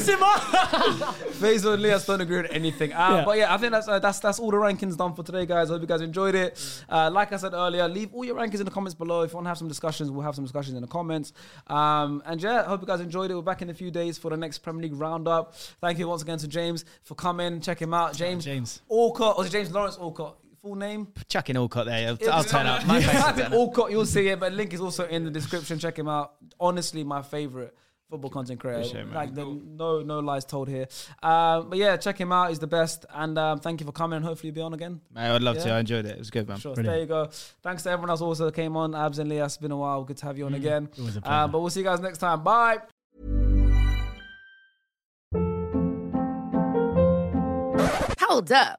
S1: Faisal and Lias don't agree on anything. Uh,
S5: Yeah.
S1: But yeah, I think that's uh, that's that's all the rankings done for today, guys. I hope you guys enjoyed it. Uh, like I said earlier, leave all your rankings in the comments below. If you want to have some discussions, we'll have some discussions in the comments. Um, and yeah, I hope you guys enjoyed it. We're back in a few days for the next Premier League roundup. Thank you once again to James for coming. Check him out, James.
S5: James.
S1: Alcott, or is it James Lawrence Alcott? Full name?
S4: Chuck in Alcott there. I'll, I'll turn up. My face will
S1: Type
S4: turn
S1: in
S4: up.
S1: Alcott, you'll see it. But link is also in the description. Check him out. Honestly, my favorite football content creator.
S4: it, man.
S1: like the, no, no lies told here. Um, but yeah, check him out. He's the best. And um, thank you for coming. And hopefully, you'll be on again.
S4: Mate, I'd love to.
S1: Yeah.
S4: I enjoyed it. It was good, man.
S1: Sure. So There you go. Thanks to everyone else also that came on. Abs and Leah, it's been a while. Good to have you
S4: Mm,
S1: on again.
S5: it was a
S1: Uh,
S5: pleasure.
S1: but we'll see you guys next time. Bye.
S7: Hold up.